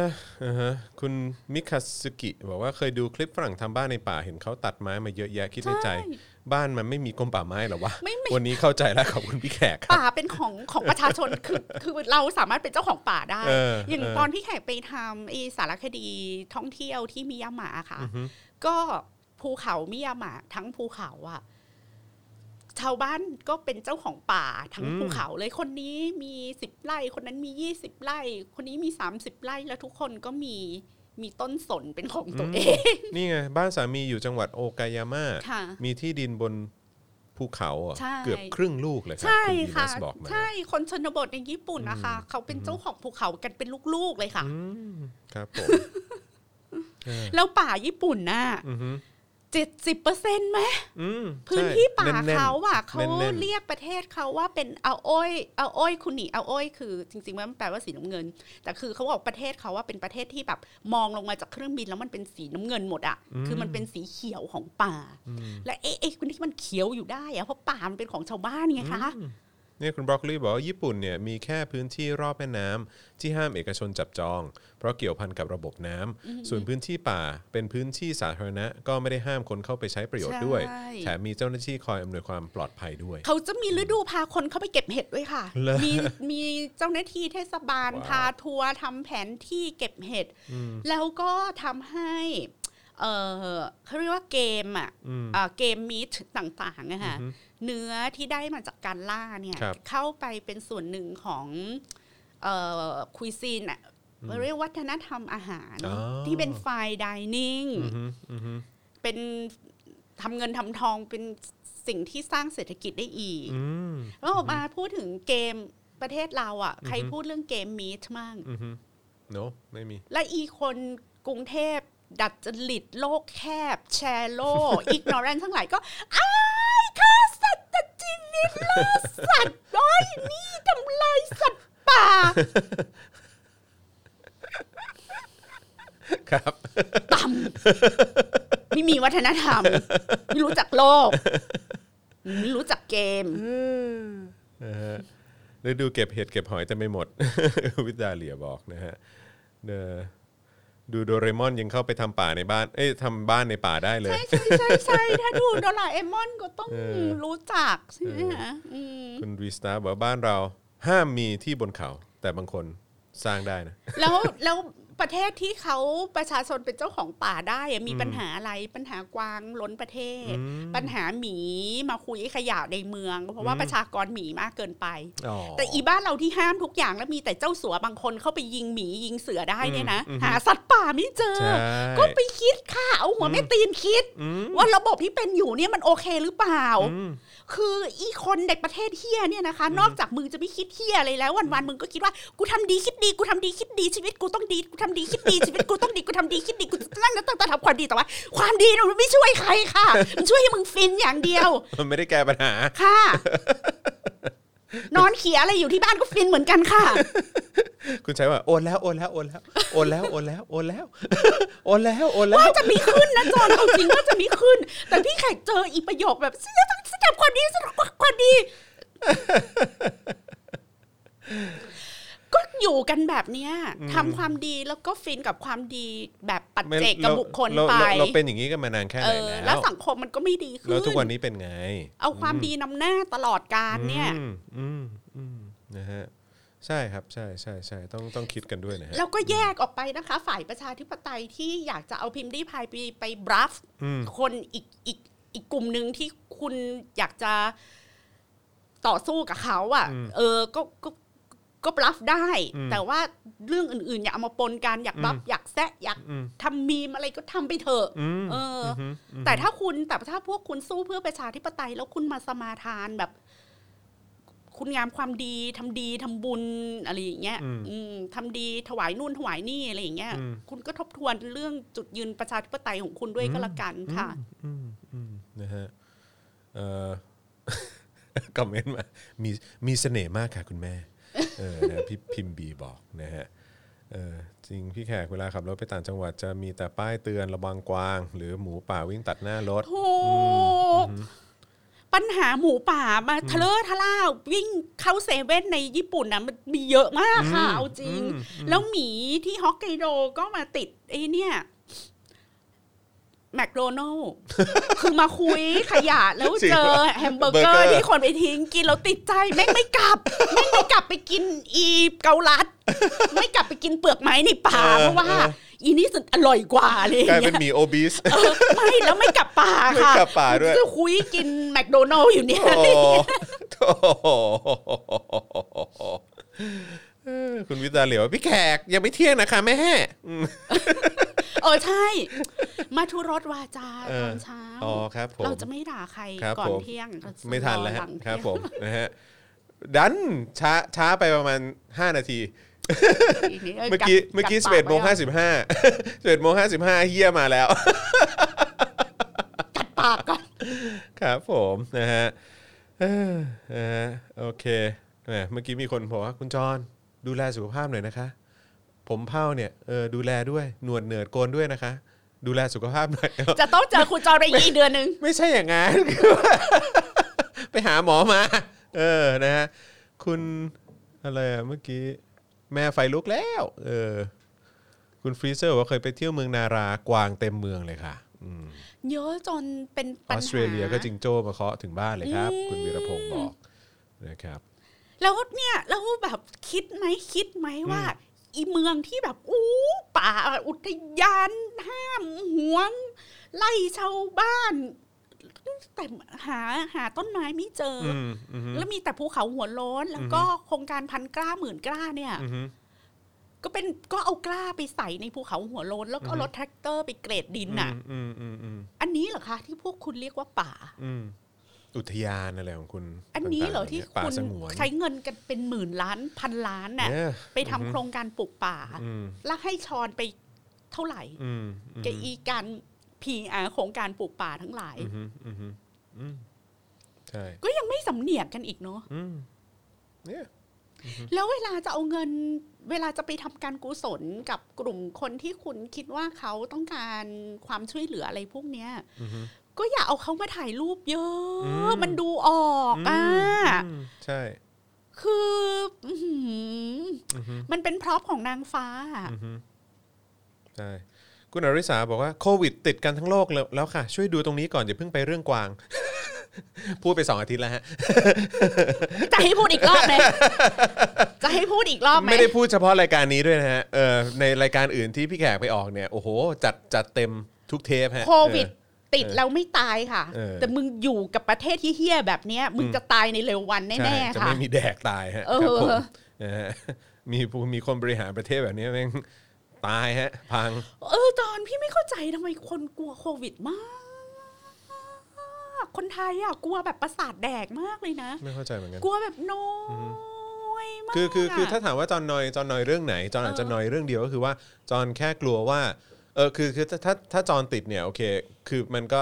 อ่าฮะคุณมิคาสึกิบอกว่าเคยดูคลิปฝรั่งทำบ้านในป่าเห็นเขาตัดไม้มาเยอะแยะคิดในใจ ใช่ บ้านมันไม่มีกรมป่าไม้เหรอวะ ไม่มี วันนี้เข้าใจแล้วขอบคุณพี่แขกครับ ป่าเป็นของของประชาชน คือคือเราสามารถเป็นเจ้าของป่าได้ เออ อย่าง เออ ตอนพี่แขกไปทำไอสารคดีท่องเที่ยวที่มิยามะค่ะ ก็ภูเขามิยามะทั้งภูเขาอะชาวบ้านก็เป็นเจ้าของป่าทั้งภูเขาเลยคนนี้มีสิบไร่ คนนั้นมียี่สิบไร่ คนนี้มีสามสิบไร่แล้วทุกคนก็มีมีต้นสนเป็นของตัวเอง นี่ไงบ้านสามีอยู่จังหวัดโอกายาม่า ค่ะ มีที่ดินบนภูเขาอ่ะ ใช่ เกือบครึ่งลูกเลยครั ใช่ คุณดีนั ค่ะ สบอกมา ใช่คนชนบทในญี่ปุ่นนะคะ เขาเป็นเจ้าของภูเขากันเป็นลูกๆเลยค่ะ อืมครับผม เออ แล้วป่าญี่ปุ่นน่ะ อือฮึ เจ็ดสิบเปอร์เซ็นต์ไหม อืม พื้น ใช่ ที่ป่า แน่นๆ เขาอ่ะเขา แน่นๆ เรียกประเทศเขาว่าเป็นเอาอ้อยเอาอ้อยคุนิเอาอ้อยคือจริงๆมันแปลว่าสีน้ำเงิน แต่คือเขาบอกประเทศเขาว่าเป็นประเทศที่แบบมองลงมาจากเครื่องบินแล้วมันเป็นสีน้ำเงินหมดอ่ะคือมันเป็นสีเขียวของป่า และเอ๊ะเอ๊ะคุณที่มันเขียวอยู่ได้อะเพราะป่ามันเป็นของชาวบ้านไงคะ เนี่ยคุณบรอกโคลีบอกว่าญี่ปุ่นเนี่ยมีแค่พื้นที่รอบแม่น้ำที่ห้ามเอกชนจับจอง เพราะเกี่ยวพันกับระบบน้ำส่วนพื้นที่ป่าเป็นพื้นที่สาธารณะ ก็ไม่ได้ห้ามคนเข้าไปใช้ประโยชน์ด้วย ใช่ แถมมีเจ้าหน้าที่คอยอำนวยความปลอดภัยด้วย เขาจะมีฤดูพาคนเข้าไปเก็บเห็ดด้วยค่ะ เหรอ มีมีเจ้าหน้าที่เทศบาล ว้าว พาทัวร์ทำแผนที่เก็บเห็ด อืม แล้วก็ทำให้ เออเขาเรียกว่าเกมอ่ะ อืม เอ่อเกมมีทต่างๆนะคะเนื้อที่ได้มาจากการล่าเนี่ย ครับ เข้าไปเป็นส่วนหนึ่งของเอ่อคุยซีนอ่ะเรียกวัฒนธรรมอาหาร อ๋อ ที่เป็นไฟดิเนิ่ง อืมฮึอืมฮึ เป็นทำเงินทำทองเป็นสิ่งที่สร้างเศรษฐกิจได้อีก อืม แล้วออกมาพูดถึงเกมประเทศเราอ่ะ ใครพูดเรื่องเกมมีทมั่ง อืมฮึโนไม่ มี และอีคนกรุงเทพดัดจริตโลกแคบ แชร์ โลก อิกนอรันทั้งหลายก็อ้ายฆ่าสัตว์ตัดชีวิตล่าสัตว์น้อยนี่ทำลายสัตว์ป่า ครับ ต่ำไม่มีวัฒนธรรม ไม่รู้จักโลก ไม่รู้จักเกม นะฮะ ฤดูเก็บเห็ดเก็บหอยแต่ไม่หมด วิจาเลียบอกนะฮะเดอ ดูโดเรมอนยังเข้าไปทำป่าในบ้าน เอ้ยทำบ้านในป่าได้เลย ใช่ใช่ใช่ใช่ถ้าดูโดราเอมอนก็ต้อง เออ รู้จักใช่ไหมคะอืม คุณรีสตาร์บอกว่าบ้านเราห้ามมีที่บนเขา แต่บางคนสร้างได้นะ แล้วแล้วประเทศที่เขาประชาชนเป็นเจ้าของป่าได้อะมีปัญหาอะไรปัญหากวางล้นประเทศ อืม ปัญหาหมีมาคุยขยะในเมือง เพราะว่าประชากรหมีมากเกินไป อ๋อ แต่อีบ้านเราที่ห้ามทุกอย่างแล้วมีแต่เจ้าสัวบางคนเข้าไปยิงหมียิงเสือได้เนี่ยนะ อืม หาสัตว์ป่าไม่เจอ ใช่ ก็ไปคิดค่ะเอาหัวแม่ตีนคิด อืม ว่าระบบที่เป็นอยู่เนี่ยมันโอเคหรือเปล่า อืม คืออีคนในประเทศเฮียเนี่ยนะคะ นอกจากมึงจะไม่คิดเฮียอะไรแล้ววันวันๆมึงก็คิดว่ากูทำดีคิดดีกูทำดีคิดดีชีวิตกูต้องดีกูทำดีคิดดีชีวิตกูต้องดีกูทำดีคิดดีกูตั้งแต่ตั้งแต่ทำความดีแต่ว่า ความดีเนี่ยมันไม่ช่วยใครค่ะ มันช่วยให้มึงฟินอย่างเดียว มันไม่ได้แก้ปัญหา ค่ะ นอนเขียอะไรอยู่ที่บ้านก็ฟินเหมือนกันค่ะ คุณชัยว่าโอนแล้วโอนแล้วโอนแล้วโอนแล้วโอนแล้วโอนแล้วโอนแล้วโอนแล้ว ว่าจะมีขึ้นนะจอนเอาจริงว่าจะมีขึ้น แต่พี่แขกเจออีกประโยคแบบฉันจะต้องทำความดีฉันจะทำความดี ก็อยู่กันแบบเนี้ยทำความดีแล้วก็ฟินกับความดีแบบปัจเจกกับบุคคล เรา ไป เราเราเป็นอย่างนี้กันมานานแค่ไห เอน อ แล้ แล้ว ว สังคมมันก็ไม่ดีขึ้ แล้ว น ทุกวันนี้เป็นไง เอาความดีนำหน้าตลอดการเนี่ย อืมอืมอืมนะฮะใช่ครับใช่ใช่ใช่ต้องต้องคิดกันด้วยนะฮะ แล้วก็แยกออกไปนะคะ ฝ่ายประชาธิปไตยที่อยากจะเอาพิมพ์รีพายไปไปบรัฟ อืม คนอีกอีกอีกกลุ่มหนึ่งที่คุณอยากจะต่อสู้กับเขาอะ่ะ เออก็ก็ก็บลัฟได้ แต่ว่าเรื่องอื่นๆ อย่าเอามาปนกันอยากบลัฟอยากแซะอยากทำมีมอะไรก็ทำไปเถอะ อืม เอออ หืมอืม แต่ถ้าคุณแต่ถ้าพวกคุณสู้เพื่อประชาธิปไตย แล้วคุณมาสมาทานแบบ คุณงามความดีทำดีทำบุญอะไรอย่างเงี้ย อืมทำดีถวายนู่นถวายนี่อะไรอย่างเงี้ย คุณก็ทบทวนเรื่องจุดยืนประชาธิปไตยของคุณด้วยก็แล้วกันค่ะ อืมอืมนะฮะเอ่อ คอมเมนต์มามีมีเสน่ห์มากค่ะคุณแม่เออนะพี่พิมพ์บีบอกนะฮะเออจริงพี่แขกเวลาขับรถไปต่างจังหวัดจะมีแต่ป้ายเตือนระวังกวาง หรือหมูป่าวิ่งตัดหน้ารถ ถูก ปัญหาหมูป่ามาทะเลอะทะล่าวิ่งเข้าเซเว่นในญี่ปุ่นนะมันมีเยอะมากค่ะ เอาจริง แล้วหมีที่ฮอกไกโดก็มาติดไอ้เนี่ยแมคโดนัล คือมาคุยขยะแล้ว จริง เจอ ปะ แฮมเบอร์ เบอร์เกเกอ อร์ ร์ที่คนไปทิ้งกินแล้วติดใจแม่งไม่กลับ แม่งไม่กลับไปกินอีเกาลัด ไม่กลับไปกินเปลือกไม้ในป่าเพราะว่า อีนี่สุดอร่อยกว่าอะไรอย่าง กลาย เลย เป็นหมีโอบีส เออไม่แล้วไม่กลับป่า ไม่ ค่ะ กลับป่าด้วย จะคุยกินแมคโดนัลล์อยู่เนี่ย โอ้โหเออ คุณวิจารณ์เหลียวว่าพี่แขกยังไม่เที่ยงนะคะแม่ เออใช่ มาทุรสวาจา เอ ต อ อนเช้า อ๋อครับผม เราจะไม่ด่าใคร ครับ ก่อน ผม เที่ยงเราจะ ไม่ทันแล้วฮะ อหง ครับ เที่ยง ผมนะฮะดันช้าช้าไปประมาณ 5 นาที อีกนิดเออ เมื่อกี้ ลับ เมื่อกี้ ลั สิ บ เอ็ดโมง ปกไว้ ห้าสิบห้า สิเอ็ดโมงห้าสิบห้าเฮียมาแล้ว กัดปากก่อน ครับผมนะฮะเอ้อนะฮะโอเคแหมเมื่อกี้มีคนบอกว่าคุณจรดูแลสุขภาพหน่อยนะคะ ผมเผ้าเนี่ยเออดูแลด้วยหนวดเหนือดโกนด้วยนะคะ ดูแลสุขภาพหน่อย จะต้องเจอคุณจอร์อีกเดือนหนึง ไม่ใช่อย่างนั้น คือว่าไปหาหมอมา เออนะฮะคุณอะไรอะเมื่อกี้ แม่ไฟลุกแล้ว เออ คุณฟรีเซอร์บอกว่าเคยไปเที่ยวเมืองนารากวางเต็มเมืองเลยค่ะอืม เยอะจนเป็น อ ปัญ อ หา สเตรเลียก็จิงโจ้มาเคาะถึงบ้านเลยครับ คุณวีรพงศ์บอกนะครับ แล้วเนี่ยแล้วแบบคิดไหมคิดไหมว่า อีเมืองที่แบบอู้ป่าอุทยานห้ามหวง ไล่ชาวบ้าน แต่หาหาต้นไม้ไม่เจออ อืมอืม แล้วมีแต่ภูเขาหัวโล้น แล้วก็โครงการพันกล้าหมื่นกล้าเนี่ย อืม ก็เป็นก็เอากล้าไปใส่ในภูเขาหัวโล้น แล้วก็เอารถแทรกเตอร์ไปเกรดดินน่ะ อืมอืมอืม อันนี้เหรอคะ ที่พวกคุณเรียกว่าป่า อืมอุทยานอะไรของคุณ อันนี้เหรอที่ ป่า คุณ สงวน ใช้เงินกันเป็นหมื่นล้านพันล้านน่ะ เนี่ย ไปทำโครงการปลูกป่า อืม แล้วให้ชอนไปเท่าไหร่ อืมอืม กับอีการ PR โครงการปลูกป่าทั้งหลาย อือฮึอือฮึอืมใช่ ก็ยังไม่สำเนียกกันอีกเนาะ อืมเนี่ย แล้วเวลาจะเอาเงิน เวลาจะไปทำการกุศลกับกลุ่มคนที่คุณคิดว่าเขาต้องการความช่วยเหลืออะไรพวกเนี้ย อือฮึ ก็อย่าเอาเขามาถ่ายรูปเยอ อื ะ ม มันดูออกอ่ะ อืมใช่ คืออื้อหือ อือฮึ มันเป็นพร็อพของนางฟ้าอะ อือฮึ ใช่คุณอริสาบอกว่าโควิดติดกันทั้งโลกแล้วแล้วค่ะ ช่วยดูตรงนี้ก่อนอย่าเพิ่งไปเรื่องกวาง พูดไปสองอาทิตย์แล้วฮะ จะให้พูดอีกร อบไหมจะให้พูดอีกรอบไหม ไม่ได้พูดเฉพาะรายการนี้ด้วยนะฮะเออในรายการอื่นที่พี่แขกไปออกเนี่ยโอ้โห จัดจัดเต็มทุกเทปฮะ โควิด เออ ติดแล้วไม่ตายค่ะ เออ แต่มึงอยู่กับประเทศที่เฮี้ยแบบเนี้ย มึงจะตายในเร็ววัน ใช่ แน่ๆ จะ ค่ะ ไม่มีแดกตายฮะ เออ ครับผมนะฮะมีผู้มีคนบริหารประเทศแบบนี้แม่งตายฮะ พัง เออตอนพี่ไม่เข้าใจทำไมคนกลัวโควิดมาก คนไทยอ่ะกลัวแบบประสาทแดกมากเลยนะ ไม่เข้าใจเหมือนกัน กลัวแบบน้อยมาก คือคือคือถ้า ะ ถามว่าจอนนอยจอนนอยเรื่องไหนจอนอาจจะนอยเรื่องเดียวก็คือว่าจอนแค่กลัวว่าเออคือคือถ้าถ้าถ้าจอนติดเนี่ยโอเค คือมันก็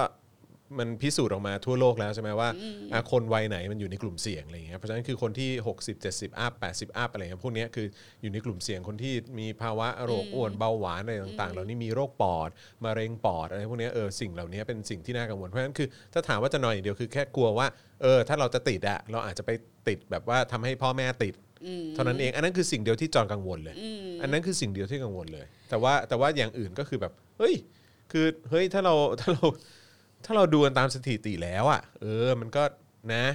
มันพิสูจน์ออกมาทั่วโลกแล้วใช่ไหมว่าอ่ะคนวัยไหนมันอยู่ในกลุ่มเสี่ยงอะไรอย่างเงี้ยเพราะฉะนั้นคือคนที่ 60 70อัพ80อัพอะไรเงี้ยพวกเนี้ยคืออยู่ในกลุ่มเสี่ยงคนที่มีภาวะโรคอ้วนเบาหวานอะไรต่างๆ เหล่านี้มีโรคปอดมะเร็งปอดอะไรพวกเนี้ยเออสิ่งเหล่านี้เป็นสิ่งที่น่ากังวลเพราะฉะนั้นคือถ้าถามว่าจะนอยอย่างเดียวคือแค่กลัวว่าเออถ้าเราจะติดอะเราอาจจะไปติดแบบว่าทำให้พ่อแม่ติด เท่านั้นเองอันนั้นคือสิ่งเดียวที่จอนกังวลเลย อันนั้นคือสิ่งเดียวที่กังวลเลย แต่ว่าแต่ว่าอย่างอื่นก็คือแบบ เฮ้ย คือเฮ้ยถ้าเราถ้าเราถ้าเราดูกันตามสถิติแล้วอะ่ะ เออมันก็นะ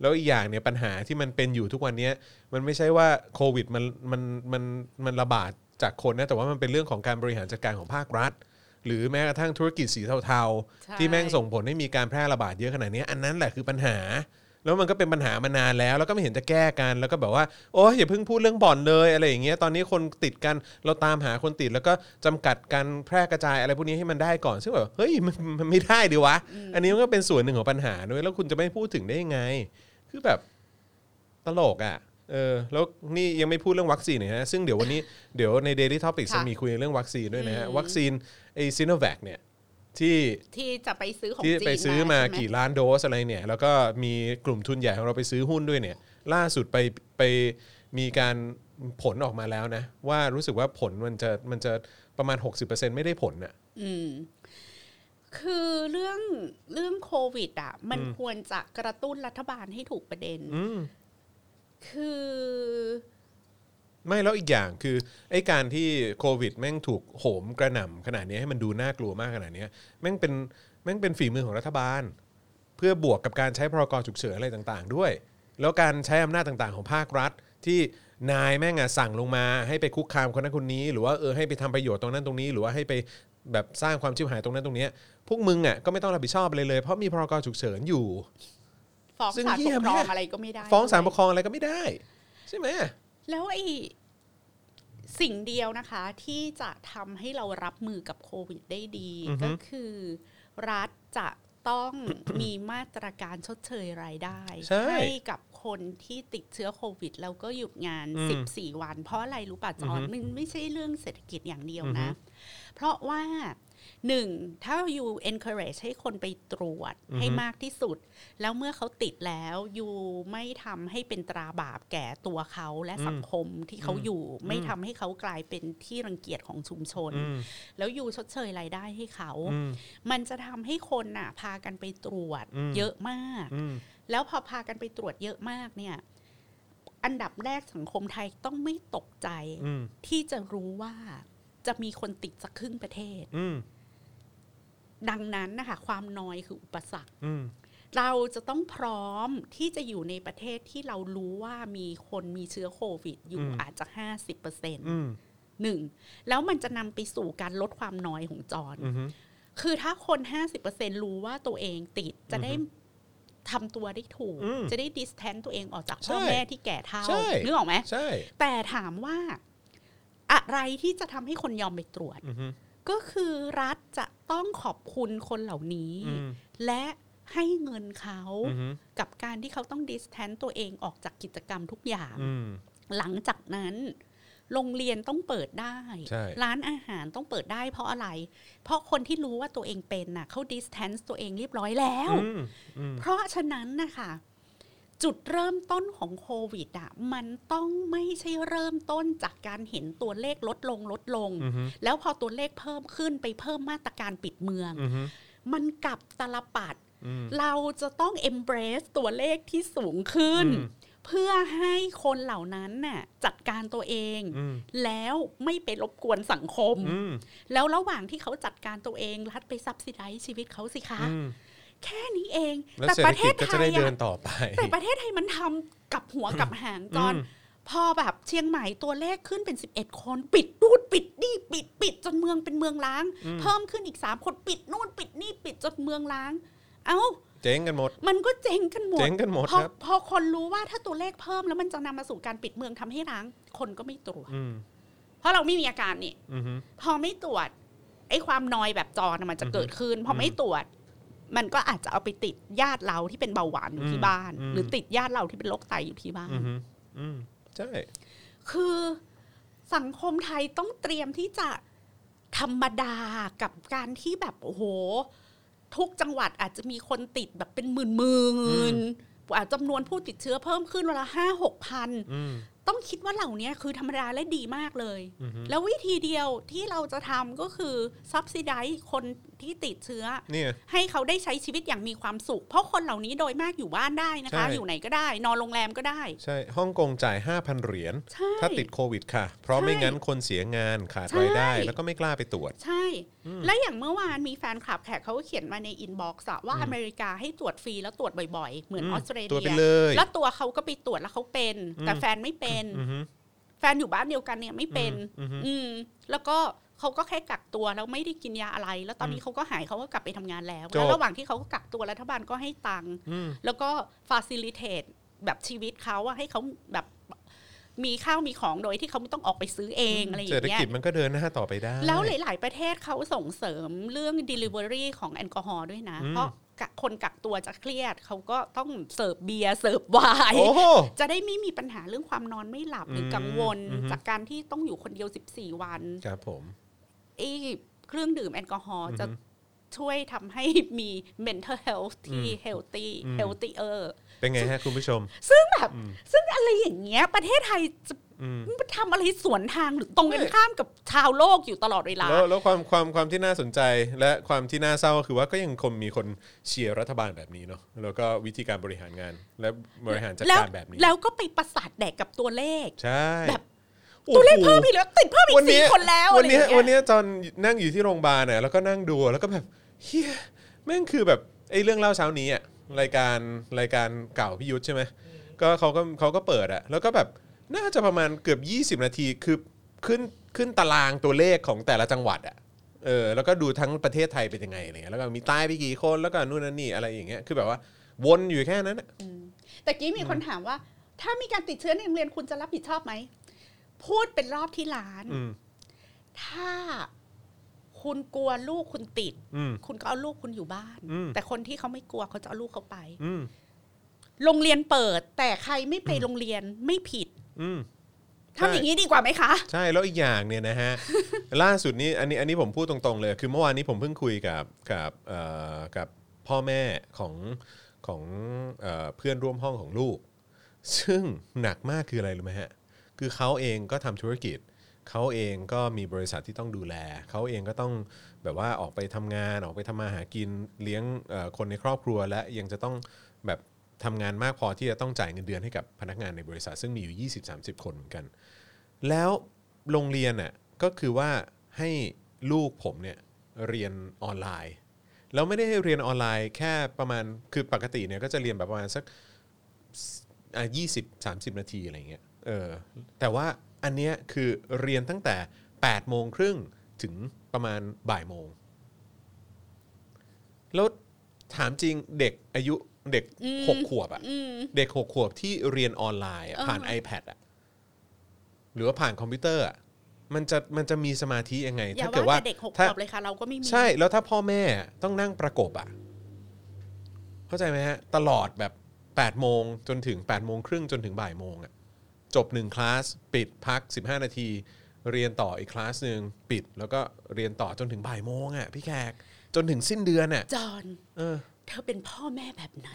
แล้วอีกอย่างเนี่ยปัญหาที่มันเป็นอยู่ทุกวันเนี้ยมันไม่ใช่ว่าโควิดมันมันมันมันระบาดจากคนนะแต่ว่ามันเป็นเรื่องของการบริหารจัดการของภาครัฐ หรือแม้กระทั่งธุรกิจสีเทา ใช่ ๆ ที่แม่งส่งผลให้มีการแพร่ระบาดเยอะขนาดเนี้ยอันนั้นแหละคือปัญหา แล้วมันก็เป็นปัญหามานานแล้ว แล้วก็ไม่เห็นจะแก้กันแล้วก็แบบว่าโอ้ยอย่าเพิ่งพูดเรื่องบ่อนเลยอะไรอย่างเงี้ยตอนนี้คนติดกันเราตามหาคนติดแล้วก็จำกัดการแพร่กระจายอะไรพวกนี้ให้มันได้ก่อนซึ่งแบบเฮ้ยมันมันไม่ได้ดิวะ อันนี้มันก็เป็นส่วนหนึ่งของปัญหาด้วยแล้วคุณจะไม่พูดถึงได้ยังไง คือแบบตลกอ่ะเออแล้วนี่ยังไม่พูดเรื่องวัคซีนเลยนะซึ่งเดี๋ยววันนี้ เดี๋ยวใน Daily Topic จะ ค่ะ มีคุยเรื่องวัคซีนด้วยนะฮะวัคซีนไอซีโนแวคเนี่ยที่ ที่จะไปซื้อของ ที่ จีน ไปซื้อมา ใช่ไห กี่ล้านโดสอะไรเนี่ย แล้วก็มีกลุ่มทุนใหญ่ของเราไปซื้อหุ้นด้วยเนี่ย ล่าสุดไปไปมีการผลออกมาแล้วนะ ว่ารู้สึกว่าผลมันจะมันจะประมาณ 60%ไม่ได้ผลน่ะ อืม คือเรื่องเรื่องโควิด อ่ะ มัน อืม ควรจะกระตุ้นรัฐบาลให้ถูกประเด็น อืม คือ ไม่แล้วอีกอย่างคือไอ้การที่โควิดแม่งถูกโหมกระหน่ำขนาดนี้ให้มันดูน่ากลัวมากขนาดนี้แม่งเป็นแม่งเป็นฝีมือของรัฐบาล เพื่อบวกกับการใช้พรกฉุกเฉินอะไรต่างๆ ด้วย แล้วการใช้อำนาจต่างๆ ของภาครัฐ ที่นายแม่งอะสั่งลงมาให้ไปคุกคามคนนั้นคนนี้ หรือว่าเออให้ไปทำประโยชน์ตรงนั้นตรงนี้ หรือว่าให้ไปแบบสร้างความชิบหายตรงนั้นตรงเนี้ยพวกมึงอะก็ไม่ต้องรับผิดชอบอะไรเลยเพราะมีพรกฉุกเฉินอยู่ ฟ้อง ซึ่ง ศาล เหี้ ปยกครอ มาง ก อะไรก็ไม่ได้ ฟ้องศาล ด้วปยกครองอะไรก็ไม่ได้ ใช่ไหม แล้วไอ้สิ่งเดียวนะคะที่จะทำให้เรารับมือกับโควิดได้ดี อือฮึ ก็คือ รัฐจะต้อง มีมาตรการชดเชยรายได้กับคนที่ติดเชื้อโควิด แล้วก็หยุดงาน อืม 14 วัน เพราะอะไรรู้ป่ะจอนมันไม่ใช่เรื่องเศรษฐกิจอย่างเดียวนะ อือฮึ เพราะว่าหนึ่งถ้าอยู่ encourage ให้คนไปตรวจ อือฮึ ให้มากที่สุด แล้วเมื่อเขาติดแล้วยูไม่ทำให้เป็นตราบาปแก่ตัวเขาและสังคมที่เขาอยู่ ไม่ทำให้เขากลายเป็นที่รังเกียจของชุมชน อืม แล้วยูชดเชยรายได้ให้เขา อืม มันจะทำให้คนน่ะ พากันไปตรวจ อืม เยอะมาก อืม แล้วพอพากันไปตรวจเยอะมากเนี่ย อันดับแรกสังคมไทยต้องไม่ตกใจ อืม ที่จะรู้ว่าจะมีคนติดสักครึ่งประเทศ อืม ดังนั้นนะคะความนอยคืออุปสรรค อืม เราจะต้องพร้อมที่จะอยู่ในประเทศที่เรารู้ว่ามีคนมีเชื้อโควิด อยู่ อืม อาจจะ 50เปอร์เซ็นต์ อืม หนึ่งแล้วมันจะนำไปสู่การลดความน้อยของจอน อืม คือถ้าคน 50เปอร์เซ็นต์รู้ว่าตัวเองติดจะได้ทำตัวได้ถูก อืม จะได้ดิสแทนตัวเองออกจาก ใช่ พ่อแม่ที่แก่เท่า ใช่ นึกออกไหม ใช่ แต่ถามว่าอะไรที่จะทำให้คนยอมไปตรวจ อืม ก็คือรัฐจะต้องขอบคุณคนเหล่านี้ อืม และให้เงินเขา อืม กับการที่เขาต้องดิสแทนตัวเองออกจากกิจกรรมทุกอย่าง อืม หลังจากนั้น โรงเรียนต้องเปิดได้ ใช่ ร้านอาหารต้องเปิดได้เพราะอะไร เพราะคนที่รู้ว่าตัวเองเป็นน่ะเขาดิสแทนซ์ตัวเองเรียบร้อยแล้ว อืมอืม เพราะฉะนั้นนะคะจุดเริ่มต้นของโควิดอ่ะมันต้องไม่ใช่เริ่มต้นจากการเห็นตัวเลขลดลงลดลง อืม แล้วพอตัวเลขเพิ่มขึ้นไปเพิ่มมาตรการปิดเมือง อืม มันกลับตลปัด อืม เราจะต้อง embrace ตัวเลขที่สูงขึ้น อืม เพื่อให้คนเหล่านั้นน่ะจัดการตัวเอง อืม แล้วไม่ไปรบกวนสังคม อืม แล้วระหว่างที่เขาจัดการตัวเองรัฐไปซับซิไดชีวิตเขาสิคะ อืม แค่นี้เอง แล้ว แต่ เศรษฐประเท กิจ ศ ก็ ไท จะได้ ย เดิ อะ นต่อไป แต่ประเทศไทยมันทำกับหัวกับหางจอน อืม พอแบบเชียงใหม่ตัวเลขขึ้นเป็น 11 คน ปิดรูดปิดนี่ปิดปิดจนเมืองเป็นเมืองล้าง เพิ่มขึ้นอีกสามคนปิดนู่นปิดนี่ปิดจนเมืองล้าง เอ้า เจ๊งกันหมด มันก็เจ๊งกันหมด เจ๊งกันหมด พอ ครับ พอคนรู้ว่าถ้าตัวเลขเพิ่มแล้วมันจะนำมาสู่การปิดเมืองทำให้ล้าง คนก็ไม่ตรวจ อืม เพราะเราไม่มีอาการนี่ อืม พอไม่ตรวจไอ้ความนอยแบบจอนะมันจะ อือฮึ เกิดขึ้น พอไม่ตรวจ มันก็อาจจะเอาไปติดญาติเราที่เป็นเบาหวานอยู่ที่ อืม บ้าน อืม หรือติดญาติเราที่เป็นโรคไตอยู่ที่บ้าน อืมอืมใช่ คือสังคมไทยต้องเตรียมที่จะธรรมดากับการที่แบบโอ้โห ทุกจังหวัดอาจจะมีคนติดแบบเป็นหมื่นๆอาจจำนวนผู้ติดเชื้อเพิ่มขึ้นวันละห้าหกพัน อืม ต้องคิดว่าเหล่านี้คือธรรมดาและดีมากเลย อืม แล้ววิธีเดียวที่เราจะทำก็คือ subsidize คนที่ติดเชื้อ เนี่ย ให้เขาได้ใช้ชีวิตอย่างมีความสุข เพราะคนเหล่านี้โดยมากอยู่บ้านได้นะคะ ใช่ อยู่ไหนก็ได้ นอนโรงแรมก็ได้ ใช่ฮ่องกงจ่าย 5,000 เหรียญ ใช่ ถ้าติดโควิดค่ะ เพราะ ใช่ ไม่งั้นคนเสียงานขาด ใช่ รายได้ แล้วก็ไม่กล้าไปตรวจ ใช่ และอย่างเมื่อวานมีแฟนคลับแขกเขาก็เขียนมาในอินบ็อกซ์ว่า อืม อเมริกาให้ตรวจฟรีแล้วตรวจบ่อยๆ เหมือน อืม ออสเตร ตรวจ เลี ไป ย เลย แล้วตัวเขาก็ไปตรวจแล้วเขาเป็น แต่ อืม แฟนไม่เป็น อือฮึ แฟนอยู่บ้านเดียวกันเนี่ยไม่เป็น อืมอืม อืม แล้วก็เขาก็แค่กักตัวแล้วไม่ได้กินยาอะไร แล้วตอนนี้ อืม เขาก็หายเขาก็กลับไปทำงานแล้ว จบ แล้วระหว่างที่เขากักตัวรัฐบาลก็ให้ตังค์ อืม แล้วก็ฟาซิลิเทตแบบชีวิตเขาอะให้เขาแบบมีข้าวมีของโดยที่เขาไม่ต้องออกไปซื้อเองอะไรอ เศรษฐย่างเงี้ กิจ ย มันก็เดินหน้าต่อไปได้ แล้วหลาย ๆ ประเทศเขาส่งเสริมเรื่อง Delivery ของแอลกอฮอล์ด้วยนะ อืม เพราะกะคนกักตัวจะเครียดเขาก็ต้องเสิร์ฟเบียร์เสิร์ฟไวน์ โอ้โห จะได้ไม่มีปัญหาเรื่องความนอนไม่หลับหรืออ ม กังวล อือฮึ จากการที่ต้องอยู่คนเดียว 14 วัน ครับผม ไอ้เครื่องดื่มแอลกอฮอล์จะ อือฮึ ช่วยทำให้มี mental health ที่ อืม healthy อืม healthier เป็นไงฮะคุณผู้ชม ซึ่งแบบ อืม ซึ่งอะไรอย่างเงี้ย ประเทศไทยจะ อืม ทำอะไรสวนทางหรือตรงกันข้ามกับชาวโลกอยู่ตลอดเวลา แล้วแล้วความความความที่น่าสนใจและความที่น่าเศร้าก็คือว่าก็ยังคงมีคนเชียร์รัฐบาลแบบนี้เนาะแล้วก็วิธีการบริหารงานและบริหารจัด แล้ว การแบบนี้ แล้วก็ไปประสาทแดกกับตัวเลข ใช่ แบบ โอ้ ตัวเลข โห เพิ่มอีกแล้วติดเพิ่มอีกสี่คนแล้ว วั อะไร น อ เนี้ย ย่างเงี้ วั ย นเนี้ยจอนนั่งอยู่ที่โรงพยาบาลน่ะแล้วก็นั่งดูแล้วก็แบบเฮียแม่งคือแบบไอ้เรื่องเล่าเช้านี้อ่ะรายการรายการเก่าพี่ยุทธใช่ไหมก็เขาก็เขาก็เปิดอ่ะแล้วก็แบบน่าจะประมาณเกือบ 20 นาทีคือขึ้นขึ้นตารางตัวเลขของแต่ละจังหวัดอ่ะเออแล้วก็ดูทั้งประเทศไทยเป็นยังไงอะไรเงี้ยแล้วก็มีตายไปกี่คนแล้วก็นู่นนั่นนี่อะไรอย่างเงี้ยคือแบบว่าวนอยู่แค่นั้นอะ แต่กี้มีคนถามว่า ถ้ามีการติดเชื้อในโรงเรียนคุณจะรับผิดชอบไหม พูดเป็นรอบที่ร้าน อืม ถ้าคุณกลัวลูกคุณติด อืม คุณก็เอาลูกคุณอยู่บ้าน อืม แต่คนที่เขาไม่กลัวเขาจะเอาลูกเขาไป อืม โรงเรียนเปิด แต่ใครไม่ไปโรงเรียนไม่ผิด อืม ทำอย่างนี้ดีกว่าไหมคะ ใช่แล้วอีกอย่างเนี่ยนะฮ ะ ล่าสุดนี้อันนี้อันนี้ผมพูดตรงๆเลย คือเมื่อวานนี้ผมเพิ่งคุยกับกับเอ่อกับพ่อแม่ของของเอ่อเพื่อนร่วมห้องของลูก ซึ่งหนักมากคืออะไรรู้ไหมฮะ คือเขาเองก็ทำธุรกิจ เขาเองก็มีบริษัทที่ต้องดูแล เขาเองก็ต้องแบบว่าออกไปทำงานออกไปทำมาหากินเลี้ยงเอ่อคนในครอบครัว และยังจะต้องแบบทำงานมากพอที่จะต้องจ่ายเงินเดือนให้กับพนักงานในบริษัท ซึ่งมีอยู่ 20-30 คนเหมือนกัน แล้วโรงเรียนน่ะก็คือว่าให้ลูกผมเนี่ยเรียนออนไลน์ แล้วไม่ได้ให้เรียนออนไลน์แค่ประมาณคือปกติเนี่ยก็จะเรียนแบบประมาณสักยี่สิบสามสิบนาทีอะไรอย่างเงี้ยเออแต่ว่าอันเนี้ยคือเรียนตั้งแต่8ปดโมงครึ่งถึงประมาณบ่ายโมงแล้วถามจริงเด็กอายุเด็ก อืม หกขวบอะ อืม เด็กหกขวบที่เรียนออนไลน์อะ อ่าฮะ ผ่าน iPad อะหรือว่าผ่านคอมพิวเตอร์อะมันจะมันจะมีสมาธิยังไง อย่า ถ้าเกิด ว่า ว่า แต่เด็กหกข ถ้าว บเลยค่ะ เราก็ไม่มี ใช่แล้วถ้าพ่อแม่ต้องนั่งประกบอะเข้าใจไหมฮะ ตลอดแบบ8ปดโมงจนถึง8ปดโมงครึ่งจนถึงบ่ายโมงอะจบหนึ่งคลาส ปิดพัก 15 นาที เรียนต่ออีกคลาสหนึ่งปิด แล้วก็เรียนต่อจนถึงบ่ายโมงอะพี่แขกจนถึงสิ้นเดือนอะ จอห์น เออ เธอเป็นพ่อแม่แบบไหน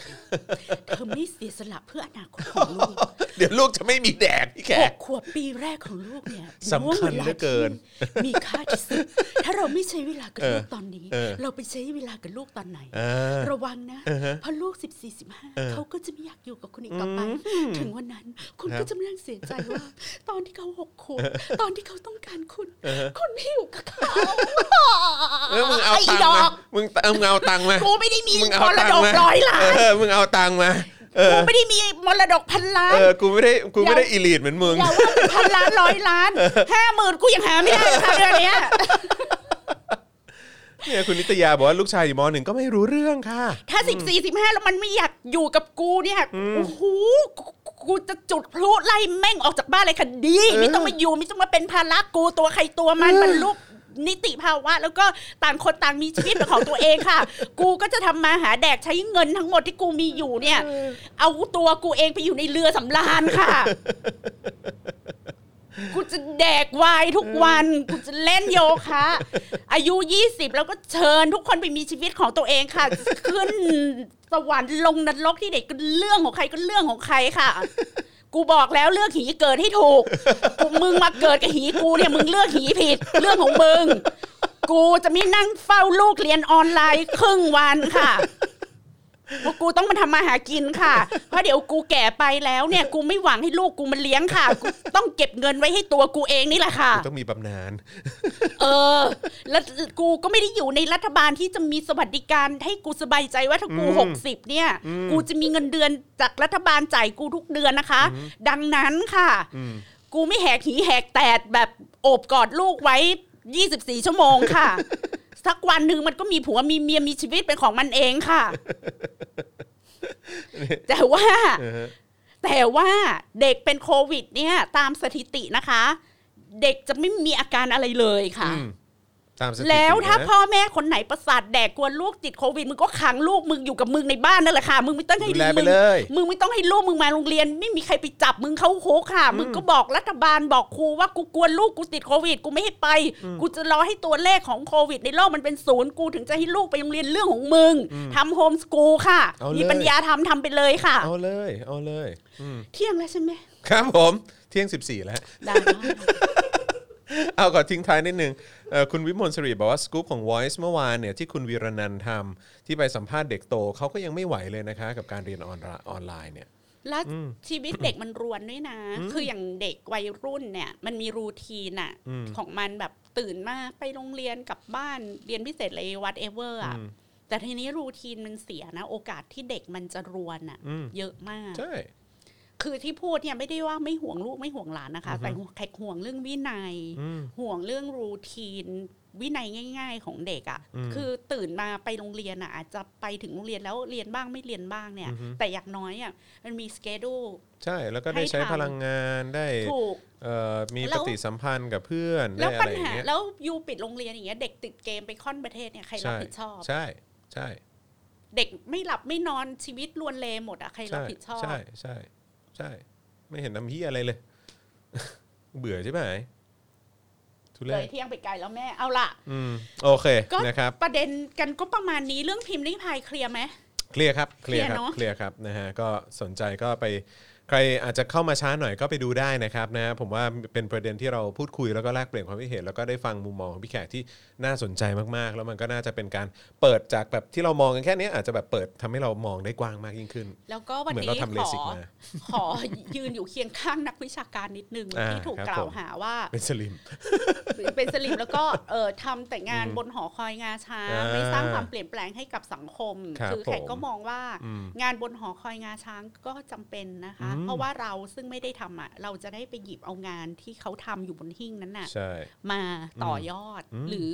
เธอไม่เสียสละเพื่ออนาคตของลูก เดี๋ยวลูกจะไม่มีแดกพี่แข ห ก กขวบปีแรกของลูกเนี่ย สำคัญเหลือเกิน เป็นห่วงเวลาที่มีค่าที่สุดถ้าเราไม่ใช้เวลากับลูก เออ ตอนนี้ เออ เราไปใช้เวลากับลูกตอนไหน เออ ระวังนะ เออฮะ เพราะลูก 14 15 เขาก็จะไม่อยากอยู่กับคุณอีกต่อไป ถึงวันนั้น คุณ ครับ ก็จะมานั่งเสียใจว่า ตอนที่เขาหกขวบตอนที่เขาต้องการคุณ คุณไม่อยู่กับเขา เออมึงเอา ไอ้ ตัง ด ค์ อ มาก มึงเออมึงเอาตังค์มา กูไม่ได้มี มึง ม เอา ร ตั ด งค์ ก มา ร้อยล้าน เออมึงเอาตังค์มาเออ กูไม่ได้มีมรดกพันล้าน เออกูไม่ได้กูไม่ได้อีลีทเหมือนมึง อย่าว่าเป็นพันล้านร้อยล้านห้าหมื่นกูยังหาไม่ได้ค่ะเดือนเนี้ย เนี่ยคุณนิตยาบอกว่าลูกชายอยู่มหนึ่งก็ไม่รู้เรื่องค่ะ ถ้าสิบสี่สิบห้าแล้วมันไม่อยากอยู่กับกูเนี่ยโอ้โหกูกูจะจุดพลุไล่แม่งออกจากบ้านเลยค่ะดีไม่ต้องมาอยู่ไม่ต้องมาเป็นภาระกูตัวใครตัวมันมันลูกนิติภาวะ แล้วก็ต่างคนต่างมีชีวิตเป็นของตัวเอง ค่ะ กูก็จะทำมาหาแดกใช้เงินทั้งหมดที่กูมีอยู่เนี่ย เอาตัวกูเองไปอยู่ในเรือสำราญค่ะ กูจะแดกไวายทุกวัน กูจะเล่นโยคะอายุ 20 แล้วก็เชิญทุกคนไปมีชีวิตของตัวเองค่ะจะขึ้นสวรรค์ลงนรกที่ไหนก็เรื่องของใครก็เรื่องของใครค่ะ กูบอกแล้วเลือกหีเกิดให้ถูก กูมึงมาเกิดกับหีกูเนี่ยมึงเลือกหีผิด เรื่องของมึง กูจะไม่นั่งเฝ้าลูกเรียนออนไลน์ครึ่งวันค่ะเพราะกูต้องมาทำมาหากินค่ะ เพราะเดี๋ยวกูแก่ไปแล้วเนี่ย กูไม่หวังให้ลูกกูมาเลี้ยงค่ะ กูต้องเก็บเงินไว้ให้ตัวกูเองนี่แหละค่ะ ต้องมีบำนาญ เออ แล้วกูก็ไม่ได้อยู่ในรัฐบาลที่จะมีสวัสดิการให้กูสบายใจว่าถ้ากู อืม หกสิบเนี่ย กูจะมีเงินเดือนจากรัฐบาลจ่ายกูทุกเดือนนะคะ ดังนั้นค่ะ อืม กูไม่แหกหีแหกแตดแบบโอบกอดลูกไว้ 24 ชั่วโมง ค่ะ สักวันหนึ่งมันก็มีผัวมีเมียมีชีวิตเป็นของมันเองค่ะ แต่ว่า เออฮะ แต่ว่าเด็กเป็นโควิด เนี่ย ตามสถิตินะคะ เด็กจะไม่มีอาการอะไรเลยค่ะ อืมตามสถิติ แล้วถ้า นะ พ่อแม่คนไหนประสาทแดกกลัวลูกติดโควิดมึงก็ขังลูกมึงอยู่กับมึงในบ้านนั่นแหละค่ะ มึงไม่ต้องให้ ดูแลไป มึง เลย มึงไม่ต้องให้ลูกมึงมาโรงเรียน ไม่มีใครไปจับมึงเข้าคุกค่ะ มึงก็บอกรัฐบาลบอกครูว่ากูกลัวลูกกูติดโควิด กูไม่ให้ไป กูจะรอให้ตัวเลขของโควิด ในโลกมันเป็นศูนย์กูถึงจะให้ลูกไปโรงเรียนเรื่องของมึงทำโฮมสกูลค่ะ เอาเลย มีปัญญาทำทำไปเลยค่ะ เอาเลยเอาเลยอืม เที่ยงแล้วใช่ไหม ครับผมเที่ยง 14 แล้ว ได้ได้ เอาก่อนทิ้งท้ายนิดนึงเอ่อคุณวิมลสิริบอกว่าสกู๊ปของ Voice เมื่อวานเนี่ยที่คุณวีรนันท์ทำที่ไปสัมภาษณ์เด็กโตเขาก็ยังไม่ไหวเลยนะคะ กับการเรียนออนไลน์ออนไลน์เนี่ย แล้วชีวิตเด็กมันรวนด้วยนะ คืออย่างเด็กวัยรุ่นเนี่ย มันมีรูทีนอะของมันแบบตื่นมาไปโรงเรียนกลับบ้านเรียนพิเศษเลยวัดเอเวอร์อะ อืม แต่ทีนี้รูทีนมันเสียนะ โอกาสที่เด็กมันจะรวนอะ อืม เยอะมาก ใช่ คือที่พูดเนี่ยไม่ได้ว่าไม่ห่วงลูกไม่ห่วงหลานนะคะ แต่แขกห่วงเรื่องวินัย อืม ห่วงเรื่องรูทีน วินัยง่าย ๆ ของเด็กอะ่ะ อืม คือตื่นมาไปโรงเรียนอะ่ะอาจจะไปถึงโรงเรียนแล้วเรียนบ้างไม่เรียนบ้างเนี่ย อือฮึ แต่อย่างน้อยอะ่ะมันมีสเกดู ใช่แล้วก็ได้ ให้ ใช้ ทำ พลังงานได้ ถูก เอ่อมี แล้ ป ว ฏิสัมพันธ์กับเพื่อน แล้ ได้ ว อะ ปัญ ไรอย่า หาง เงี้ย แล้วยูปิดโรงเรียนอย่างเงี้ยเด็กติดเกมไปค่อนประเทศเนี่ยใครรับ ใช่ ผิดชอบ ใช่ใช่ เด็กไม่หลับไม่นอนชีวิตลวนเลหมดอะ่ะใครรับ ใช่ ผิดชอบ ใช่ใช่ใช่ ไม่เห็นทำที่อะไรเลย เบื่อใช่ไหมทุ เล เล่ ยเที่ยงไปไกลแล้วแม่เอาล่ะ อืมโอเค ก็ นะครับ ประเด็นกันก็ประมาณนี้เรื่องพิมพ์ริพายเคลียร์ไหม เคลียร์ครับ เคลียร์ครับ เคลียร์เนอะ เคลียร์ครับนะฮะ ก็สนใจก็ไปใครอาจจะเข้ามาช้าหน่อยก็ไปดูได้นะครับนะฮะผมว่าเป็นประเด็นที่เราพูดคุยแล้วก็แลกเปลี่ยนความคิดเห็นแล้วก็ได้ฟังมุมมองของพี่แขกที่น่าสนใจมากๆ แล้วมันก็น่าจะเป็นการเปิดจากแบบที่เรามองกันแค่เนี้ยอาจจะแบบเปิดทำให้เรามองได้กว้างมากยิ่งขึ้น แล้วก็วัน เหมือน นี้ เราทำ ขอ LASIK มา ขอยืนอยู่เคียงข้างนักวิชาการนิดนึง อ่า ที่ถูก ครับ กล่า ผ ว ม หาว่า เป็นสลิม เป็นสลิมแล้วก็เออทำแต่งานบนหอคอยงาช้าง อ่า ไม่สร้างความเปลี่ยนแปลงให้กับสังคม ครับ อแขก ผม ก็มองว่า อืม งานบนหอคอยงาช้างก็จำเป็นนะคะ อืม เพราะว่าเราซึ่งไม่ได้ทำอ่ะเราจะได้ไปหยิบเอางานที่เขาทำอยู่บนหิ้งนั้นน่ะ ใช่ มาต่อยอด อืม หรือ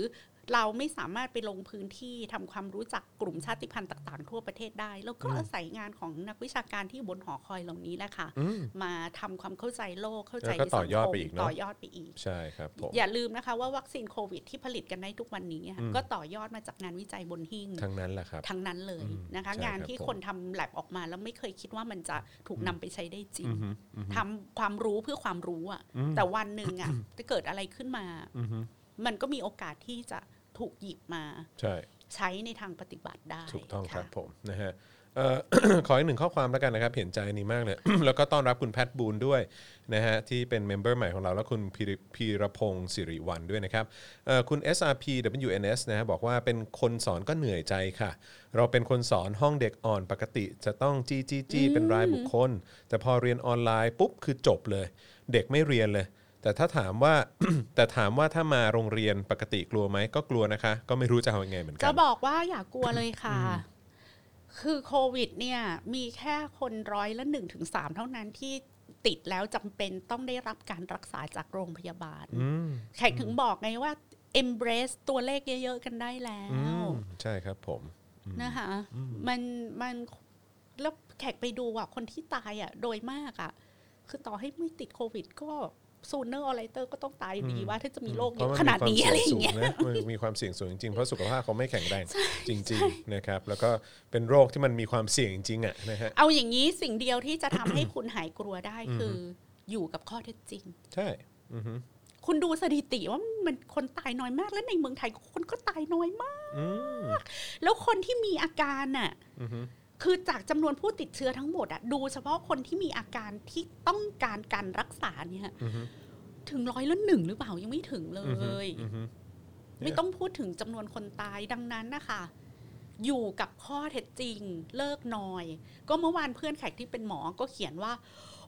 เราไม่สามารถไปลงพื้นที่ทำความรู้จักกลุ่มชาติพันธุ์ต่าง ๆ ทั่วประเทศได้ แล้วก็ อืม อาศัยงานของนักวิชาการที่อยู่บนหอคอยเหล่านี้แหละค่ะ อืม มาทำความเข้าใจโลกเข้าใจ แล้วก็ต่อยอด สังคม ไปอีกเนอะ ต่อยอดไปอีก ใช่ครับผม อย่าลืมนะคะว่าวัคซีนโควิดที่ผลิตกันได้ทุกวันนี้อะ อืม ก็ต่อยอดมาจากงานวิจัยบนหิ้ง ทั้งนั้นแหละครับ ทั้งนั้นเลย อืม นะคะ ใช่ครับ งานที่ ผม คนทำแลบออกมาแล้วไม่เคยคิดว่ามันจะถูกนำไปใช้ได้จริง อือฮึอือฮึ ทำความรู้เพื่อความรู้อะ อืม แต่วันหนึ่งอะจะเกิดอะไรขึ้นมา อือฮึ มันก็มีโอกาสที่จะถูกหยิบมา ใช่ ใช้ในทางปฏิบัติได้ ถูกต้อง ะ ครับผมนะฮะเอ่อ ขออีกหนึ่งข้อความแล้วกันนะครับ เห็นใจนี่มากเลย แล้วก็ต้อนรับคุณแพทบูนด้วยนะฮะที่เป็นเมมเบอร์ใหม่ของเรา แล้วคุณพีรพีรพงศ์สิริวันด้วยนะครับเอ่อคุณ SRPWNS นะฮะบอกว่าเป็นคนสอนก็เหนื่อยใจค่ะ เราเป็นคนสอนห้องเด็กอ่อนปกติ จะต้องจี้จี้จี้เป็นรายบุคคล แต่พอเรียนออนไลน์ปุ๊บคือจบเลย เด็กไม่เรียนเลย แต่ถ้าถามว่า แต่ถามว่าถ้ามาโรงเรียนปกติกลัวไหมก็กลัวนะคะ ก็ไม่รู้จะเอายังไงเหมือนกั จะ น บอกว่าอย่ากลัวเลยค่ะ คือโควิดเนี่ย มีแค่คนร้อยละหนึ่งถึงสามเท่านั้นที่ติดแล้วจำเป็นต้องได้รับการรักษาจากโรงพยาบาล อืม แขกถึงบอกไงว่า embrace ตัวเลขเยอะๆกันได้แล้ อื ว มใช่ครับผม นะคะมันมันแล้วแขกไปดูอ่ะคนที่ตายอ่ะโดยมากอ่ะ คือต่อให้ไม่ติดโควิด ก็ซูเนอร์ออไลเตอร์ก็ต้องตายอยู่ดี อืม ว่าถ้าจะมีโรค เพ เย ราะ อะ มั ขนาดนี้อะไรอย่างเงี้ย มีความสี่งสูงนะมันมีความเสี่ยงสูงจริงๆ เพราะสุขภาพเขาไม่แข็งแรงจริงๆนะครับ แล้วก็เป็นโรคที่มันมีความเสี่ยงจริงๆอ่ะนะฮะ เอาอย่างนี้สิ่งเดียวที่จะทำ ให้คุณหายกลัวได้ อืม คืออยู่กับข้อเท็จจริง ใช่อือฮึ คุณดูสถิติว่ามันคนตายน้อยมาก และในเมืองไทยคนก็ตายน้อยมาก อืม แล้วคนที่มีอาการน่ะ อือฮึ คือจากจำนวนผู้ติดเชื้อทั้งหมดอะดูเฉพาะคนที่มีอาการที่ต้องการการรักษาเนี่ย อือฮึ ถึงร้อยละหนึ่งหรือเปล่ายังไม่ถึงเล อือฮึ ย อือฮึ ไม่ต้องพูดถึงจำนวนคนตายดังนั้นนะคะ อยู่กับข้อเท็จจริง เลิกนอย ก็เมื่อวานเพื่อนแขกที่เป็นหมอก็เขียนว่า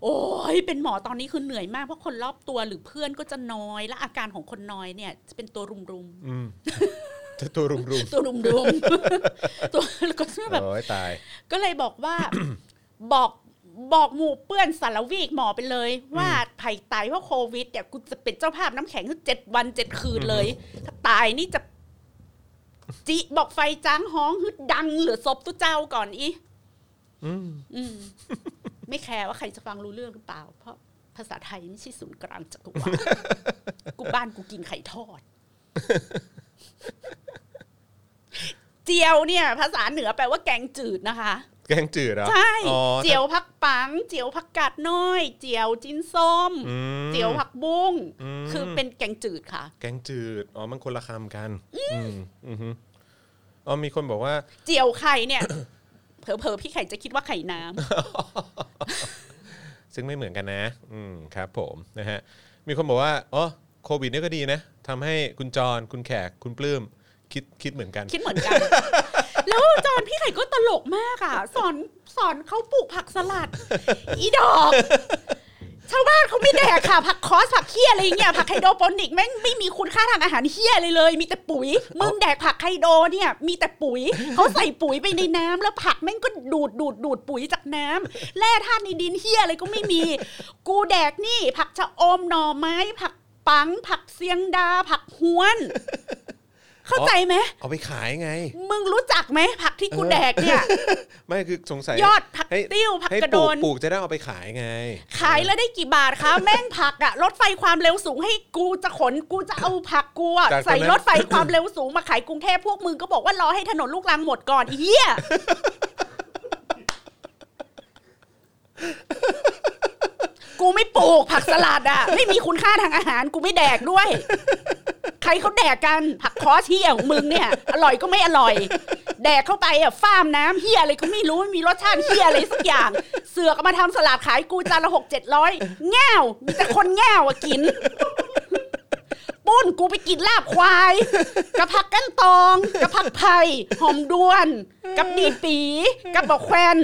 โอ้ยเป็นหมอตอนนี้คือเหนื่อยมากเพราะคนรอบตัวหรือเพื่อนก็จะนอย และอาการของคนนอยเนี่ยจะเป็นตัวรุมรุม อืมจะตัวรุม ๆตัวรุมรุมๆ ตัวแล้วก็ ๆ แบบ โอ้ยตาย ก็เลยบอกว่า บอกบอกหมู่เปื้อนสารวีกหมอไปเลย ว่าไผ่ตายเพราะโควิดเนี่ยกูจะเป็นเจ้าภาพน้ำแข็งคือเจ็ดวันเจ็ดคืนเลย ถ้าตายนี่จะจิบอกไฟจ้างห้องฮึดดังเหลือศพตุเจ้าก่อนอี อืม อืม ไม่แคร์ว่าใครจะฟังรู้เรื่องหรือเปล่า เพราะภาษาไทยไม่ใช่ศูนย์กลางจักรวา ลกูบ้านกูกินไข่ทอด เจียวเนี่ย ภาษาเหนือแปลว่าแกงจืดนะคะ แกงจืดเหรอ ใช่ อ๋อ เจียวผักปัง เจียวผักกาดน้อย เจียวจิ้นส้ม อืม เจียวผักบุ้ง อืม คือเป็นแกงจืดค่ะ แกงจืด อ๋อ มันคนละคำกัน อืมอือฮึอ๋อ มีคนบอกว่า เจียวไข่เนี่ย เผลอๆพี่ไข่จะคิดว่าไข่น้ำ ซึ่งไม่เหมือนกันนะ อืมครับผมนะฮะ มีคนบอกว่า อ๋อ โควิดเนี่ยก็ดีนะทำให้คุณจร คุณแขก คุณปลื้ม คิดคิดเหมือนกัน คิดเห มือนกัน แล้วจอนพี่ไข่ก็ตลกมากอ่ะ สอนสอนเขาปลูกผักสลัด อีดอก ชาวบ้านเขาไม่แดกค่ะ ผักคอสผักเคี้ยอะไรอย่างเงี้ยผักไฮโดรโปนิกแม่งไม่มีคุณค่าทางอาหารเคี้ยเลยเลย มีแต่ปุ๋ยมึงแดกผักไฮโดรเนี่ย มีแต่ปุ๋ยเขาใส่ปุ๋ยไปในน้ำแล้วผักแม่งก็ดูดดูดดูดปุ๋ยจากน้ำแร่ธาตุในดินเคี้ยอะไรก็ไม่มี กูแดกนี่ ผักชะอมหน่อไม้ ผักปัง ผักเสียงดา ผักฮวน เข้าใจไหม เอาไปขายไง มึงรู้จักไหมผักที่กูแดกเนี่ย ไม่ คือสงสัย ยอดผัก ให้ ติ้วผัก ให้ กระโด ปลู น ปลูกจะได้เอาไปขายไง ขายแล้วได้กี่บาทคะแม่งผักอะรถไฟความเร็วสูงให้กูจะขนกูจะเอาผักกูอะ จากตรงนั้น ใส่รถไฟความเร็วสูงมาขายกรุงเทพพวกมึงก็บอกว่ารอให้ถนนลูกรังหมดก่อนอีเหี้ย กูไม่ปลูกผักสลัดอะไม่มีคุณค่าทางอาหารกูไม่แดกด้วย ใครเขาแดกกันผักคอสเฮียของมึงเนี่ย อร่อยก็ไม่อร่อย แดกเข้าไปอ่ะฟ้ามน้ำเฮียอะไรก็ไม่รู้ไม่มีรสชาติเฮียอะไรสักอย่าง เสือกเอามาทำสลัดขายกูจานละหกเจ็ดร้อยแง่วมีแต่คนแง่วอ่ะกิน ปุ้นกูไปกินลาบควาย กระพักกันตอง กระพักไผ่หอมด้วน กับดีปีกับบอกแควน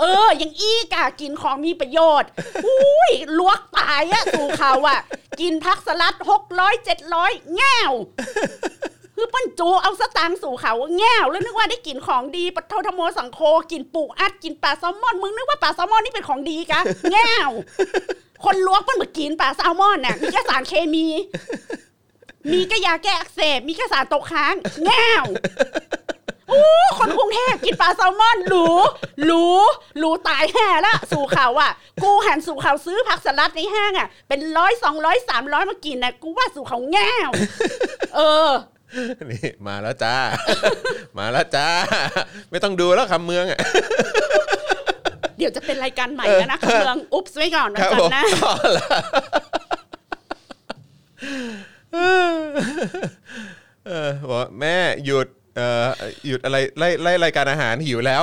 เออ ยังอี้กะกินของมีประโยชน์อุ้ยลวกตายอะสู่เขาอะกินพักสลัดหกร้อยเจ็ดร้อยแง่วคือเปั้นจูเอาสตางค์สู่เขาแง่วแล้วนึกว่าได้กินของดีปะเทาธโมสังโคกินปูอัดกินปลาแซลมอนมึงนึกว่าปลาแซลมอนนี่เป็นของดีกะแง่วคนลวกเปั้นเหมือนกินปลาแซลมอนน่ะมีแค่สารเคมี มีก็ยาแก้อักเสบ มีก็สารตกค้าง แง่วโอ้คนกรุงเทพกินปลาแซลมอนหรูหรูหรูตายแห่ละ สู่เขาอ่ะ กูหันสู่เขาซื้อผักสลัดในห้างอ่ะ เป็นร้อยสองร้อยสามร้อยมากินนะกูว่าสู่เขาแง่วเออ นี่มาแล้วจ้า มาแล้วจ้า ไม่ต้องดูแล้วคำเมืองอ่ะ เดี๋ยวจะเป็นรายการใหม่แล้วนะคำเมืองอุ๊บไว้ก่อนวันคจันทร์นะรับผม เอาล่ะเออบอกว่าแม่หยุดเออ เอ่อหยุดอะไรไล่ไล่รายการอาหารหิวแล้ว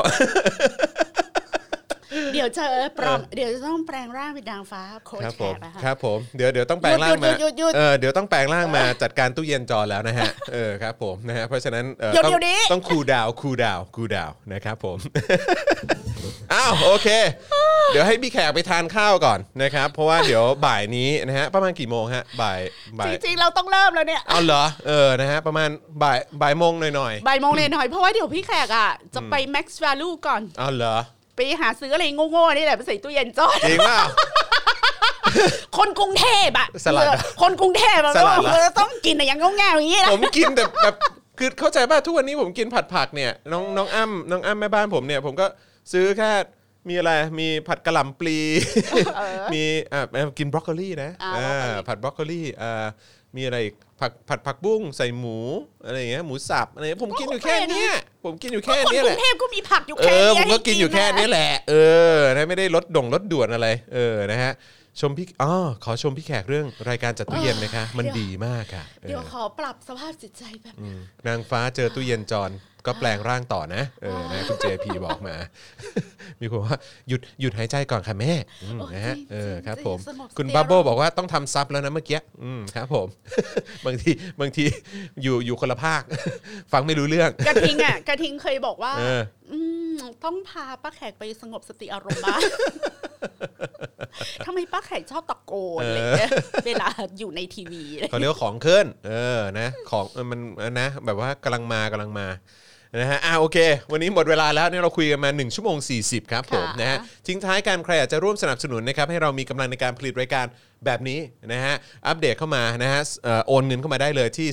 เดี๋ยวจะปลอมเดี๋ยวจะต้องแปลงร่างเป็นดางฟ้าโค้ช ครับผแขม กนะคะ ครับผมเดี๋ยวเดี๋ยวต้องแปลงร่างมา หยุดหยุดหยุดหยุด เออเดี๋ยวต้องแปลงร่างมาจัดการตู้เย็นจอแล้วนะฮะเออครับผมนะฮะเพราะฉะนั้นเออ หยุด ต้อง เดี๋ยวนี้ ต้องคูลดาวน์คูลดาวน์คูลดาวน์นะครับผม อ้าวโอเค เดี๋ยวให้พี่แขกไปทานข้าวก่อนนะครับ เพราะว่าเดี๋ยวบ่ายนี้นะฮะประมาณกี่โมงฮะบ่ายบ่า จ ย ริงๆ เราต้องเริ่มแล้วเนี่ย เอาเหรอเออนะฮะประมาณบ่ายบ่ายโมงหน่อย บ่ายโมงเลยหน่อยเพราะว่าเดี๋ยวพี่แขกอ่ะ จะไป max value ก่อน ๆเอาเหรอ ไปหาซื้ออะไรโง่ๆนี่แหละไปใส่ตู้เย็นจอด จริงเปล่า คนกรุงเทพอะ สลัดอะ คนกรุงเทพอะ สลัดเหรอ เออต้องกินอะอย่างเง่าๆอย่างนี้ ผ นะ มกินแต่แบบคือเข้าใจป่ะทุกวันนี้ผมกินผัดผักเนี่ยน้องน้องอ้ำน้องอ้ำแม่บ้านผมเนี่ยผมก็ซื้อแค่มีอะไรมีผัดกะหล่ำปลี มีอ่ะเอ่อกินบรอกโคลีนะ า อ่า บรอกโคลี ผัดบรอกโคลีอ่ามีอะไรอีกผักผัดผักบุ้งใส่หมูอะไรอย่างเงี้ยหมูสับอะไรอย่างเงี้ยผมกินอยู่แค่เนี้ยผมกินอยู่แค่ คน เนี้ย ก แห รุ ละ งเทพก็มีผักอยู่ เอ แค่ อ นี้ ผมก็ ให้ กินอยู่แค่นี้ ะ แหละ เออนะไม่ได้ลดดงลดด่วนอะไร เออนะฮะชมพี่อ๋อขอชมพี่แขกเรื่องรายการจัดตู้เย็นนะคะมันดีมากค่ะออ เดี๋ยวขอปรับสภาพจิตใจแบบ อืมนางฟ้าเจอตู้เย็นจรก็แปลงร่างต่อนะเออ นะคุณเจพีบอกมา มีคนว่าหยุดหยุดหายใจก่อนค่ะแม่อืม โอ้ย นะฮะ จริงๆ เออ จงๆ ครับผม สงส คุณ ติ บับเบิล อารมณ์ บอกว่าต้องทำซับแล้วนะเมื่อกี้อืมครับผม บางทีบางทีอยู่อยู่คนละภาค ฟังไม่รู้เรื่อง กระทิงอะกระทิงเคยบอกว่า เออ มต้องพาป้าแขกไปสงบสติอารมณ์บ้าง ทำไมป้าแขกชอบตะโกนอะไรเงี้ยเวลาอยู่ในทีวีอะไร เขาเรียกว่าของเคลื่อนเออนะของเออมันเออนะ แบบว่ากำลังมากำลังมานะฮะอ่ะโอเค วันนี้หมดเวลาแล้วเนี่ยเราคุยกันมา1ชั่วโมง 40 ครับผมนะฮะทิ้งท้ายการใครอยากจะร่วมสนับสนุนนะครับ ให้เรามีกำลังในการผลิตรายการแบบนี้นะฮะอัปเดตเข้ามานะฮะเอ่อโอนเงินเข้ามาได้เลยที่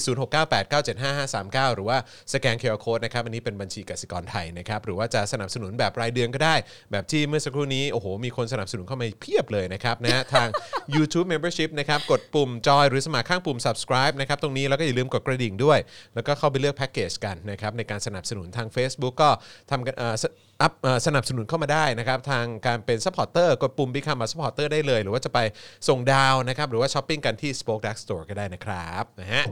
0698975539 หรือว่าสแกนเคอร์โคดนะครับอันนี้เป็นบัญชีกสิกรไทยนะครับหรือว่าจะสนับสนุนแบบรายเดือนก็ได้ แบบที่เมื่อสักครู่นี้โอ้โหมีคนสนับสนุนเข้ามาเพียบเลยนะครับนะฮะทาง YouTube Membership นะครับกดปุ่มจอยหรือสมัครข้างปุ่ม subscribe นะครับตรงนี้แล้วก็อย่าลืมกดกระดิ่งด้วย แล้วก็เข้าไปเลือกแพ็กเกจกันนะครับในการสนับสนุนทาง Facebook ก็ทำกันเอ่อสอัพเอ่อสนับสนุนเข้ามาได้นะครับทางการเป็น supporter กดปุ่ม become a supporter ได้เลย หรือว่าจะไปส่งดาวนะครับหรือว่าช้อปปิ้งกันที่ Spoke Dark Store ก็ได้นะครับนะฮะ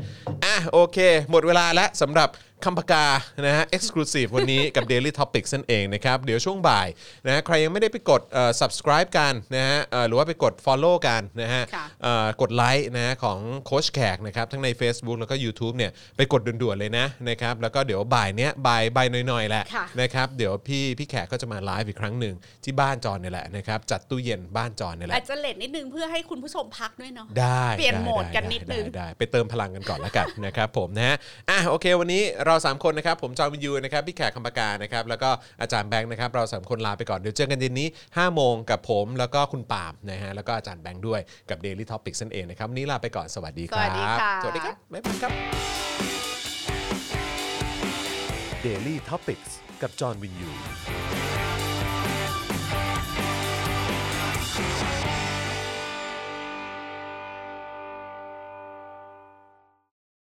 อ่ะโอเค หมดเวลาแล้วสำหรับ คำปากานะฮะ exclusive วันนี้กับ daily topics นั่นเองนะครับ เดี๋ยวช่วงบ่ายนะฮะใครยังไม่ได้ไปกดเอ่อ subscribe กันนะฮะเอ่อหรือว่าไปกด follow กันนะฮะ ค่ะ เอ่อกดไลค์นะฮะของโคชแขกนะครับ ทั้งใน Facebook แล้วก็ YouTube เนี่ยไปกดด่วนๆเลยนะนะครับ แล้วก็เดี๋ยวบ่ายเนี้ยบ่ายบ่ายหน่อยๆแหละ ค่ะ นะครับ เดี๋ยวพี่พี่แขกก็จะมาไลฟ์อีกครั้งหนึ่งที่บ้านจอนเนี่ยแหละนะครับ จัดตู้เย็นบ้านจอนเนี่ยแหละ อาจจะเลทนิดนึงเพื่อให้คุณผู้ชมพักด้วยเนาะ ได้ เปลี่ยน ไ โหมดกัน ไ นิดนึง ไได้ไปเติมพลังกันก่อนแล้วกัน นะครับผมนะฮะอ่ะโอเค วันนี้เราสามคนนะครับผมจอห์นวินยูนะครับพี่แขกคำปากานะครับแล้วก็อาจารย์แบงค์นะครับเราสามคนลาไปก่อนเดี๋ยวเจอกันเย็นนี้5โมงกับผมแล้วก็คุณปาล์มนะฮะแล้วก็อาจารย์แบงค์ด้วยกับ Daily Topics นั่นเองนะครับวันนี้ลาไปก่อนสวัสดีค ส รับ วัสดีค่ะ สวัสดีครับบ๊ายบายครับ Daily t o p i c กกับจอห์นวินยู